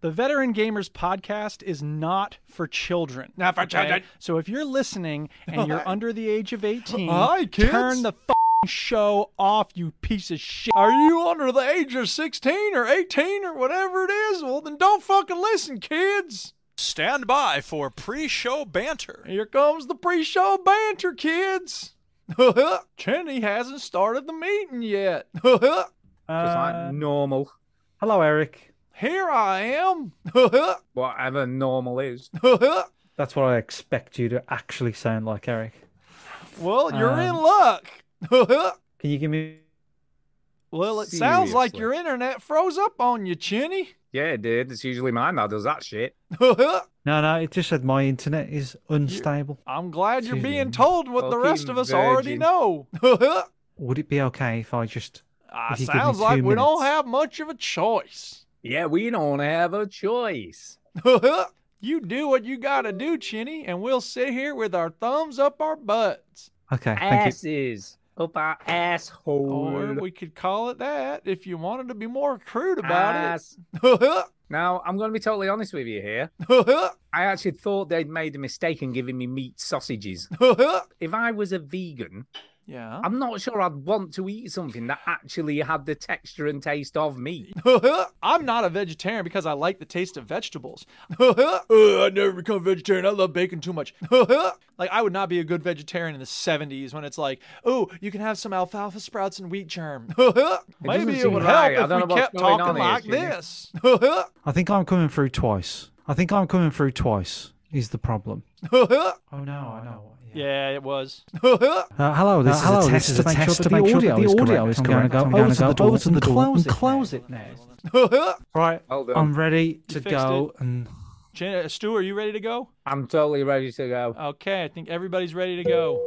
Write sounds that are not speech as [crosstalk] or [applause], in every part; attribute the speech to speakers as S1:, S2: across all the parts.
S1: The Veteran Gamers podcast is not for children.
S2: Not for children.
S1: So if you're listening and
S2: [laughs]
S1: you're under the age of 18,
S2: Hi, kids.
S1: turn the f show off, you piece of shit.
S2: Are you under the age of 16 or 18 or whatever it is? Well, then don't fucking listen, kids.
S3: Stand by for pre-show banter.
S2: Here comes the pre show banter, kids. [laughs] Chenny hasn't started the meeting yet. [laughs]
S4: Just
S1: Uh,
S4: like normal. Hello, Eric.
S2: Here
S1: [laughs]
S2: I am. [laughs]
S4: Whatever normal is.
S2: well,
S4: That's what I expect you to actually sound like, Eric.
S2: you're in
S4: Um,
S2: luck. [laughs] well,
S4: Can you give me?
S2: it sounds like
S4: Seriously.
S2: your internet froze up on you, Chenny.
S4: Yeah, it did. It's usually mine that does that shit. No, no, it just said my internet is unstable.
S2: [laughs] I'm glad you're
S4: Excuse
S2: being
S4: me.
S2: told what the rest
S4: Fucking
S2: of us already
S4: virgin.
S2: know. [laughs]
S4: Would it be okay if I just?
S2: Ah,
S4: If you give me
S2: sounds like
S4: two
S2: we don't
S4: minutes.
S2: have much of a choice. [laughs]
S4: Yeah, we don't have a choice.
S2: you do what you gotta do, Chinny, and we'll sit here with our thumbs up our butts.
S4: Okay, thank you.
S5: asses up our asshole.
S2: Or we could call it that if you wanted to be more crude about
S5: Ass.
S4: Now I'm going to be totally honest with you here.
S2: [laughs]
S4: I actually thought they'd made a mistake in giving me meat sausages.
S2: it.
S4: If I was a vegan,
S2: yeah.
S4: I'm not sure I'd want to eat something that actually had the texture and taste of meat.
S2: [laughs] I'm not a vegetarian because I like the taste of vegetables. [laughs] Ugh, I never become vegetarian. I love bacon too much. [laughs] like I would not be a good vegetarian in the 70s when it's like, oh, you can have some alfalfa sprouts and wheat germ. Maybe [laughs] it
S4: seem
S2: would
S4: right. I
S2: help
S4: don't
S2: if
S4: know
S2: we
S4: what's
S2: kept
S4: going on
S2: talking like
S4: here, Junior.
S2: [laughs] this.
S6: I think I'm coming through twice. I think I'm coming through twice is the problem. [laughs] Oh no, I know.
S2: yeah, it [laughs] was.
S6: Uh, hello, this
S7: hello,
S6: is a
S7: this
S6: test
S7: is
S6: to
S7: a
S6: make
S7: test
S6: sure
S7: to
S6: that
S7: make
S6: the
S7: sure
S6: audio
S7: that
S6: is
S7: the
S6: correct.
S7: audio is
S6: I'm going to
S7: correct.
S6: go
S7: I'm gonna
S6: over to the
S7: go
S6: door
S7: over to
S6: and
S7: the door
S6: close
S7: and
S6: it
S7: close
S6: now.
S7: it now.
S6: Right,
S4: Hold on.
S6: I'm ready to
S2: fixed
S6: go and
S2: Jan- uh, Stu, are you ready to go?
S4: I'm totally ready to go.
S2: Okay, I think everybody's ready to go.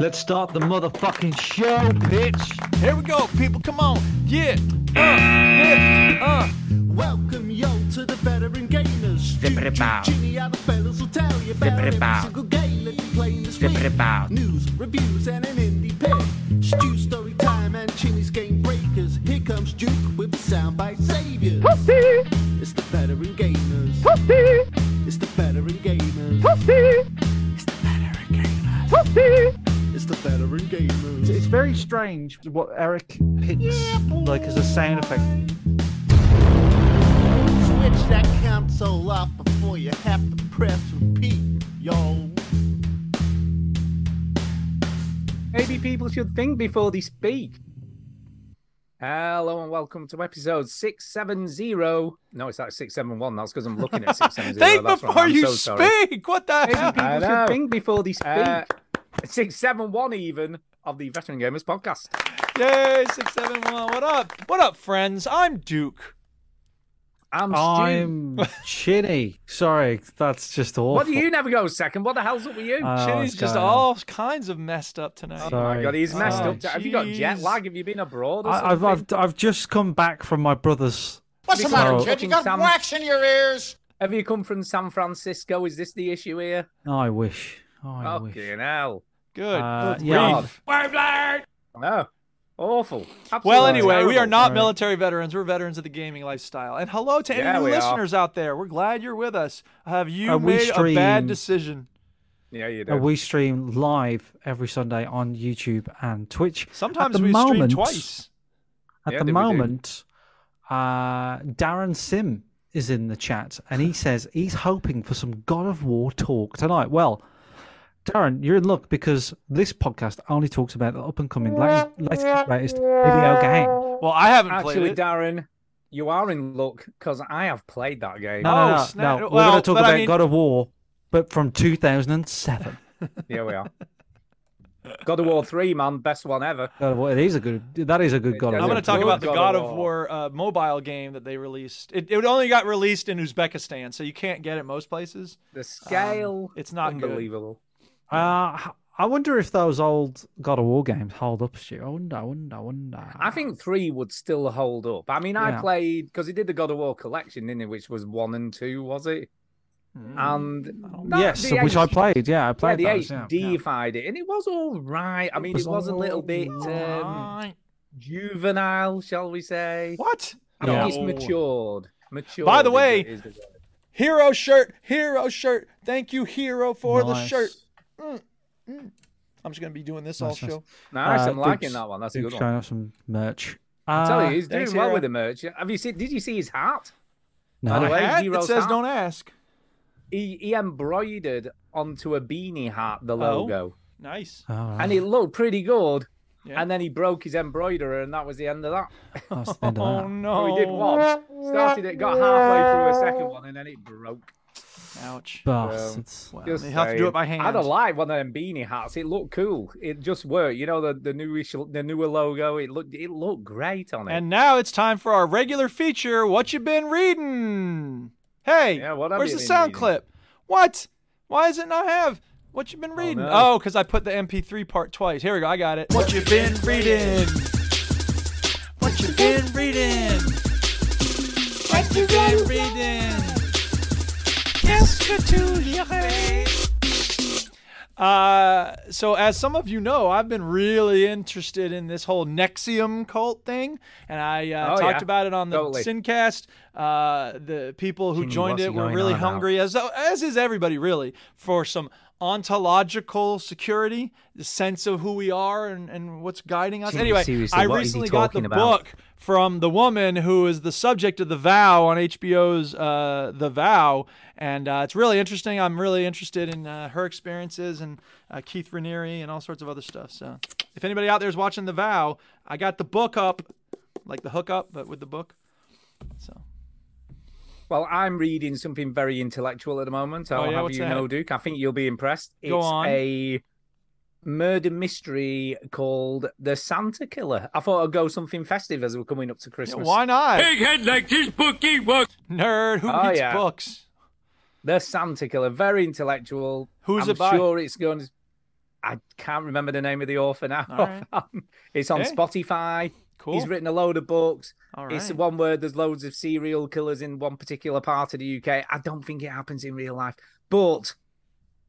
S7: Let's start the motherfucking show, bitch.
S2: Here we go, people. Come on. Yeah. Uh, yeah. Uh.
S8: Welcome yo to the veteran gamers. Stu,
S5: Dippity-bow.
S8: Ginny, and the fellas will tell you about every
S5: Dippity-bow.
S8: single game that they play this week.
S5: Dippity-bow.
S8: News, reviews, and an indie pick. Stu story time and Chinny's game breakers. Here comes Duke with the soundbite saviors. it's the veteran gamers. it's the veteran gamers. it's the veteran gamers. it's the veteran gamers.
S7: It's very strange what Eric picks, like as a sound effect.
S8: Switch that console off before you have to press repeat, yo.
S4: Maybe people should think before they speak. Hello and welcome to episode 670. No, it's like 671. That's because I'm looking at 670. [laughs]
S2: Think
S4: That's wrong.
S2: before
S4: I'm
S2: you
S4: so sorry. Uh,
S2: speak. What the
S4: Maybe
S2: hell?
S4: people
S5: I know.
S4: should think before they speak. 671 even of the Veteran Gamers podcast.
S2: Yay, 671. What up? What up, friends? I'm Duke.
S4: I'm, Stu.
S6: I'm chinny. Sorry, that's just awful.
S4: What do you never go second? What the hell's up with you?
S6: Oh,
S2: Chinny's
S6: it's
S2: just
S6: going on.
S2: all kinds of messed up tonight.
S4: Oh my
S6: Sorry.
S4: god, he's messed
S2: Oh,
S4: up. Have you got jet
S2: jeez.
S4: lag? Have you been abroad? Or
S6: uh, I, I've,
S4: something?
S6: I've I've just come back from my brother's.
S9: What's the
S6: Because
S4: Have
S6: Oh.
S9: matter,
S4: you
S9: kid? You
S4: come
S9: got
S4: from San-
S9: wax in your ears.
S4: Have you come from San Francisco? Is this the issue here?
S6: I wish. I wish.
S4: Fucking hell.
S2: Good.
S6: Uh,
S2: good
S6: yeah.
S2: grief.
S4: No. Oh, Awful. Absolutely
S2: Well, anyway, we are
S4: terrible.
S2: not
S6: Alright.
S2: military veterans. We're veterans of the gaming lifestyle. And hello to
S4: Yeah,
S2: any new
S4: we are.
S2: listeners out there. We're glad you're with us. Have you
S6: Uh, we
S2: made a bad
S6: stream-
S2: decision?
S4: Yeah, you do.
S6: Uh, we stream live every Sunday on YouTube and Twitch.
S2: Sometimes
S6: the
S2: we stream
S6: moment-
S2: twice.
S6: At
S4: Yeah,
S6: the
S4: did we do?
S6: moment, uh, Darren Sim is in the chat and he says he's hoping for some God of War talk tonight. Well, Darren, you're in luck because this podcast only talks about the up and coming latest, latest, latest video game.
S2: Well, I haven't
S4: Actually,
S2: played it.
S4: Darren, you are in luck because I have played that game.
S6: No,
S4: [laughs]
S2: Oh,
S6: no, no,
S2: snap.
S6: no. We're
S2: Well,
S6: going to talk
S2: but I
S6: about
S2: mean-
S6: God of War, but from 2007.
S4: Yeah, we are. God of War 3, man. Best one ever.
S6: God of War, it is a good. That is a good God of
S4: I'm
S6: War.
S2: I'm going to talk
S4: Good
S2: about the God
S4: God of
S2: of War uh, mobile game that they released. It, it only got released in Uzbekistan, so you can't get it most places.
S4: The scale.
S2: it's Um, not good.
S4: unbelievable.
S6: Uh, h- I wonder if those old God of War games hold up, Stu. I wonder, I wonder, I wonder.
S4: I think 3 would still hold up. I mean, I
S6: Yeah.
S4: played because he did the God of War collection, didn't he? Which was 1 and 2, was it?
S2: Mm-hmm. Mm.
S4: Um, And that-
S6: yes,
S4: the
S6: which I
S4: H-
S6: played. Yeah, I
S4: Yeah,
S6: played
S4: the
S6: those, yeah, yeah.
S4: HDified it, and it was all right. I mean, it was,
S6: was
S4: a little bit um, juvenile, shall we say?
S2: What?
S4: I
S6: Yeah.
S4: think it's matured. Mature.
S2: By the way-
S4: is the- is the word.
S2: Hero shirt, hero shirt. Thank you, hero, for the
S6: Nice.
S2: shirt. Mm, mm. I'm just gonna be doing this all
S6: Nice, nice.
S2: show.
S4: nice.
S6: Uh,
S4: I'm liking
S6: Duke's-
S4: that one. That's a
S6: Duke's
S4: good one.
S6: showing off some merch.
S4: I tell
S6: Uh,
S4: you, he's doing
S2: thanks,
S4: well
S2: Hero.
S4: with the merch. Have you seen? Did you see his hat?
S6: no,
S4: the way-
S2: Hat?
S4: hero
S2: It says
S4: style.
S2: don't ask.
S4: He, he embroidered onto a beanie hat
S2: Oh.
S4: the logo,
S2: Nice.
S6: All
S4: and
S6: right,
S4: it looked pretty good.
S2: Yeah.
S4: And then he broke his embroiderer, and that was the end of that.
S6: that's the end
S2: Oh
S6: of that.
S2: no.
S4: So he did one,
S2: Oh.
S4: started it, got halfway through a second one, and then it broke.
S2: Ouch.
S6: Bastards.
S2: Well,
S4: Just
S2: you have to do
S4: saying.
S2: it by hand.
S4: I don't like one of them beanie hats. It looked cool. It just worked. You know the the newish, the newer logo. It looked it looked great on it.
S2: And now it's time for our regular feature. What you been reading? Hey,
S4: Yeah, what have
S2: where's
S4: you
S2: the
S4: been
S2: sound
S4: reading?
S2: clip? What? Why does it not have? What you been reading?
S4: no.
S2: Oh, because I put the MP3 part twice. Here we go. I got it. What you been reading? What you been reading? What you been reading? Uh, so as some of you know, I've been really interested in this whole Nexium cult thing, and I uh,
S4: Oh,
S2: talked
S4: yeah.
S2: about it on the
S4: Totally.
S2: Sincast. Uh, the people who
S4: Jimmy,
S2: joined
S4: what's
S2: it were
S4: going
S2: really
S4: on now?
S2: hungry, as as is everybody really, for some ontological security, the sense of who we are and, and what's guiding us.
S4: Jimmy,
S2: anyway,
S4: seriously,
S2: I
S4: what is he
S2: recently got the
S4: talking about?
S2: book from the woman who is the subject of The Vow on HBO's uh, The Vow, and uh, it's really interesting. I'm really interested in uh, her experiences and uh, Keith Raniere and all sorts of other stuff. So, if anybody out there is watching The Vow, I got the book up, like the hook up, but with the book. So,
S4: Well, I'm reading something very intellectual at the moment. I'll
S2: Oh, yeah?
S4: have
S2: What's
S4: you
S2: that?
S4: know, Duke. I think you'll be impressed.
S2: Go
S4: it's
S2: on.
S4: a murder mystery called The Santa Killer. I thought I'd go something festive as we're coming up to Christmas.
S2: why not?
S9: Egghead like this bookie work.
S2: Nerd who
S4: Oh,
S2: reads
S4: yeah.
S2: books.
S4: The Santa Killer, very intellectual.
S2: Who's
S4: I'm
S2: it by?
S4: sure it's going to. I can't remember the name of the author now. [laughs] Um, it's on
S2: Okay.
S4: Spotify.
S2: Cool.
S4: He's written a load of books.
S2: all
S4: It's
S2: right.
S4: one word. There's loads of serial killers in one particular part of the UK. I don't think it happens in real life, but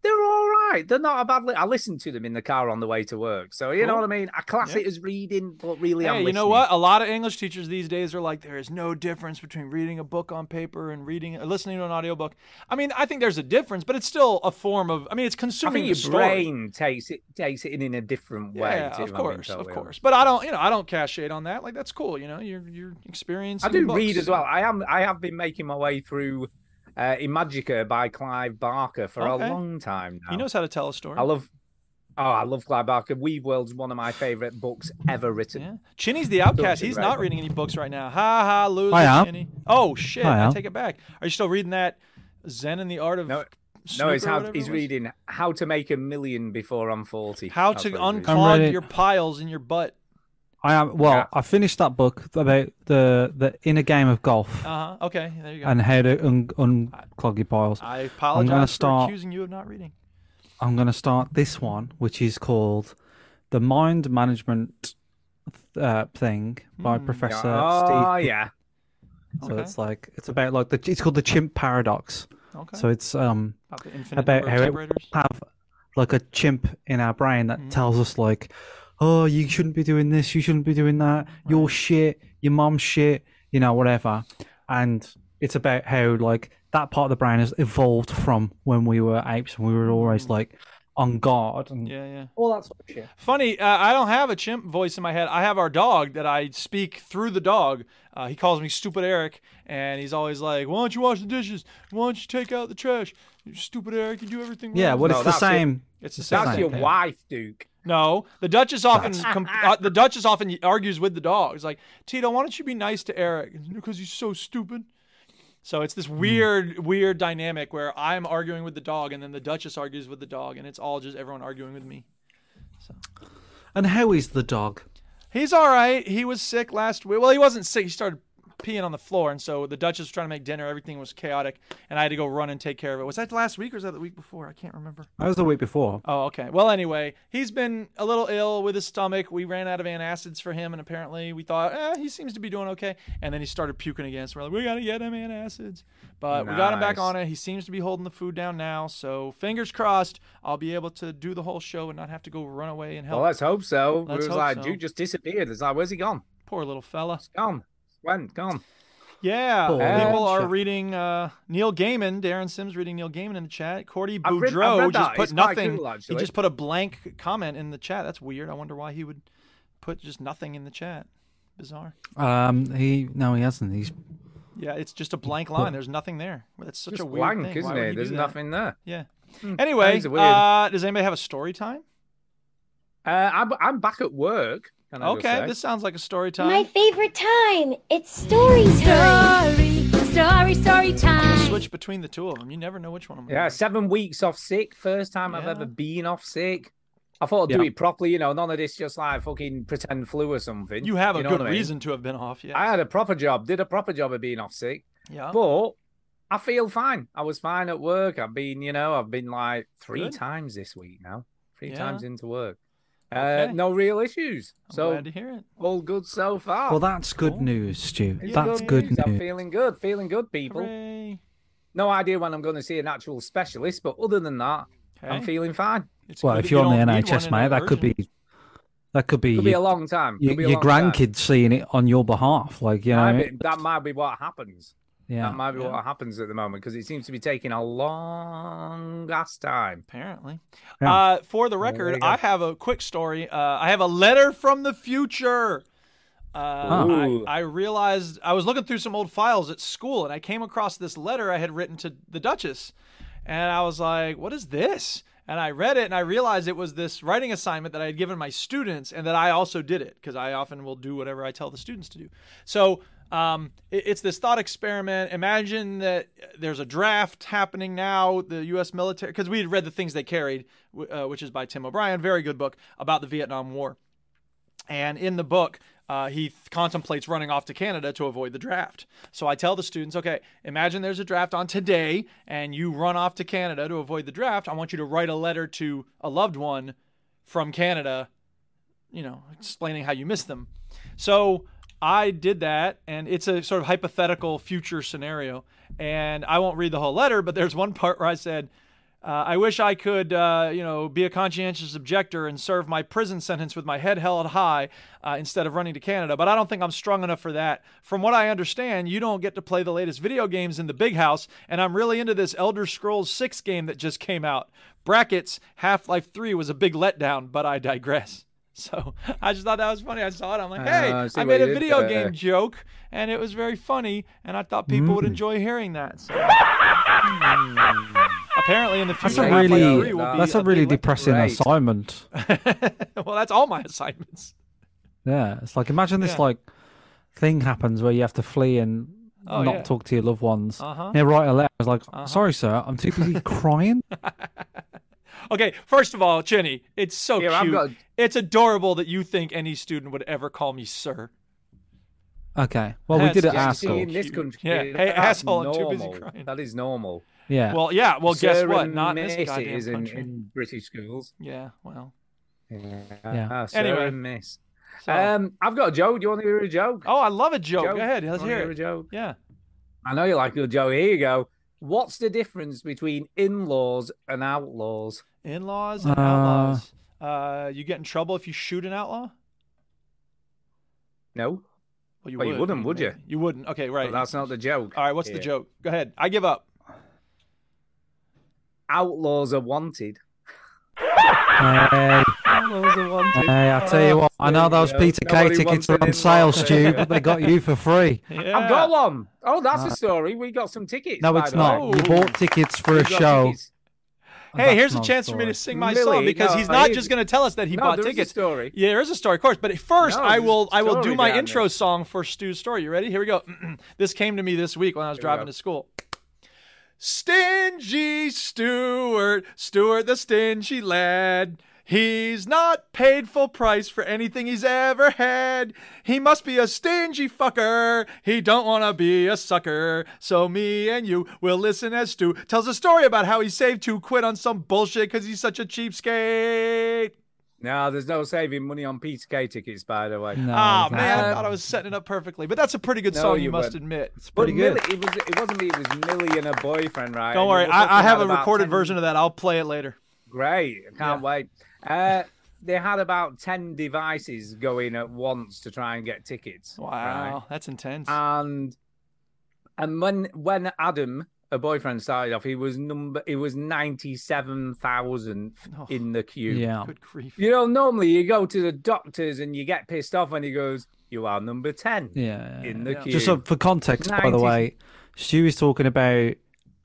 S4: they're all right. They're not a bad. Li- I listened to them in the car on the way to work, so you know
S2: Cool.
S4: what I mean. I class
S2: Yeah.
S4: it as reading, but really, I'm
S2: Hey, you know
S4: listening.
S2: what? A lot of English teachers these days are like, there is no difference between reading a book on paper and reading, or listening to an audiobook. I mean, I think there's a difference, but it's still a form of, I mean, it's
S4: I
S2: consuming
S4: think your
S2: the story.
S4: brain takes it takes it in in a different way.
S2: Yeah,
S4: too,
S2: of
S4: if I'm being
S2: course, of
S4: totally honest.
S2: course. But I don't, you know, I don't cast shade on that. Like that's cool, you know. You're you're experiencing.
S4: I do
S2: books.
S4: read as well. I am. I have been making my way through uh, Imagica by Clive Barker for
S2: Okay.
S4: a long time now.
S2: He knows how to tell a story.
S4: I love. Oh, I love Clive Barker. Weave World's one of my favorite books ever written.
S2: Yeah. Chinny's the outcast.
S4: Don't you
S2: He's
S4: read
S2: not
S4: them?
S2: reading any books right now. Ha ha, loser
S6: I am.
S2: Chinny. Oh shit!
S6: I
S2: I,
S6: am.
S2: take it back. Are you still reading that Zen and the Art of?
S4: No, No,
S2: Snoop
S4: he's
S2: or
S4: how
S2: whatever it
S4: he's
S2: was?
S4: reading how to make a million before I'm forty.
S2: How
S4: That's
S2: to
S4: what he's reading.
S6: I'm
S2: unclog
S6: ready.
S2: your piles in your butt.
S6: I am well.
S4: Yeah.
S6: I finished that book about the the inner game of golf
S2: Uh huh. Okay, there you go.
S6: and how to un- unclog your piles.
S2: I apologize for
S6: start-
S2: accusing you of not reading.
S6: I'm going to start this one, which is called the Mind Management uh, thing by Professor
S4: Oh
S6: Steve.
S4: yeah,
S6: So
S2: Hmm, Ah, Okay.
S6: it's like it's about like the it's called the chimp paradox.
S2: Okay.
S6: So it's um
S2: about the infinite
S6: about
S2: number of
S6: how it-
S2: typewriters.
S6: have like a chimp in our brain that
S2: Hmm.
S6: tells us like, oh, you shouldn't be doing this, you shouldn't be doing that, you're shit, your mom's shit, you know, whatever. And it's about how like that part of the brain has evolved from when we were apes and we were
S2: Hmm.
S6: always like on guard and
S2: Yeah, yeah.
S6: all that sort of shit.
S2: Funny, uh, I don't have a chimp voice in my head. I have our dog that I speak through the dog. Uh, he calls me Stupid Eric, and he's always like, "Why don't you wash the dishes? Why don't you take out the trash? You stupid Eric, you do everything."
S6: Yeah,
S2: wrong."
S6: well,
S4: No,
S6: it's the
S4: that's it.
S6: same.
S2: It's the same.
S4: that's
S6: Fine.
S4: your
S6: Yeah.
S4: wife, Duke.
S2: No, the Duchess often com- uh, the Duchess often argues with the dog. It's like, Tito, why don't you be nice to Eric? Because he's so stupid. So it's this weird, weird dynamic where I'm arguing with the dog, and then the Duchess argues with the dog, and it's all just everyone arguing with me.
S6: And how is the dog?
S2: He's all right. He was sick last week. Well, he wasn't sick. He started peeing on the floor, and so the Duchess was trying to make dinner. Everything was chaotic, and I had to go run and take care of it. Was that last week or was that the week before? I can't remember.
S6: That was the week before.
S2: Oh, okay. Well, anyway, he's been a little ill with his stomach. We ran out of antacids for him, and apparently we thought, eh, he seems to be doing okay. And then he started puking again. So we're like, we got to get him antacids. But we got him back
S4: Nice.
S2: on it. He seems to be holding the food down now. So fingers crossed, I'll be able to do the whole show and not have to go run away and help.
S4: Well, let's hope so.
S2: Let's
S4: it was
S2: hope
S4: like
S2: so.
S4: Duke just disappeared. It's like where's he gone?
S2: Poor little fella.
S4: It's gone. It's went. Gone.
S2: Yeah,
S6: Bull.
S2: people
S6: Yeah.
S2: are reading uh, Neil Gaiman. Darren Sims reading Neil Gaiman in the chat. Cordy
S4: I've read- I've
S2: Boudreau just
S4: read that.
S2: put
S4: It's quite
S2: nothing.
S4: cool,
S2: he
S4: actually.
S2: just put a blank comment in the chat. That's weird. I wonder why he would put just nothing in the chat. Bizarre.
S6: Um, he no, he hasn't. He's
S2: Yeah, it's just a blank line. There's nothing there. Well, that's such
S4: Just
S2: a weird
S4: blank,
S2: thing.
S4: isn't
S2: Why would you
S4: it?
S2: do
S4: There's
S2: that?
S4: nothing there.
S2: Yeah. Anyway,
S4: things are weird.
S2: uh, does anybody have a story time?
S4: Uh, I'm, I'm back at work. Can I just
S2: Okay,
S4: say?
S2: this sounds like a story time.
S10: My favorite time. It's story time.
S11: Story, story, story
S2: We'll
S11: time.
S2: switch between the two of them. You never know which one. I'm gonna
S4: Yeah,
S2: do.
S4: seven weeks off sick. First time I've ever been off sick. I thought I'd do
S6: Yeah.
S4: it properly, you know, none of this just like fucking pretend flu or something.
S2: You have a
S4: know
S2: good
S4: what I mean?
S2: reason to have been off. Yeah.
S4: I had a proper job, did a proper job of being off sick,
S2: yeah.
S4: but I feel fine. I was fine at work. I've been, you know, I've been like three
S2: Good.
S4: times this week now, three
S2: Yeah.
S4: times into work.
S2: Okay.
S4: Uh, no real issues.
S2: I'm
S4: so
S2: glad to hear it.
S4: all good so far.
S6: well. That's good news, Stu.
S4: It's
S6: That's good news.
S4: I'm feeling good, feeling good, people.
S2: Hooray.
S4: No idea when I'm going to see an actual specialist, but other than that, I'm
S2: Okay.
S4: feeling fine.
S2: It's
S6: well,
S2: good
S6: if
S2: that
S6: you're
S2: you
S6: on the
S2: don't need
S6: NHS,
S2: one in
S6: mate,
S2: an
S6: that could
S2: urgent-
S6: be that could be,
S4: Could be a
S6: your,
S4: long time. Could
S6: your,
S4: be a
S6: your
S4: long time.
S6: grandkids seeing it on your behalf. Like you know, what I
S4: Might
S6: mean?
S4: be- that might be what happens.
S6: yeah.
S4: that might be what happens at the moment because it seems to be taking a long ass time.
S2: Apparently.
S6: Yeah.
S2: Uh, for the
S4: there
S2: record,
S4: you go.
S2: I have a quick story. Uh, I have a letter from the future. Uh,
S4: Ooh.
S2: I, I realized I was looking through some old files at school and I came across this letter I had written to the Duchess. And I was like, what is this? And I read it and I realized it was this writing assignment that I had given my students and that I also did it because I often will do whatever I tell the students to do. So um, it- it's this thought experiment. Imagine that there's a draft happening now, the U.S. military, because we had read The Things They Carried, wh- uh, which is by Tim O'Brien, very good book about the Vietnam War. And in the book, uh, he th- contemplates running off to Canada to avoid the draft. So I tell the students, okay, imagine there's a draft on today and you run off to Canada to avoid the draft. I want you to write a letter to a loved one from Canada, you know, explaining how you miss them. So I did that, and it's a sort of hypothetical future scenario. And I won't read the whole letter, but there's one [laughs] part where I said, uh, I wish I could, uh, you know, be a conscientious objector and serve my prison sentence with my head held high uh, instead of running to Canada, but I don't think I'm strong enough for that. From what I understand, you don't get to play the latest video games in the big house, and I'm really into this Elder Scrolls 6 game that just came out. Brackets, Half Life 3 was a big letdown, but I digress. [laughs] So I just thought that was funny. I saw it. I'm like, hey,
S6: Uh,
S4: I see
S2: I
S4: what
S2: made
S4: you
S2: a
S4: did
S2: video
S4: there.
S2: game joke, and it was very funny, and I thought people
S6: Hmm.
S2: would enjoy hearing that. So- apparently, in the future,
S6: That's a
S4: Yeah,
S2: Half-Life
S4: yeah,
S6: really
S2: 3 will be
S6: that's a
S2: big
S6: really
S2: letdown.
S6: depressing
S4: Right.
S6: assignment.
S2: [laughs] well, that's all my assignments.
S6: Yeah, it's like imagine this
S2: Yeah.
S6: like thing happens where you have to flee and
S2: Oh,
S6: not
S2: yeah.
S6: talk to your loved ones.
S2: Uh-huh.
S6: They write a letter. It's like, sorry, sir, I'm too busy crying.
S2: Okay, first of all, Jenny, it's so
S4: Here, I've
S2: cute.
S4: got-
S2: It's adorable that you think any student would ever call me sir.
S6: Okay, well
S2: That's
S6: we did it,
S4: Yeah, you see, in
S6: asshole.
S4: this
S2: Cute.
S4: country,
S2: Yeah.
S4: that's
S2: Hey, asshole, I'm too busy
S4: normal.
S2: crying.
S4: That is normal.
S6: Yeah,
S2: Well, yeah. Well, guess
S4: Sir
S2: what?
S4: and
S2: Not in this
S4: miss
S2: goddamn
S4: it is in,
S2: country.
S4: in British schools.
S2: Yeah. Well.
S6: Yeah.
S4: Ah, sir
S2: Anyway.
S4: and miss.
S2: So.
S4: Um, I've got a joke. Do you want to hear a joke?
S2: oh, I love a joke.
S4: Joke.
S2: Go ahead. Let's
S4: Wanna
S2: hear
S4: A
S2: it.
S4: joke.
S2: Yeah.
S4: I know you like your Joe. Here you go. What's the difference between in-laws and outlaws?
S2: In-laws and
S6: Uh,
S2: outlaws. Uh, you get in trouble if you shoot an outlaw. Well,
S4: No,
S2: you,
S4: Well, you
S2: would,
S4: wouldn't, would you?
S2: maybe. You wouldn't. Okay, right.
S4: but that's not the joke.
S2: All right. What's the
S4: here.
S2: joke? Go ahead. I give up.
S4: Outlaws are wanted. [laughs]
S6: Hey,
S4: Outlaws are wanted.
S6: Uh, hey, I tell you what, I know those
S4: There you go.
S6: Peter Kay
S4: Nobody
S6: tickets
S4: wants
S6: are
S4: an
S6: on sale,
S4: in-law.
S6: Stu, but they got you
S4: [laughs]
S6: for free.
S2: Yeah. Uh,
S4: I've got one. Oh, that's a story. We got some tickets.
S6: No,
S4: by
S6: it's
S4: the way.
S6: not. You bought tickets for
S4: We
S6: a
S4: "Oh." got
S6: show.
S4: tickets.
S2: Hey, here's a
S6: That's not
S2: chance for me to
S6: story.
S2: sing my
S4: Really?
S2: song because
S4: No,
S2: he's not
S4: he-
S2: just going to tell us that he
S4: No,
S2: bought
S4: there is a
S2: tickets.
S4: story.
S2: Yeah, there is a story, of course. But first,
S4: No,
S2: I
S4: there's a
S2: will I will do
S4: story
S2: my
S4: down
S2: intro
S4: there.
S2: song for Stu's story. You ready? Here we go. [clears throat] this came to me this week when I was
S4: we
S2: driving
S4: go.
S2: to school. Stingy Stewart, Stewart the stingy lad. He's not paid full price for anything he's ever had. He must be a stingy fucker. He don't want to be a sucker. So me and you will listen as Stu tells a story about how he saved two quid on some bullshit because he's such a cheapskate.
S4: No, there's no saving money on Peter Kay tickets, by the way.
S6: No,
S2: Ah
S6: that's
S2: man, I
S6: not-
S2: thought I was setting it up perfectly, but that's a pretty good
S4: No,
S2: song, you,
S4: you
S2: must
S4: weren't.
S2: admit.
S6: pretty
S4: But
S6: good.
S4: Millie- it, was, it wasn't me. It was Millie and her boyfriend, right?
S2: Don't
S4: And
S2: worry,
S4: they were talking
S2: I, I have a
S4: about
S2: recorded
S4: 10
S2: version of that. I'll play it later.
S4: Great. I can't wait. Uh, they had about 10 devices going at once to try and get tickets.
S2: Wow,
S4: right? Um,
S2: that's intense.
S4: And And when when Adam, her boyfriend, started off, he was number he was ninety seven thousandth in the queue.
S6: Oh, Yeah.
S2: Good grief.
S4: You know, normally you go to the doctors and you get pissed off when he goes, "You are number ten
S6: Yeah.
S4: in the queue."
S6: Just so for context, by the
S4: 90s.
S6: way, Stu is talking about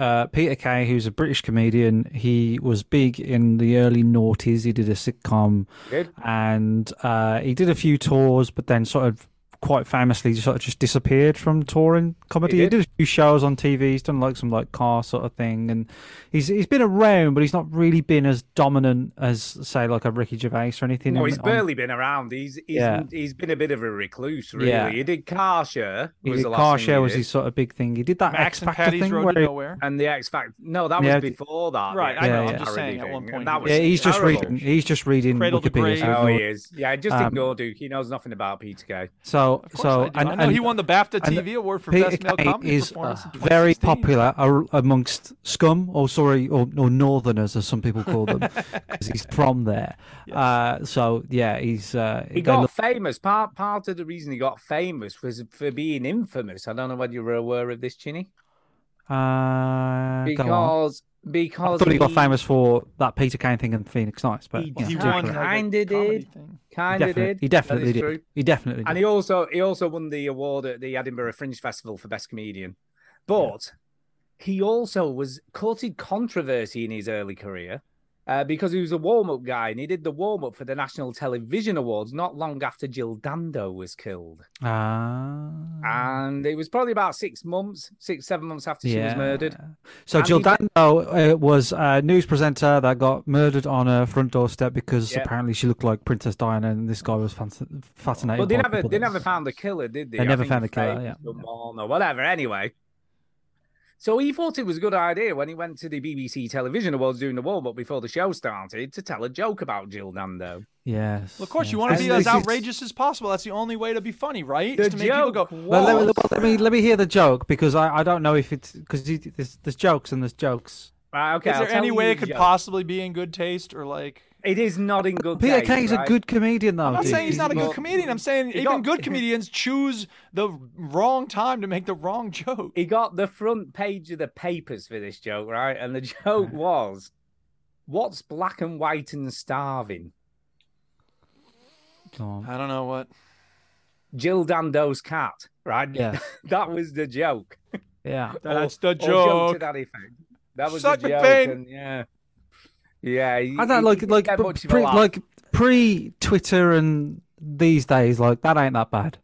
S6: uh, Peter Kay, who's a British comedian. He was big in the early noughties. He did a sitcom,
S4: Good.
S6: and uh, he did a few tours, but then sort of quite famously just sort of just disappeared from touring comedy. He
S4: He
S6: did.
S4: did.
S6: a few shows on TV. He's done like some like car sort of thing, and he's he's been around, but he's not really been as dominant as say like a Ricky Gervais or anything.
S4: No,
S6: on-
S4: he's
S6: on-
S4: barely been around. He's he's,
S6: um, Yeah.
S4: he's been a bit of a recluse, really.
S6: Yeah.
S4: He did car share.
S6: He
S4: Was
S6: did
S4: the last
S6: car
S4: thing
S6: share
S4: he
S6: was
S4: did.
S6: his sort of big thing. He did that
S2: Max
S6: X
S2: and
S6: Factor
S2: Patty's
S6: thing
S2: Road to
S6: where he-
S2: Nowhere.
S4: and the X Factor. No, that
S6: Yeah,
S4: was before that. the
S2: Right, I know.
S4: X
S6: Yeah,
S2: I'm
S6: yeah.
S2: just
S4: parody
S2: saying at one
S4: thing.
S2: point.
S4: That
S2: he
S4: was
S6: Yeah, he's just
S4: terrible.
S6: reading. He's just reading
S2: Cradle to
S6: Wikipedia.
S2: Grave.
S6: so
S4: Oh,
S6: ignore-
S4: he is. Yeah, just
S6: Um,
S4: ignore Duke. He knows nothing about Peter Kay. Oh,
S6: So,
S2: Of course I,
S6: so,
S2: do.
S6: and,
S2: I know
S6: and
S2: he won the BAFTA
S6: and
S2: TV award for
S6: Peter
S2: best male
S6: Kay
S2: comedy
S6: is
S2: performance.
S6: uh,
S2: in
S6: very
S2: 2016.
S6: popular ar- amongst scum, or sorry, or, or northerners, as some people call them, because he's from there. Uh, so yeah, he's uh,
S4: He
S6: they
S4: got
S6: love-
S4: famous. Part part of the reason he got famous was for being infamous. I don't know whether you were aware of this, Chinny.
S6: uh, go on.
S4: Because
S6: I
S4: because
S6: thought he got famous for that Peter Kane thing and Phoenix Nights, but
S2: He,
S6: yeah,
S2: he
S6: he
S2: won. like,
S6: definitely-
S2: a
S4: Kinda
S2: comedy
S4: did.
S2: thing.
S4: Kind of did.
S6: he
S4: That
S6: definitely
S4: is
S6: did.
S4: true.
S6: He definitely
S4: And
S6: did.
S4: he also he also won the award at the Edinburgh Fringe Festival for best comedian. But he also was courted controversy in his early career uh, because he was a warm up guy and he did the warm up for the National Television Awards not long after Jill Dando was killed,
S6: Ah.
S4: and it was probably about six months, six seven months after she was murdered.
S6: So
S4: And
S6: Jill
S4: he got-
S6: Dando uh, was a news presenter that got murdered on her front doorstep because
S4: Yeah.
S6: apparently she looked like Princess Diana, and this guy was fascin- fascinated.
S4: Well, they
S6: by
S4: never
S6: people
S4: they
S6: that-
S4: never found the killer, did they?
S6: They never
S4: think
S6: found the
S4: they
S6: killer,
S4: faked
S6: yeah.
S4: Someone or whatever. Anyway, so he thought it was a good idea when he went to the BBC Television Awards during the warm up before the show started to tell a joke about Jill Nando.
S6: Yes.
S2: Well, of course, you
S6: yes.
S2: want to
S4: And
S2: be as
S4: this is-
S2: outrageous as possible. That's the only way to be funny, right?
S4: The
S2: Is to make people go,
S4: joke
S6: Well, let,
S2: "Whoa."
S6: me- well, let me let me hear the joke because I, I don't know if it's because there's, there's jokes and there's jokes.
S4: Right? Okay.
S2: Is
S4: I'll
S2: there
S4: tell
S2: any
S4: you
S2: way
S4: the
S2: it could
S4: joke.
S2: possibly be in good taste or like?
S4: It is not in good
S6: Peter
S4: taste,
S6: Kay's a
S4: right?
S6: good comedian though.
S2: I'm not
S6: dude.
S2: saying he's not a good
S4: well,
S2: comedian. I'm saying even
S4: got-
S2: good comedians choose the wrong time to make the wrong joke.
S4: He got the front page of the papers for this joke, right? And the joke
S6: [laughs]
S4: was, "What's black and white and starving?"
S6: Go on.
S2: I don't know what.
S4: Jill Dando's cat, right?
S6: Yeah.
S4: [laughs] that was the joke.
S6: Yeah.
S2: That's the
S4: Or joke to
S2: joke.
S4: that effect. That was
S2: Suck the
S4: the joke.
S2: pain.
S4: And yeah, yeah. he-
S6: I don't
S4: he
S6: like
S4: didn't
S6: like
S4: get
S6: but
S4: much of a
S6: pre,
S4: laugh.
S6: like pre Twitter and these days like that ain't that bad.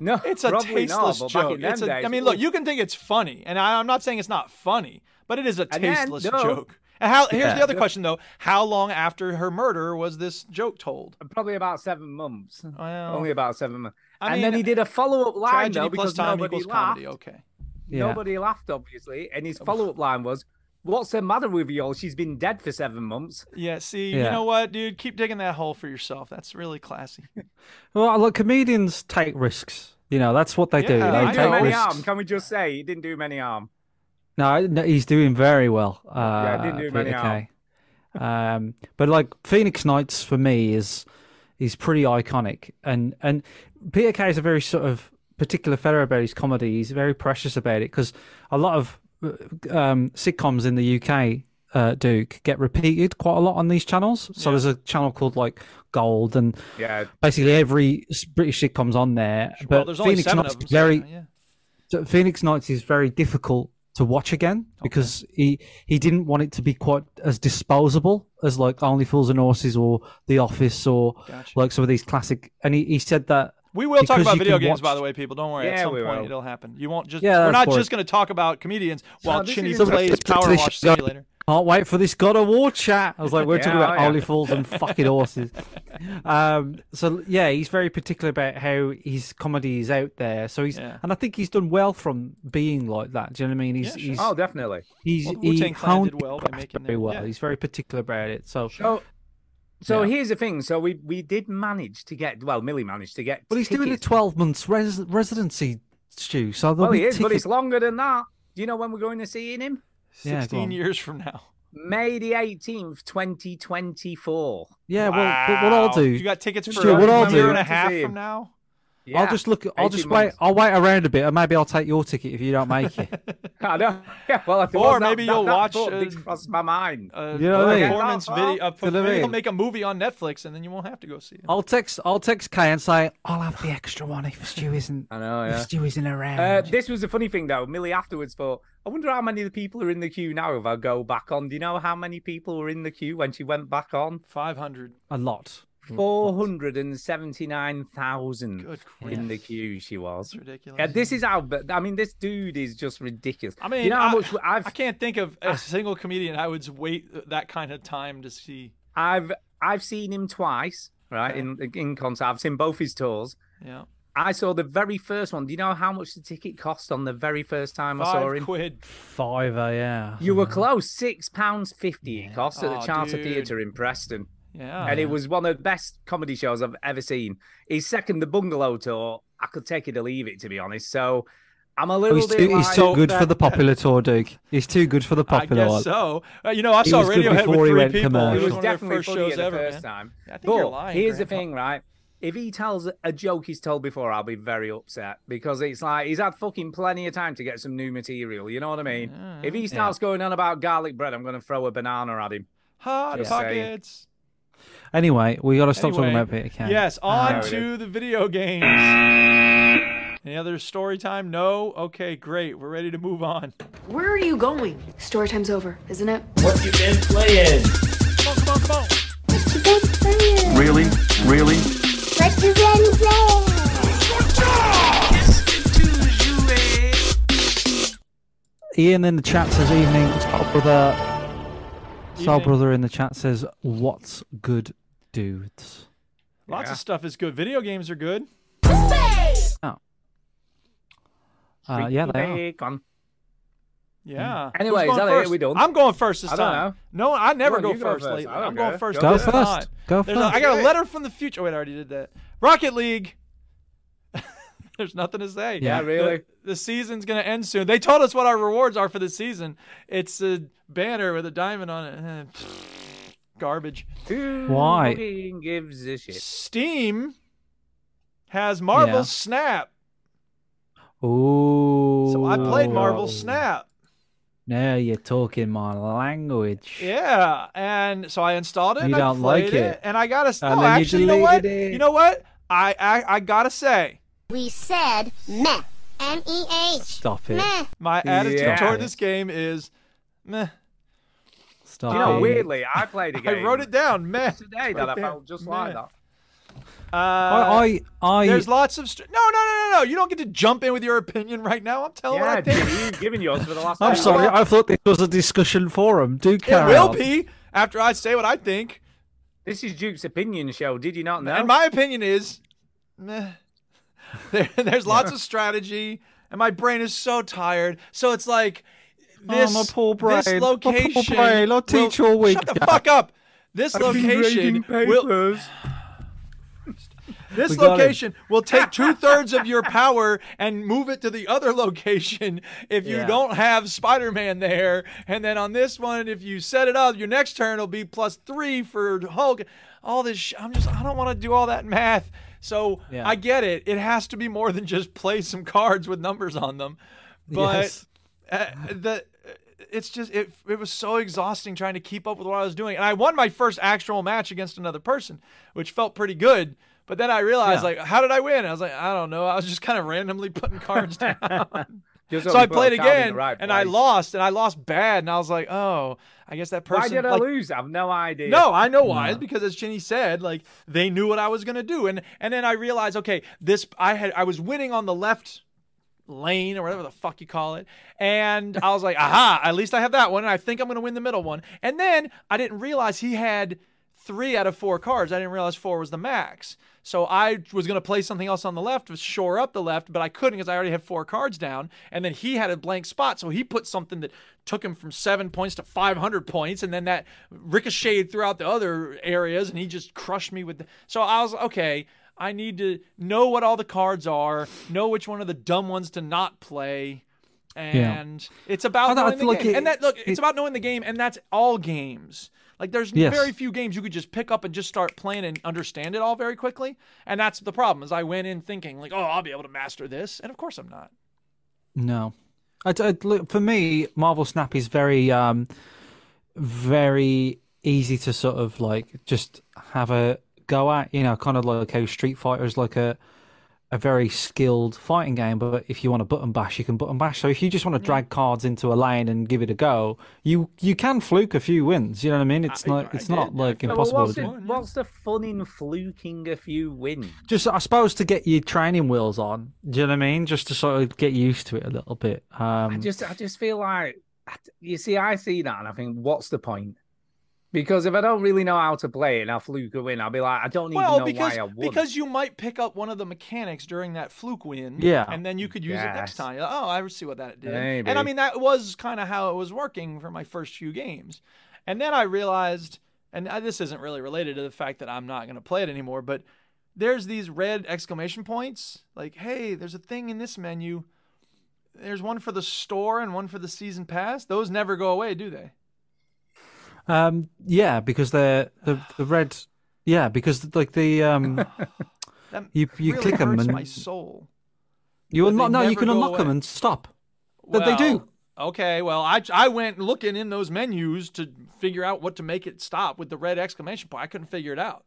S4: no,
S2: It's a
S4: probably not,
S2: tasteless
S4: but back
S2: joke.
S4: in them
S2: It's a, I
S4: days,
S2: mean, look,
S4: ooh,
S2: you can think it's funny, and I, I'm not saying it's not funny, but it is a
S4: And then,
S2: tasteless
S4: no.
S2: joke. And how? Here's
S6: Yeah.
S2: the other question though: How long after her murder was this joke told?
S4: probably about seven months.
S2: Well,
S4: Only about seven months.
S2: I
S4: and
S2: mean,
S4: then he did a follow-up line
S2: tragedy
S4: though
S2: plus
S4: because
S2: time
S4: nobody
S2: equals
S4: laughed.
S2: comedy. Okay.
S6: Yeah.
S4: Nobody laughed, obviously. And his follow-up line was, "What's the matter with you all? She's been dead for seven months."
S2: Yeah. See,
S6: Yeah.
S2: you know what, dude? Keep digging that hole for yourself. That's really classy.
S6: Well, look, comedians take risks. You know, that's what they do.
S2: Yeah,
S6: They
S2: I
S4: Didn't do
S2: know.
S6: take
S4: many
S6: risks.
S4: harm. Can we just say he didn't do many harm?
S6: No, no, he's doing very well. Uh,
S4: I didn't do many
S6: Peter Kay. [laughs] Um, but like Phoenix Knights for me is is pretty iconic, and and Peter Kay is a very sort of particular fellow about his comedy. He's very precious about it because a lot of uh, um, sitcoms in the UK. Uh, Duke get repeated quite a lot on these channels. So there's a channel called like Gold, and
S4: Yeah,
S6: basically every s- British sitcom's on there. But
S2: well, there's only
S6: Phoenix
S2: seven
S6: Knights
S2: of them.
S6: is
S2: so,
S6: very
S2: yeah.
S6: so Phoenix Nights is very difficult to watch again because he he didn't want it to be quite as disposable as like Only Fools and Horses or The Office or
S2: Gotcha.
S6: like some of these classic. And he, he said that
S2: We will talk
S6: because
S2: about
S6: you
S2: video
S6: can
S2: games, by
S6: watch-
S2: the way, people. Don't worry. At
S4: Yeah,
S2: some
S4: we
S2: point,
S4: will.
S2: it'll happen. You won't just.
S6: Yeah,
S2: we're
S6: that's
S2: not
S6: fine.
S2: just going to talk about comedians while
S4: this
S2: Chinny
S4: is-
S2: plays
S6: Let's get to
S2: Power
S6: this
S2: Wash
S6: show.
S2: Simulator.
S6: can't wait for this God of War chat. I
S2: [laughs]
S6: was like, we're talking
S4: Yeah,
S6: about
S4: oh, yeah.
S6: Only Fools and fucking horses. Um, so yeah, he's very particular about how his comedy is out there. So he's
S2: Yeah.
S6: and I think he's done well from being like that. Do you know what I mean? He's
S2: sure.
S6: he's
S4: Oh, definitely.
S6: he's
S2: Well, the
S6: he
S2: Wu-Tang Clan did
S6: hounded
S2: well by
S6: craft
S2: making
S6: very
S2: their-
S6: well.
S2: yeah.
S6: He's very particular about it. So
S4: So, so
S6: Yeah.
S4: here's the thing. So we we did manage to get. Well, Millie managed to get.
S6: But he's doing a
S4: tickets.
S6: 12 months res- residency, Stu. So there'll
S4: Well,
S6: be
S4: he is, but
S6: tickets-
S4: it's longer than that. Do you know when we're going to seeing him?
S6: Yeah, go
S2: 16
S6: on.
S2: years from now.
S4: May the eighteenth, twenty twenty four.
S6: Yeah, well, but what I'll
S2: Wow.
S6: do.
S2: You got tickets for
S6: Stu, what
S2: a
S6: I'll
S2: year
S6: do-
S2: and a
S4: Fantasy.
S2: half from now.
S6: I'll
S4: Yeah,
S6: just look. I'll just
S4: 18
S6: wait.
S4: months.
S6: I'll wait around a bit, and maybe I'll take your ticket if you don't make it.
S4: [laughs]
S2: [laughs]
S4: I know. [laughs] Yeah, well, if it
S2: Or
S4: was that-
S2: maybe
S4: that-
S2: you'll
S4: that
S2: watch,
S4: thought did
S2: uh,
S4: cross my mind.
S2: Uh,
S6: You know what I mean?
S2: performance video. Uh,
S6: You know what I
S2: maybe he'll
S6: mean?
S2: make a movie on Netflix, and then you won't have to go see it.
S6: I'll text. I'll text Kay and say I'll have the extra one if Stu isn't.
S4: I know.
S6: If
S4: Yeah.
S6: Stu isn't around.
S4: Uh, this was a funny thing though. Millie afterwards thought, I wonder how many of the people are in the queue now if I go back on. Do you know how many people were in the queue when she went back on?
S2: Five hundred.
S6: a lot.
S4: Four hundred and seventy-nine thousand in the queue. She was
S2: ridiculous.
S4: Yeah, this is how. But I mean, this dude is just ridiculous.
S2: I mean,
S4: you know how
S2: I,
S4: much I've Ah.
S2: I can't think of a single comedian I would wait that kind of time to see.
S4: I've I've seen him twice, right? In in concert, I've seen both his tours.
S2: Yeah,
S4: I saw the very first one. Do you know how much the ticket cost on the very first time I saw
S2: five
S4: him?
S2: quid. Mm-hmm.
S6: Fiver, uh, yeah.
S4: You were close. Six pounds fifty it cost at the
S2: Oh,
S4: Charter
S2: dude. Oh,
S4: Theatre in Preston,
S2: Yeah,
S4: and it was one of the best comedy shows I've ever seen. His second, the Bungalow tour, I could take it or leave it, to be honest. So I'm a
S6: Oh,
S4: little
S6: he's
S4: bit.
S6: too, he's
S4: like-
S6: too good for the popular tour, Duke. He's too good for the
S2: [laughs] I
S6: popular.
S2: guess
S6: one.
S2: so. Uh, you know, I
S6: He
S2: saw
S6: was good
S2: Radiohead
S6: before
S2: with
S6: he
S2: three
S6: went
S2: people.
S6: comedy.
S2: It was
S4: It was
S2: one of their
S4: definitely
S2: first
S4: funny
S2: shows
S4: the
S2: ever. man.
S4: first time.
S2: I think
S4: but
S2: you're lying.
S4: here's the
S2: Grandpa.
S4: thing, right? If he tells a joke he's told before, I'll be very upset because it's like he's had fucking plenty of time to get some new material. You know what I mean? If he starts going on about garlic bread, I'm going to throw a banana at him.
S2: Hot
S4: Just saying.
S2: pockets.
S6: Anyway, we got to stop talking
S2: Anyway,
S6: about Peter Kay.
S2: Yes,
S4: There
S2: on
S4: it
S2: to the video games. Any other story time? No. Okay, great. We're ready to move on.
S11: Where are you going? Story time's over, isn't it?
S12: What you been playing?
S10: What you been playing?
S12: Really? Really?
S10: What you been playing?
S6: Ian in the chat says evening. Soul brother. Soul
S2: Evening.
S6: brother in the chat says what's good, dudes.
S2: Lots of stuff is good. Video games are good.
S6: Oh. Uh, yeah, they are.
S4: Bacon.
S2: Yeah. Who's
S4: Anyway, is
S2: going
S4: that it?
S2: first?
S4: We done?
S2: Hmm. I'm going first this
S4: I don't
S2: time.
S4: know.
S2: No, I never
S4: on,
S2: go
S4: you go
S2: first
S4: first.
S2: lately.
S4: I don't
S2: I'm going
S4: care.
S2: first.
S6: Go
S2: this
S6: first.
S2: time.
S6: Go
S2: There's a- I
S6: first.
S2: got a letter from the future. Wait, I already did that. Rocket League. [laughs] There's nothing to say.
S4: Yeah,
S2: The-
S4: really.
S2: The, season's gonna end soon. They told us what our rewards are for the season. It's a banner with a diamond on it. Eh, pfft, Garbage.
S4: Who
S6: Why?
S4: fucking gives a shit?
S2: Steam has Marvel
S6: Yeah.
S2: Snap.
S6: Ooh.
S2: So I played Marvel Snap.
S6: Now you're talking my language.
S2: Yeah, and so I installed it.
S6: You
S2: and I
S6: don't like
S2: played
S6: it.
S2: and I gotta. s-
S6: And
S2: no,
S6: then you
S2: actually, you, know what?
S6: deleted it.
S2: You know what? I I, I gotta say,
S10: We said meh. M E H.
S6: Stop it.
S10: Meh.
S2: my attitude
S4: Yeah.
S2: toward this game is, meh.
S6: Stop
S4: You know,
S6: it.
S4: weirdly, I played a
S2: [laughs]
S4: game.
S2: I wrote it down, meh.
S4: today that I felt just like that.
S2: Uh,
S6: I, I, I,
S2: there's lots of str- no, no, no, no, no. You don't get to jump in with your opinion right now. I'm telling
S4: Yeah,
S2: what Oh, I think.
S4: Jimmy, you've given yours for the last.
S6: I'm
S4: two
S6: sorry.
S4: months.
S6: I thought this was a discussion forum. Do
S2: It
S6: carry
S2: will
S6: on.
S2: be after I say what I think,
S4: This is Duke's opinion show. Did you not know?
S2: and my opinion is, meh. [laughs] There, there's lots of strategy, and my brain is so tired. So it's like this,
S6: my poor
S2: this
S6: brain. My poor
S2: location.
S6: brain. I'll teach
S2: will-
S6: all week,
S2: Shut the
S6: Jack.
S2: fuck up. This location will. [sighs] This
S6: We got him.
S2: location will
S6: [laughs]
S2: take two thirds of your power and move it to the other location if you
S6: Yeah.
S2: don't have Spider Man there. And then on this one, if you set it up, your next turn will be plus three for Hulk. All this, sh- I'm just, I don't want to do all that math. So
S6: Yeah.
S2: I get it. It has to be more than just play some cards with numbers on them. But
S6: Yes.
S2: uh, the it's just it it was so exhausting trying to keep up with what I was doing. And I won my first actual match against another person, which felt pretty good. But then I realized
S6: Yeah.
S2: like how did I win? I was like, I don't know. I was just kind of randomly [laughs] putting
S4: [laughs]
S2: cards down.
S4: Just
S2: so
S4: hope
S2: I
S4: you put a
S2: played
S4: card in the
S2: again
S4: right
S2: and I
S4: place.
S2: lost and I lost bad and I was like, "Oh, I guess that person
S4: Why did I
S2: like,
S4: lose? I've no idea.
S2: no, I know why. It's because as Chinny said, like they knew what I was gonna do, and and then I realized, okay, this I had I was winning on the left lane or whatever the fuck you call it, and I was like, aha, at least I have that one, and I think I'm gonna win the middle one. And then I didn't realize he had three out of four cards. I didn't realize four was the max. So I was gonna play something else on the left to shore up the left, but I couldn't because I already had four cards down. And then he had a blank spot, so he put something that took him from seven points to 500 points, and then that ricocheted throughout the other areas, and he just crushed me with. The... So I was okay. I need to know what all the cards are, know which one of the dumb ones to not play, and it's about
S6: I don't- I
S2: knowing the
S6: feel like
S2: game.
S6: it-
S2: and that look, it's
S6: it-
S2: about knowing the game, and that's all games. Like there's
S6: Yes.
S2: very few games you could just pick up and just start playing and understand it all very quickly. And that's the problem is I went in thinking like, oh, I'll be able to master this, and of course I'm not.
S6: No, I, I- look, for me, Marvel Snap is very, um, very easy to sort of like just have a go at. You know, kind of like how Street Fighter is like a a very skilled fighting game, but if you want to button bash, you can button bash. So if you just want to drag cards into a lane and give it a go, you you can fluke a few wins. You know what I mean? It's not it's not like
S4: Yeah, but
S6: impossible.
S4: What's
S6: to
S4: the,
S6: do.
S4: what's the fun in fluking a few wins?
S6: Just, I suppose, to get your training wheels on. Do you know what I mean? Just to sort of get used to it a little bit. Um,
S4: I just, I just feel like, you see, I see that and I think, what's the point? Because if I don't really know how to play and I fluke a win, I'll be like, I don't even
S2: Well,
S4: know
S2: because
S4: why I won.
S2: because you might pick up one of the mechanics during that fluke win,
S4: Yeah.
S2: and then you could use it next
S4: Yes.
S2: time. You're like, oh, I see what that did, and I
S4: Maybe.
S2: mean that was kind of how it was working for my first few games, and then I realized, and I, this isn't really related to the fact that I'm not going to play it anymore, but there's these red exclamation points, like, hey, there's a thing in this menu. There's one for the store and one for the season pass. Those never go away, do they?
S6: Um, yeah, because they're the, the red. Yeah, because like
S2: [laughs]
S6: the um,
S2: That
S6: you you
S2: really
S6: click them
S2: hurts
S6: and
S2: my soul.
S6: you
S2: that they
S6: unlock. No, you
S2: never
S6: can
S2: go
S6: unlock them
S2: away.
S6: and stop. That they do.
S2: Okay, well, I I went looking in those menus to figure out what to make it stop with the red exclamation point. I couldn't figure it out.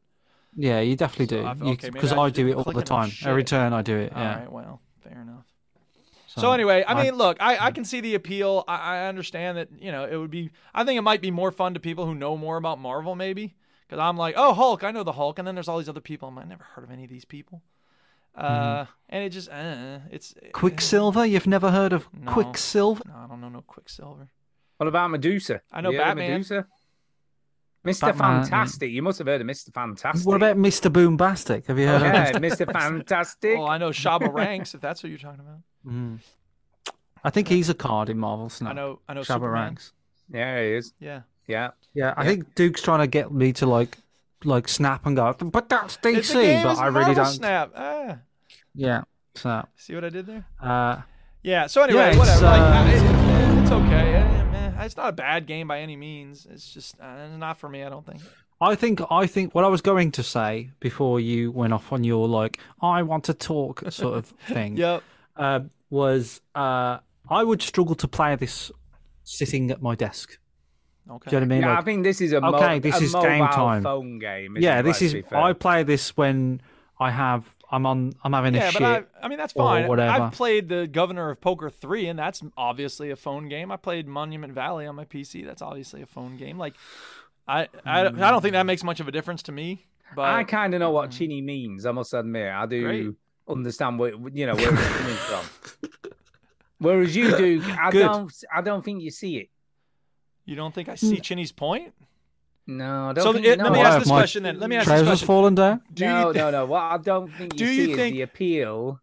S6: Yeah, you definitely
S2: So I've-
S6: do.
S2: okay, maybe
S6: Because
S2: I
S6: I
S2: just
S6: do it
S2: didn't
S6: all
S2: click
S6: the
S2: enough
S6: time. Every
S2: shit.
S6: turn I do it. Yeah.
S2: All right, well, fair enough. So,
S6: So,
S2: anyway, I
S6: I-
S2: mean, look, I, I can see the appeal. I, I understand that you know it would be. I think it might be more fun to people who know more about Marvel, maybe. Because I'm like, oh, Hulk, I know the Hulk, and then there's all these other people. I'm like, I never heard of any of these people. Uh,
S6: Mm-hmm.
S2: and it just, uh, it's
S6: Quicksilver. You've never heard of
S2: No.
S6: Quicksilver?
S2: No, I don't know no Quicksilver.
S4: What about Medusa?
S2: I know
S4: You heard of
S2: Batman.
S4: Medusa? Mr.
S6: Batman, yeah.
S4: Fantastic. You must have heard of Mr. Fantastic.
S6: What about Mister Boombastic? Have you heard
S4: yeah,
S6: of him?
S4: Mr. Fantastic.
S6: Oh,
S2: Well, I know Shaba Ranks, if that's what you're talking about.
S6: Mm. I think he's a card in Marvel Snap.
S2: I know, I know.
S6: Shabba
S2: Superman.
S6: Ranks.
S4: Yeah, he is.
S2: Yeah.
S4: Yeah.
S6: Yeah, I think Duke's trying to get me to like like snap and go, but that's DC.
S2: It's a game
S6: but
S2: is
S6: I really
S2: Marvel
S6: don't.
S2: Snap. Ah,
S6: Yeah. So.
S2: see what I did there?
S6: Uh,
S2: Yeah. So anyway,
S6: it's,
S2: whatever. like,
S6: uh,
S2: I- it- it- it's okay. Eh, meh. It's not a bad game by any means. It's just uh, it's not for me. I don't think.
S6: I think I think what I was going to say before you went off on your like I want to talk sort
S2: [laughs]
S6: of thing.
S2: Yep.
S6: Uh, was uh, I would struggle to play this sitting at my desk.
S2: Okay.
S6: Do you know what I mean?
S4: Yeah,
S6: Like,
S4: I think this is a, mo-
S6: okay, this
S4: a
S6: is
S4: mobile
S6: game time.
S4: phone game. isn't
S6: yeah,
S4: it,
S6: this
S4: let's
S6: is.
S4: be fair?
S6: I play this when I have. I'm on. I'm having
S2: yeah,
S6: a shit.
S2: but I, I mean that's
S6: or
S2: fine.
S6: whatever.
S2: I've played the Governor of Poker three, and that's obviously a phone game. I played Monument Valley on my PC. That's obviously a phone game. Like, I I, I don't think that makes much of a difference to me. But
S4: I kind of know what Chini means. I must admit, I do
S2: Oh. Mm-hmm. Great.
S4: understand where you know where it's coming from. Whereas you
S2: [laughs]
S4: do, I
S2: Good.
S4: don't. I don't think you see it.
S2: you don't think I see Chinny's point?
S4: No, I don't.
S2: So
S4: think,
S2: it-
S4: no,
S2: let me
S4: I-
S2: ask this question then. Let me ask this
S6: trousers
S2: question.
S6: falling down.
S2: Do you
S4: no,
S2: thi- [laughs]
S4: no, no. What I don't think you
S2: Do
S4: see
S2: you
S4: is
S2: think-
S4: the appeal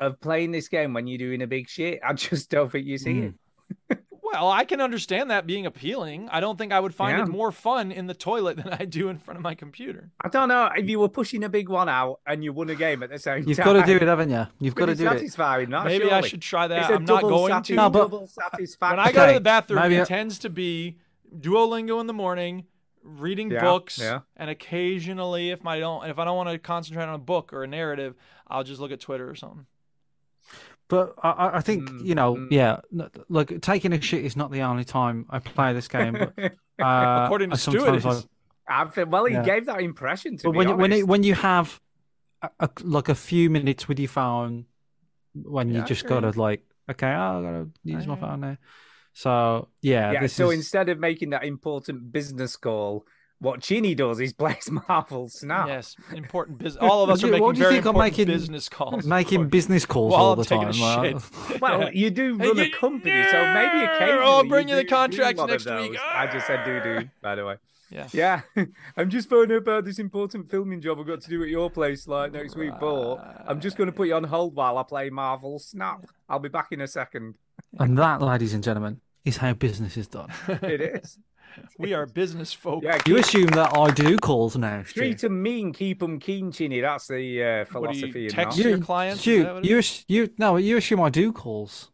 S4: of playing this game when you're doing a big shit. I just don't think you see
S2: Mm.
S4: it.
S2: Well, I can understand that being appealing. I don't think I would find
S4: Yeah.
S2: it more fun in the toilet [laughs] than I do in front of my computer.
S4: I don't know if you were pushing a big one out and you won a game at the same
S6: You've
S4: time.
S6: got to do it, haven't you? You've got to
S4: Pretty
S6: do it.
S4: satisfying, Not
S2: Maybe I
S4: surely.
S2: should try that.
S4: It's a
S2: I'm not
S4: double
S2: going
S4: satis-
S2: to. No, but-
S4: double satisfaction.
S2: When I go to
S6: Okay,
S2: the bathroom,
S6: maybe
S2: it
S6: I-
S2: tends to be Duolingo in the morning, reading
S4: Yeah,
S2: books,
S4: yeah.
S2: and occasionally, if I don't, if I don't want to concentrate on a book or a narrative, I'll just look at Twitter or something.
S6: But I- I, I think
S2: Mm,
S6: you know, yeah. n- Like taking a shit is not the only time I play this game.
S2: [laughs]
S6: But, uh,
S4: According to
S6: I
S4: Stu, it
S6: sometimes
S4: is.
S6: I-
S4: I think, well, he
S6: Yeah.
S4: gave that impression to
S6: but
S4: me.
S6: when you, when it, when you have a, a- like a few minutes with your phone, when
S4: Yeah,
S6: you
S4: I
S6: just
S4: agree.
S6: gotta like, okay, oh, I
S2: Oh,
S6: gotta use my phone now. So yeah,
S4: yeah.
S6: this
S4: So
S6: is
S4: instead of making that important business call, what Chini does is [laughs] plays Marvel Snap.
S2: Yes, important business. All of us are
S6: What do you-
S2: making
S6: what do you
S2: very
S6: think I'm
S2: important
S6: making-
S2: business calls.
S6: making business calls
S2: While
S6: all
S2: I'm
S6: the
S2: taking
S6: time.
S2: a
S6: like- [laughs]
S2: shit.
S4: Well,
S2: [laughs] Yeah.
S4: you do
S2: Hey,
S4: run
S2: you-
S4: a company, so maybe
S2: Yeah,
S4: occasionally.
S2: I'll bring you the
S4: do
S2: contracts
S4: one of
S2: next week. Ah.
S4: those. I just said do do. By the way.
S2: Yeah.
S4: Yeah. [laughs] I'm just phoning about this important filming job I've got to do at your place like next week, but I'm just going to put you on hold while I play Marvel Snap. I'll be back in
S2: [laughs]
S4: a second.
S6: and that, ladies and gentlemen, is how business is [laughs] done.
S4: It is.
S2: we are business folk.
S4: Yeah,
S6: You
S4: keep-
S6: assume that I do calls now. Stu.
S4: Treat 'em mean, keep 'em keen, Chinny. That's the uh,
S2: What do you
S4: philosophy. in
S2: text
S4: that.
S2: your clients? Is
S6: Stu,
S2: that what it
S6: you, ass- you, no, you assume I do calls.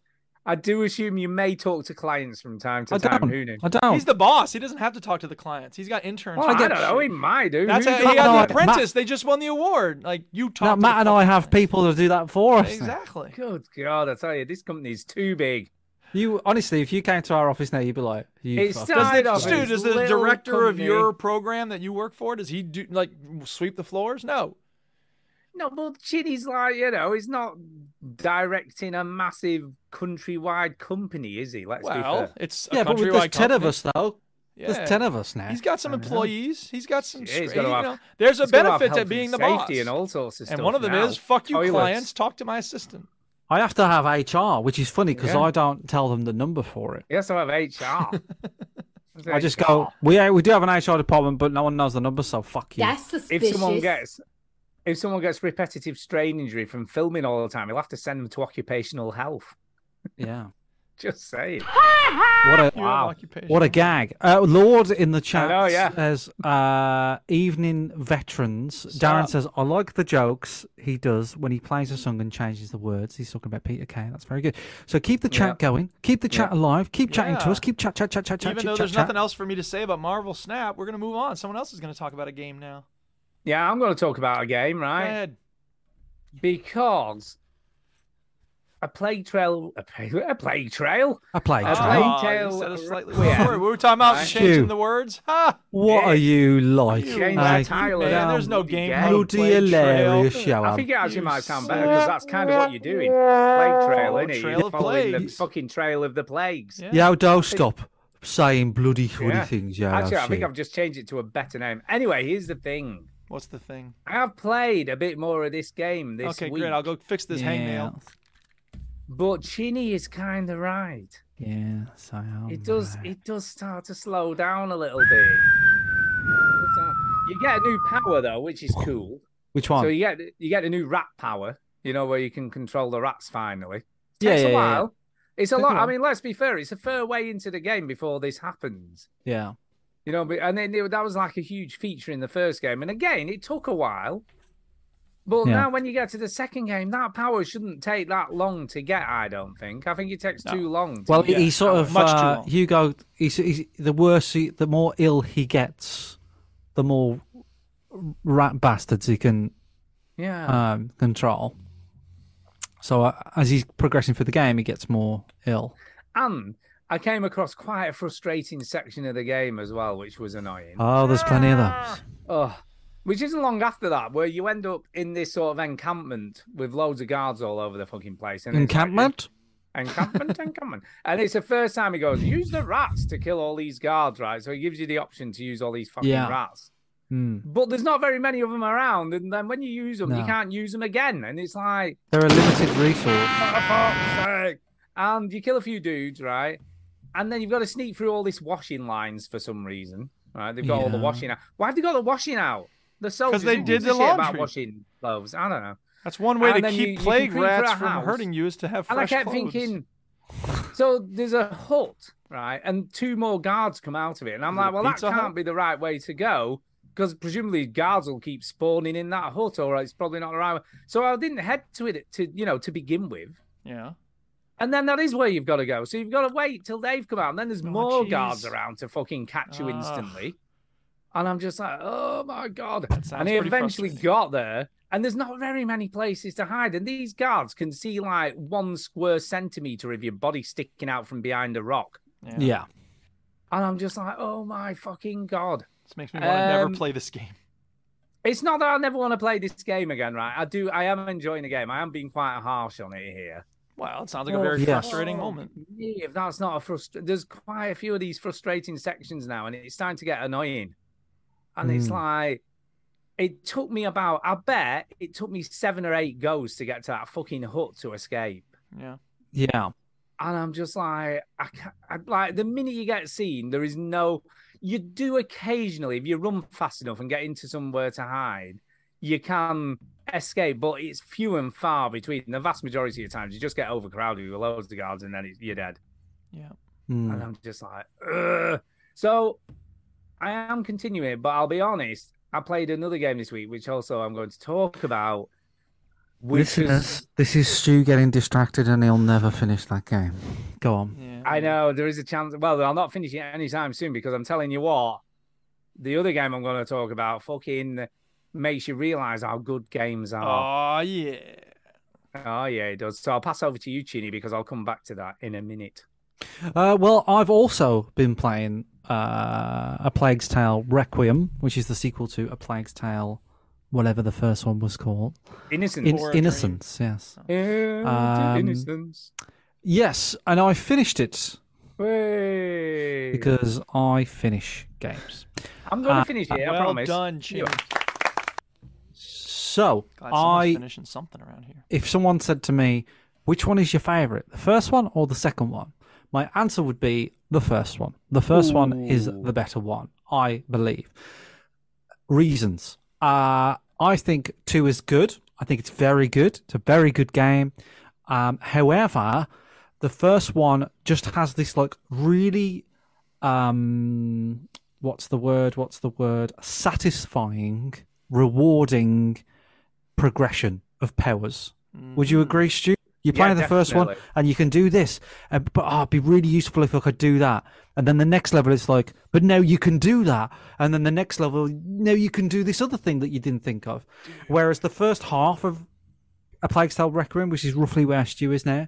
S4: I do assume you may talk to clients from time to
S6: I
S4: time.
S6: don't.
S4: Who knows?
S6: I don't.
S2: He's the boss. He doesn't have to talk to the clients. He's got interns.
S4: Well, I
S2: for
S4: don't
S2: that
S4: know.
S2: shit.
S4: He might do.
S2: That's
S4: Who
S2: how
S4: knows?
S2: he got
S6: Matt
S2: the
S6: and I-
S2: apprentice. They just won the award. Like you
S6: Now,
S2: talk. to
S6: Matt and I have people that do that for us. now.
S2: Exactly.
S4: Good God, I tell you, this company's too big.
S6: You honestly, if you came to our office now, you'd be like, you
S4: It
S6: fuck.
S4: started- Side of
S2: Does the,
S4: it.
S2: dude, does the
S4: Little
S2: director of
S4: company.
S2: your program that you work for does he do like sweep the floors? No.
S4: No, well, Chinny's like, you know, he's not directing a massive countrywide company, is he? Let's be
S2: Well,
S4: fair.
S2: it's a
S6: yeah, but with- there's
S2: countrywide
S6: ten of
S2: company.
S6: us though.
S2: Yeah.
S6: There's ten of us now.
S2: He's got some
S6: I know.
S2: employees. He's got some.
S4: Yeah, he's
S2: straight-
S4: gotta
S2: you
S4: have-
S2: know, there's a
S4: he's gotta have
S2: benefit to
S4: health
S2: being the
S4: safety
S2: boss.
S4: and all sorts of
S2: And
S4: stuff
S2: one of them
S4: now.
S2: is fuck you,
S4: Toilets.
S2: clients. Talk to my assistant.
S6: I have to have HR, which is funny because
S4: Yeah.
S6: I don't tell them the number for it.
S4: You also
S2: [laughs]
S4: have HR.
S6: I just go, we uh, we do have an HR department, but no one knows the number, so fuck you.
S4: if someone gets if someone gets repetitive strain injury from filming all the time, he'll have to send them to occupational health.
S6: Yeah.
S4: Just saying.
S6: What
S2: [laughs]
S6: a
S4: You have Wow.
S6: what a gag! Uh, Lord in the chat
S4: know, yeah.
S6: says, uh, "Evening veterans." Darren says, "I like the jokes he does when he plays a song and changes the words." He's talking about Peter Kay. That's very good. So keep the chat going, keep the chat alive, keep chatting to
S2: Yeah.
S6: us, keep chat, chat, chat, chat, chat,
S2: Even
S6: chit,
S2: though
S6: chat,
S2: there's
S6: chat.
S2: nothing else for me to say about Marvel Snap, we're gonna move on. Someone else is gonna talk about a game now.
S4: Yeah, I'm going to talk about a game,
S2: Go
S4: right?
S2: ahead.
S4: Because a plague trail, a plague, a plague trail,
S6: I play.
S4: a
S6: Trey.
S4: plague
S2: you
S4: trail.
S2: said a slightly
S4: Well, yeah.
S2: Sorry, we were talking about
S4: Right.
S2: changing
S6: Phew.
S2: the words. Ha!
S6: What are you like?
S4: Shane
S6: Like,
S4: Tyler.
S2: Man, there's
S6: um,
S2: no game.
S4: Yeah.
S2: how to
S6: You'll do
S2: play trail.
S6: hilarious, show
S4: I
S6: up.
S4: think it actually
S2: You
S4: might sound better because that's kind of what you're doing. Plague trail,
S2: Oh,
S4: isn't it?
S2: trail
S4: You're
S2: of
S4: following the
S2: plagues.
S4: fucking trail of the plagues.
S2: Yeah.
S6: Yo, do stop saying bloody funny
S4: Yeah.
S6: things. Yeah,
S4: Actually, I
S6: that's
S4: think
S6: it.
S4: I've just changed it to a better name. Anyway, here's the thing.
S2: What's the thing?
S4: I have played a bit more of this game this
S2: okay,
S4: week,
S2: great. I'll go fix this
S6: yeah.
S2: hangnail.
S4: but Chinny is kind of right.
S6: Yeah, so um,
S4: It does.
S6: uh,
S4: It does start to slow down a little bit. It's, uh, You get a new power though, which is cool.
S6: Which one?
S4: So you get you get a new rat power. You know where you can control the rats finally.
S6: Yeah,
S4: Takes
S6: yeah,
S4: a
S6: yeah, yeah.
S4: while. It's a
S6: Takes a
S4: lot. I
S6: while.
S4: mean, let's be fair. It's a fair way into the game before this happens.
S6: yeah.
S4: You know, but and then it, that was like a huge feature in the first game. And again, it took a while. But
S6: Yeah.
S4: now, when you get to the second game, that power shouldn't take that long to get. I don't think. I think it takes too long. To
S6: Well,
S4: get
S6: he sort
S4: that
S6: of
S4: Oh, much too
S6: uh,
S4: long.
S6: Hugo. He's, he's the worse. He, the more ill he gets, the more rat bastards he can
S4: yeah.
S6: um, control. So uh, as he's progressing through the game, he gets more ill.
S4: And I came across quite a frustrating section of the game as well, which was annoying.
S6: Oh, there's plenty of those.
S4: Ugh. Which isn't long after that, where you end up in this sort of encampment with loads of guards all over the fucking place. And it's like-
S6: Encampment.
S4: encampment,
S6: [laughs]
S4: encampment. And it's the first time he goes, use the rats to kill all these guards, right? So he gives you the option to use all these fucking
S6: Yeah.
S4: rats.
S6: Hmm.
S4: But there's not very many of them around. And then when you use them, you
S6: No.
S4: can't use them again. And it's like,
S6: They're a limited resource.
S4: for fuck's sake. And you kill a few dudes, right? And then you've got to sneak through all these washing lines for some reason, right? They've got all the
S6: Yeah.
S4: washing out. Why have they got the washing out? The soldiers
S2: they
S4: who
S2: did
S4: gives
S2: the
S4: a shit about
S2: laundry.
S4: washing clothes. I don't know.
S2: That's one way
S4: And
S2: to
S4: then
S2: keep
S4: you- you can
S2: plague
S4: creep
S2: rats
S4: through a
S2: from
S4: house.
S2: hurting you is to have fresh
S4: And I kept
S2: clothes.
S4: thinking, so there's a hut, right? And two more guards come out of it, and I'm
S2: Is it
S4: like,
S2: a
S4: well, that
S2: pizza
S4: can't
S2: hut?
S4: be the right way to go because presumably guards will keep spawning in that hut, or it's probably not the right way. So I didn't head to it to you know to begin with.
S2: yeah,
S4: And then that is where you've got to go. So you've got to wait till they've come out. And then there's more
S2: Oh, jeez.
S4: guards around to fucking catch you
S2: Ugh.
S4: instantly. And I'm just like, oh my God.
S2: sounds
S4: And he
S2: pretty
S4: eventually
S2: frustrating.
S4: got there. And there's not very many places to hide. And these guards can see like one square centimeter of your body sticking out from behind a rock.
S2: yeah.
S6: Yeah.
S4: And I'm just like, oh my fucking God.
S2: This makes me want to never
S4: Um,
S2: play this game.
S4: It's not that I never want to play this game again, right? I do. I am enjoying the game. I am being quite harsh on it here.
S2: Wow, it sounds like a very
S6: yes.
S2: frustrating
S4: Oh,
S2: moment.
S4: me, if that's not a frustr, there's quite a few of these frustrating sections now, and it's starting to get annoying. And it's
S6: Mm.
S4: like, it took me about, I bet it took me seven or eight goes to get to that fucking hut to escape.
S2: Yeah,
S6: Yeah.
S4: And I'm just like, I can't, I, like the minute you get seen, there is no, you do occasionally, if you run fast enough and get into somewhere to hide, you can escape, but it's few and far between. The vast majority of times, you just get overcrowded with loads of guards and then it's, you're dead
S2: yeah.
S6: Hmm.
S4: and I'm just like, Ugh. so I am continuing, but I'll be honest, I played another game this week, which also I'm going to talk about. Which
S6: Listeners,
S4: is,
S6: this is Stu getting distracted and he'll never finish that game. Go on.
S4: I know there is a chance. Well, I'll not finish it anytime soon because I'm telling you what, the other game I'm going to talk about fucking makes you realize how good games are.
S2: Oh yeah.
S4: Oh, yeah, it does. So I'll pass over to you, Chini, because I'll come back to that in a minute.
S6: Uh, well, I've also been playing uh, A Plague's Tale Requiem, which is the sequel to A Plague's Tale, whatever the first one was called.
S4: Innocence.
S6: In-
S4: Or a
S6: innocence, yes.
S4: Yeah,
S6: Um,
S4: innocence.
S6: Yes, and I finished it
S4: Way.
S6: because I finish games.
S4: I'm going
S6: Uh,
S4: to finish it. I
S2: well
S4: promise.
S2: done, Chini.
S6: So,
S2: Glad someone's
S6: I
S2: finishing something around here.
S6: if someone said to me, which one is your favorite, the first one or the second one? My answer would be the first one. The first one is the better one, I believe. Reasons. Uh, I think two is good. I think it's very good. It's a very good game. Um, however, the first one just has this like really um what's the word what's the word satisfying rewarding progression of powers would you agree stu you play
S4: Mm. Yeah,
S6: the first one
S4: definitely.
S6: and you can do this uh, but oh, it'd be really useful if i could do that and then the next level is like but now you can do that and then the next level now you can do this other thing that you didn't think of whereas the first half of a Plague Tale Requiem, which is roughly where Stu is now,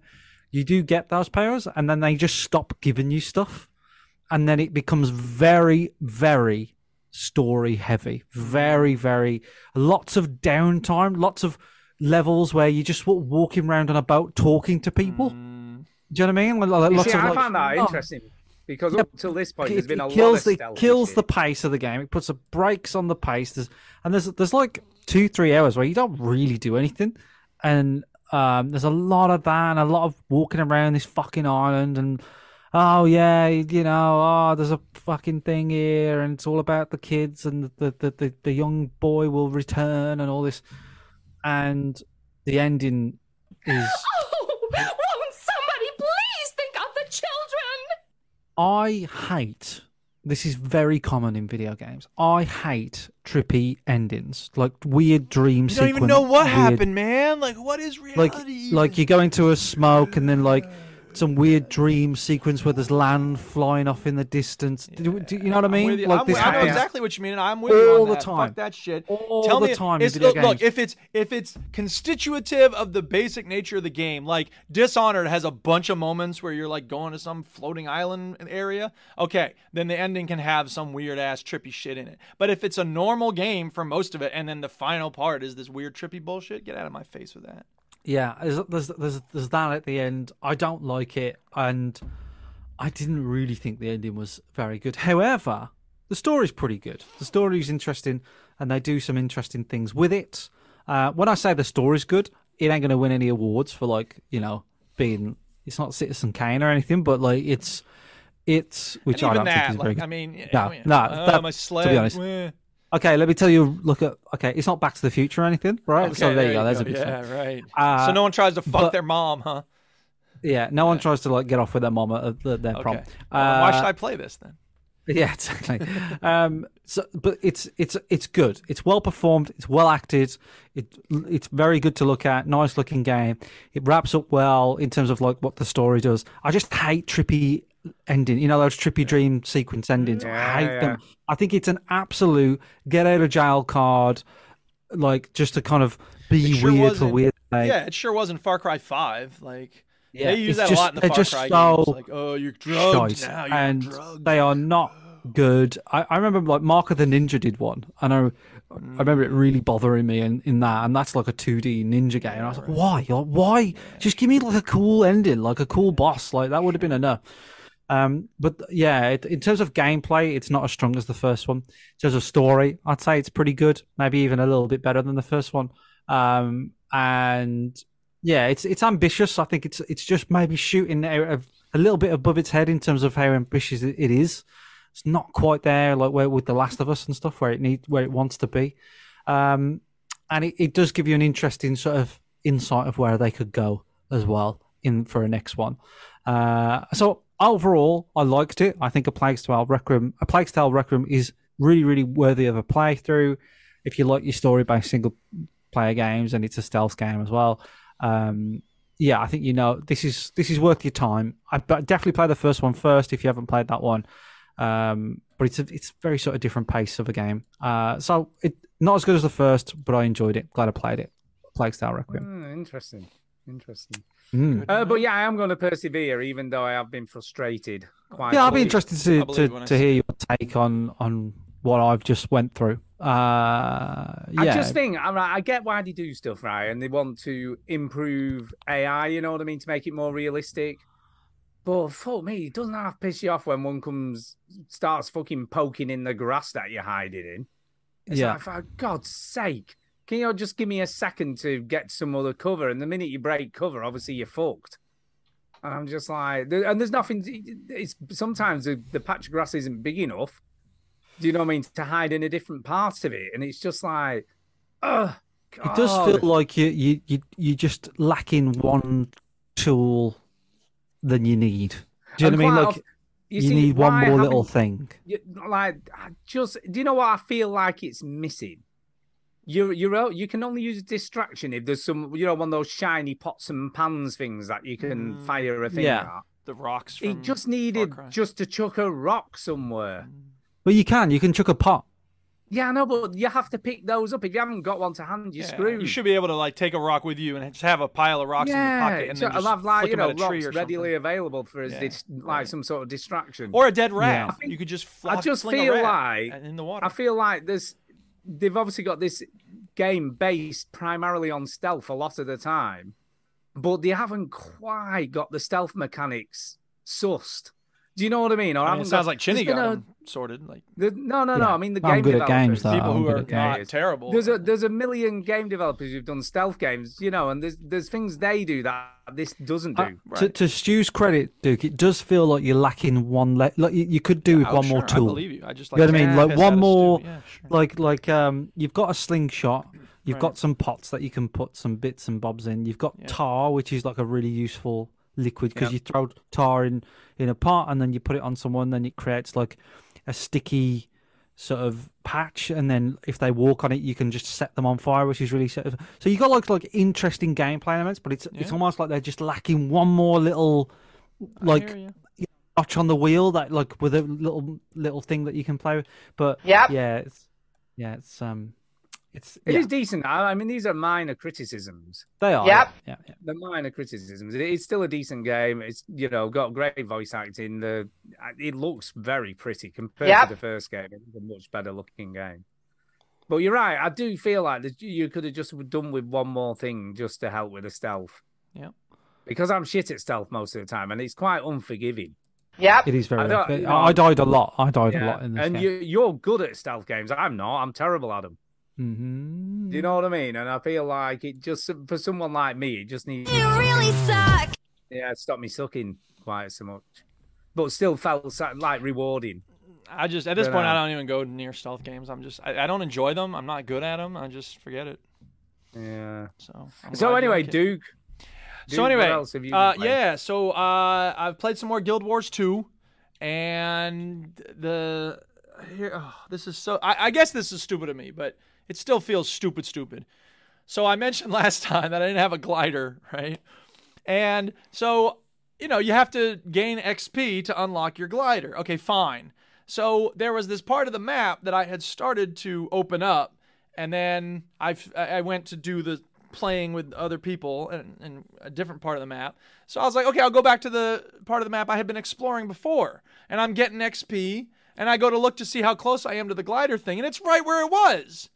S6: you do get those powers, and then they just stop giving you stuff, and then it becomes very, very story heavy, very, very lots of downtime, lots of levels where you're just wa- walking around on a boat talking to people. Do you know what I mean? Like,
S4: Mm.
S6: like,
S4: You
S6: lots
S4: see,
S6: of,
S4: I
S6: like,
S4: found that
S6: oh,
S4: interesting because up till this point,
S6: it-
S4: there's been
S6: it
S4: a lot of
S6: kills the
S4: stealth.
S6: kills the pace of the game. It puts a brakes on the pace. There's and there's there's like two three hours where you don't really do anything, and um, there's a lot of that and a lot of walking around this fucking island and oh yeah you know oh there's a fucking thing here and it's all about the kids and the the the, the young boy will return and all this, and the ending is.
S13: [laughs] Won't somebody please think of the children?
S6: I hate this is very common in video games. I hate trippy endings, like weird dream
S2: You don't even
S6: sequence,
S2: know what
S6: weird-
S2: happened, man. Like what is
S6: Like
S2: reality?
S6: like you go into a smoke and then like some weird dream sequence where there's land flying off in the distance. Do, do you know what I mean?
S2: with you.
S6: Like
S2: I'm
S6: this
S2: with- I know
S6: happens.
S2: exactly what you mean, and I'm with you on
S6: All the
S2: that.
S6: time.
S2: Fuck that shit.
S6: All
S2: Tell
S6: the
S2: me,
S6: time in
S2: It's,
S6: video
S2: look, look,
S6: games.
S2: if it's if it's constitutive of the basic nature of the game, like Dishonored has a bunch of moments where you're like going to some floating island area. Okay, then the ending can have some weird ass trippy shit in it. But if it's a normal game for most of it, and then the final part is this weird trippy bullshit, get out of my face with that.
S6: Yeah, there's, there's there's there's that at the end. I don't like it, and I didn't really think the ending was very good. However, the story's pretty good. The story's interesting, and they do some interesting things with it. Uh, when I say the story's good, it ain't going to win any awards for like you know being. It's not Citizen Kane or anything, but like it's it's which
S2: And
S6: I
S2: even
S6: don't
S2: that,
S6: think is very
S2: like,
S6: good.
S2: I mean, yeah,
S6: no,
S2: I mean,
S6: no,
S2: uh,
S6: that-
S2: my
S6: to
S2: sled,
S6: be honest.
S2: meh.
S6: Okay, let me tell you. Look at okay, it's not Back to the Future or anything, right? so
S2: Okay,
S6: there, you go. There's a good
S2: Yeah,
S6: sign.
S2: right.
S6: Uh,
S2: so no one tries to fuck
S6: but-
S2: their mom, huh?
S6: Yeah, no one tries to like get off with their mom at the, their prom.
S2: Okay. Well, why should
S6: Uh,
S2: I play this then?
S6: [laughs] Yeah, exactly. um, so, but it's it's it's good. It's well performed. It's well acted. It it's very good to look at. Nice looking game. It wraps up well in terms of like what the story does. I just hate trippy ending. You know those trippy dream sequence endings. I hate them. I think it's an absolute get out of jail card. Like just to kind of be
S2: sure
S6: weird for
S2: wasn't-
S6: weird. sake.
S2: yeah, it sure wasn't Far Cry Five. Like
S6: Yeah,
S2: they use
S6: it's
S2: that
S6: just-
S2: a lot in the
S6: they're
S2: Far
S6: just
S2: Cry
S6: so
S2: games. Like, oh, you're drugged
S6: shite,
S2: now. You're
S6: and
S2: drugged.
S6: they are not good. I, I remember like Mark of the Ninja did one, and I, I
S2: Mm.
S6: remember it really bothering me in, in that. And that's like a two D ninja game. And I was like, why, Like, why? Just give me like a cool ending, like a cool boss. Like that would have been enough. Um, but yeah, it, in terms of gameplay, it's not as strong as the first one. In terms of story, I'd say it's pretty good, maybe even a little bit better than the first one. Um, and yeah, it's it's ambitious. I think it's it's just maybe shooting out of a little bit above its head in terms of how ambitious it it is. It's not quite there, like where with The Last of Us and stuff, where it need where it wants to be. Um, and it, it does give you an interesting sort of insight of where they could go as well in for a next one. Uh, so overall, I liked it. I think a Plague's Tale Requiem, a Plague's Tale Requiem is really, really worthy of a playthrough. If you like your story-based single player games, and it's a stealth game as well. Um, yeah, I think you know this is this is worth your time. I but definitely play the first one first if you haven't played that one. Um, but it's a, it's very sort of different pace of a game. Uh, so it not as good as the first, but I enjoyed it. Glad I played it. Plague Style Requiem.
S4: Mm, interesting. Interesting.
S6: Mm.
S4: Uh, but yeah, I am going to persevere, even though I have been frustrated. Quite
S6: yeah,
S4: i
S6: I'll be interested to to, to hear your take on on what I've just went through. Uh, yeah,
S4: I just think all right, I get why they do stuff right, and they want to improve AI. You know what I mean to make it more realistic. But fuck me, it doesn't half piss you off when one comes starts fucking poking in the grass that you're hiding in. It's
S6: Yeah.
S4: like, for God's sake, can you just give me a second to get some other cover? And the minute you break cover, obviously you're fucked. And I'm just like, there- and there's nothing. It's sometimes the, the patch of grass isn't big enough. Do you know what I mean? To hide in a different part of it, and it's just like, oh,
S6: it does feel like you you you you just lacking one tool than you need. Do you
S4: And
S6: know what I
S4: quite
S6: mean? Like
S4: of-
S6: you,
S4: you see,
S6: need
S4: why
S6: one more
S4: haven't-
S6: little thing.
S4: you, like I just do you know what I feel like it's missing? You're you're o- you can only use distraction if there's some you know one of those shiny pots and pans things that you can
S2: Mm.
S4: fire a finger
S6: yeah.
S4: at.
S2: The rocks.
S4: He just needed just to chuck a rock somewhere.
S2: Mm.
S6: Well, you can you can chuck a pot.
S4: Yeah, I know, but you have to pick those up. If you haven't got one to hand, you're
S2: Yeah,
S4: screwed.
S2: You should be able to like take a rock with you and just have a pile of rocks in your pocket and
S4: so
S2: then just
S4: I'll have like
S2: flick
S4: you know
S2: them at a tree
S4: rocks
S2: or
S4: readily
S2: something.
S4: available for us,
S2: Yeah,
S4: dis- like some sort of distraction
S2: Or a dead rat.
S4: I think-
S2: You could just
S4: I
S2: flop-
S4: just
S2: fling a
S4: feel
S2: rat
S4: like
S2: in the water.
S4: I feel like there's they've obviously got this game based primarily on stealth a lot of the time, but they haven't quite got the stealth mechanics sussed. Do you know what I mean? Or
S2: I mean,
S4: haven't
S2: it sounds
S4: got-
S2: like Chinny
S4: there's been
S2: got
S4: a-
S2: them sorted. Like
S4: the- no, no, no.
S2: Yeah.
S4: I mean, the
S6: I'm
S4: game
S6: good at games,
S4: developers.
S6: though.
S2: people
S6: I'm
S2: who
S6: good
S2: are
S6: at
S2: not
S6: games.
S2: terrible.
S4: There's a there's a million game developers who've done stealth games, you know, and there's there's things they do that this doesn't do.
S6: To, to Stu's credit, Duke, it does feel like you're lacking one. Le- like you, you could do with
S2: oh,
S6: one
S2: sure,
S6: more
S2: I
S6: tool.
S2: believe you. I just,
S6: know
S2: like,
S6: what I mean.
S2: can't
S6: Like
S2: piss out
S6: one
S2: of Stu.
S6: more.
S2: Yeah,
S6: Like like um, you've got a slingshot. You've
S2: Right.
S6: got some pots that you can put some bits and bobs in. You've got tar, which is like a really useful liquid because
S7: Yeah.
S6: you throw tar in in a pot and then you put it on someone, then it creates like a sticky sort of patch and then if they walk on it you can just set them on fire which is really sort of so you got like like interesting gameplay elements but it's it's
S7: Yeah.
S6: almost like they're just lacking one more little like you know, notch on the wheel that like with a little little thing that you can play with but
S4: Yep.
S6: yeah it's yeah it's um it's
S4: It is
S6: yeah,
S4: decent. I, I mean, these are minor criticisms.
S6: they are yeah, yeah yeah
S4: The minor criticisms. It- It's still a decent game. It's you know got great voice acting. The uh, it looks very pretty compared
S5: Yep.
S4: to the first game. It's a much better looking game. But you're right. I do feel like that you- you could have just done with one more thing just to help with the stealth.
S2: Yeah.
S4: Because I'm shit at stealth most of the time, and it's quite unforgiving.
S5: Yep.
S6: it is very
S4: don't-
S6: I,
S4: you know,
S6: I died a lot i died
S4: Yeah.
S6: a lot in this
S4: and
S6: game
S4: you, you're good at stealth games. I'm not. I'm terrible at them.
S6: Mhm.
S4: Do you know what I mean? And I feel like it just for someone like me, it just needs. You
S13: really suck.
S4: Yeah, stop me sucking quite so much, but still felt sa- like rewarding.
S2: I just at this
S4: Don't
S2: point I
S4: know.
S2: don't even go near stealth games. I'm just I, I don't enjoy them. I'm not good at them. I just forget it.
S4: Yeah.
S2: So. I'm glad
S4: so
S2: you
S4: anyway,
S2: like it.
S4: Duke. Duke,
S2: so anyway,
S4: what else have you been
S2: uh,
S4: playing?
S2: yeah. So uh, I've played some more Guild Wars 2, and the here. Oh, this is so. I, I guess this is stupid of me, but it still feels stupid, stupid. So I mentioned [laughs] last time that I didn't have a glider, right? And so you know you have to gain XP to unlock your glider. Okay, fine. So there was this part of the map that I had started to open up, and then I I went to do the playing with other people in, in a different part of the map. So I was like, okay, I'll go back to the part of the map I had been exploring before, and I'm getting XP, and I go to look to see how close I am to the glider thing, and it's right where it was.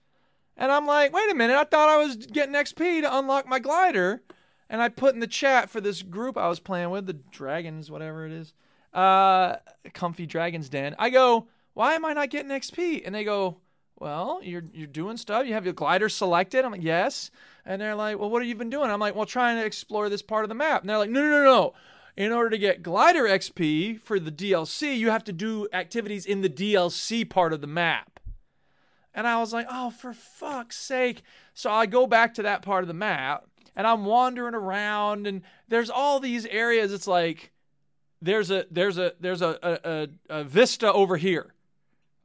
S2: And I'm like, wait a minute, I thought I was getting XP to unlock my glider. And I put in the chat for this group I was playing with, the Dragons, whatever it is, uh, Comfy Dragons Den. I go, why am I not getting XP? And they go, well, you're you're doing stuff. You have your glider selected. I'm like, yes. And they're like, well, what have you been doing? I'm like, well, trying to explore this part of the map. And they're like, no, no, no, no. In order to get glider XP for the DLC, you have to do activities in the DLC part of the map. And I was like, oh, for fuck's sake. So I go back to that part of the map and I'm wandering around and there's all these areas. It's like there's a there's a there's a a, a, a vista over here.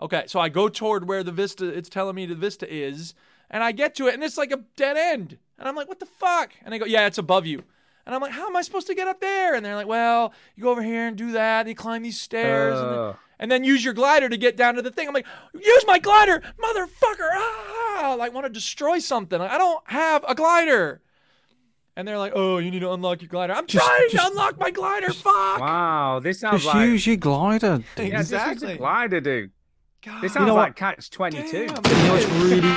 S2: Okay, so I go toward where the vista it's telling me the vista is, And I get to it, and it's like a dead end. And I'm like, what the fuck? And they go, yeah, it's above you. And I'm like, how am I supposed to get up there? And they're like, well, you go over here and do that, and you climb these stairs, and, then,
S4: Oh.
S2: and then use your glider to get down to the thing. I'm like, use my glider, motherfucker! Ah, like want to destroy something. Like, I don't have a glider. And they're like, oh, you need to unlock your glider. I'm
S6: Just-
S2: trying
S6: just-
S2: to unlock my glider. fuck.
S4: Wow, this sounds
S6: Just
S4: like
S6: use your glider. dude.
S4: yeah, just use a
S2: Exactly.
S4: glider, dude. This
S6: You
S4: sounds
S6: know
S4: like
S6: what?
S4: Catch Twenty Two.
S2: [laughs]
S6: You know what's really.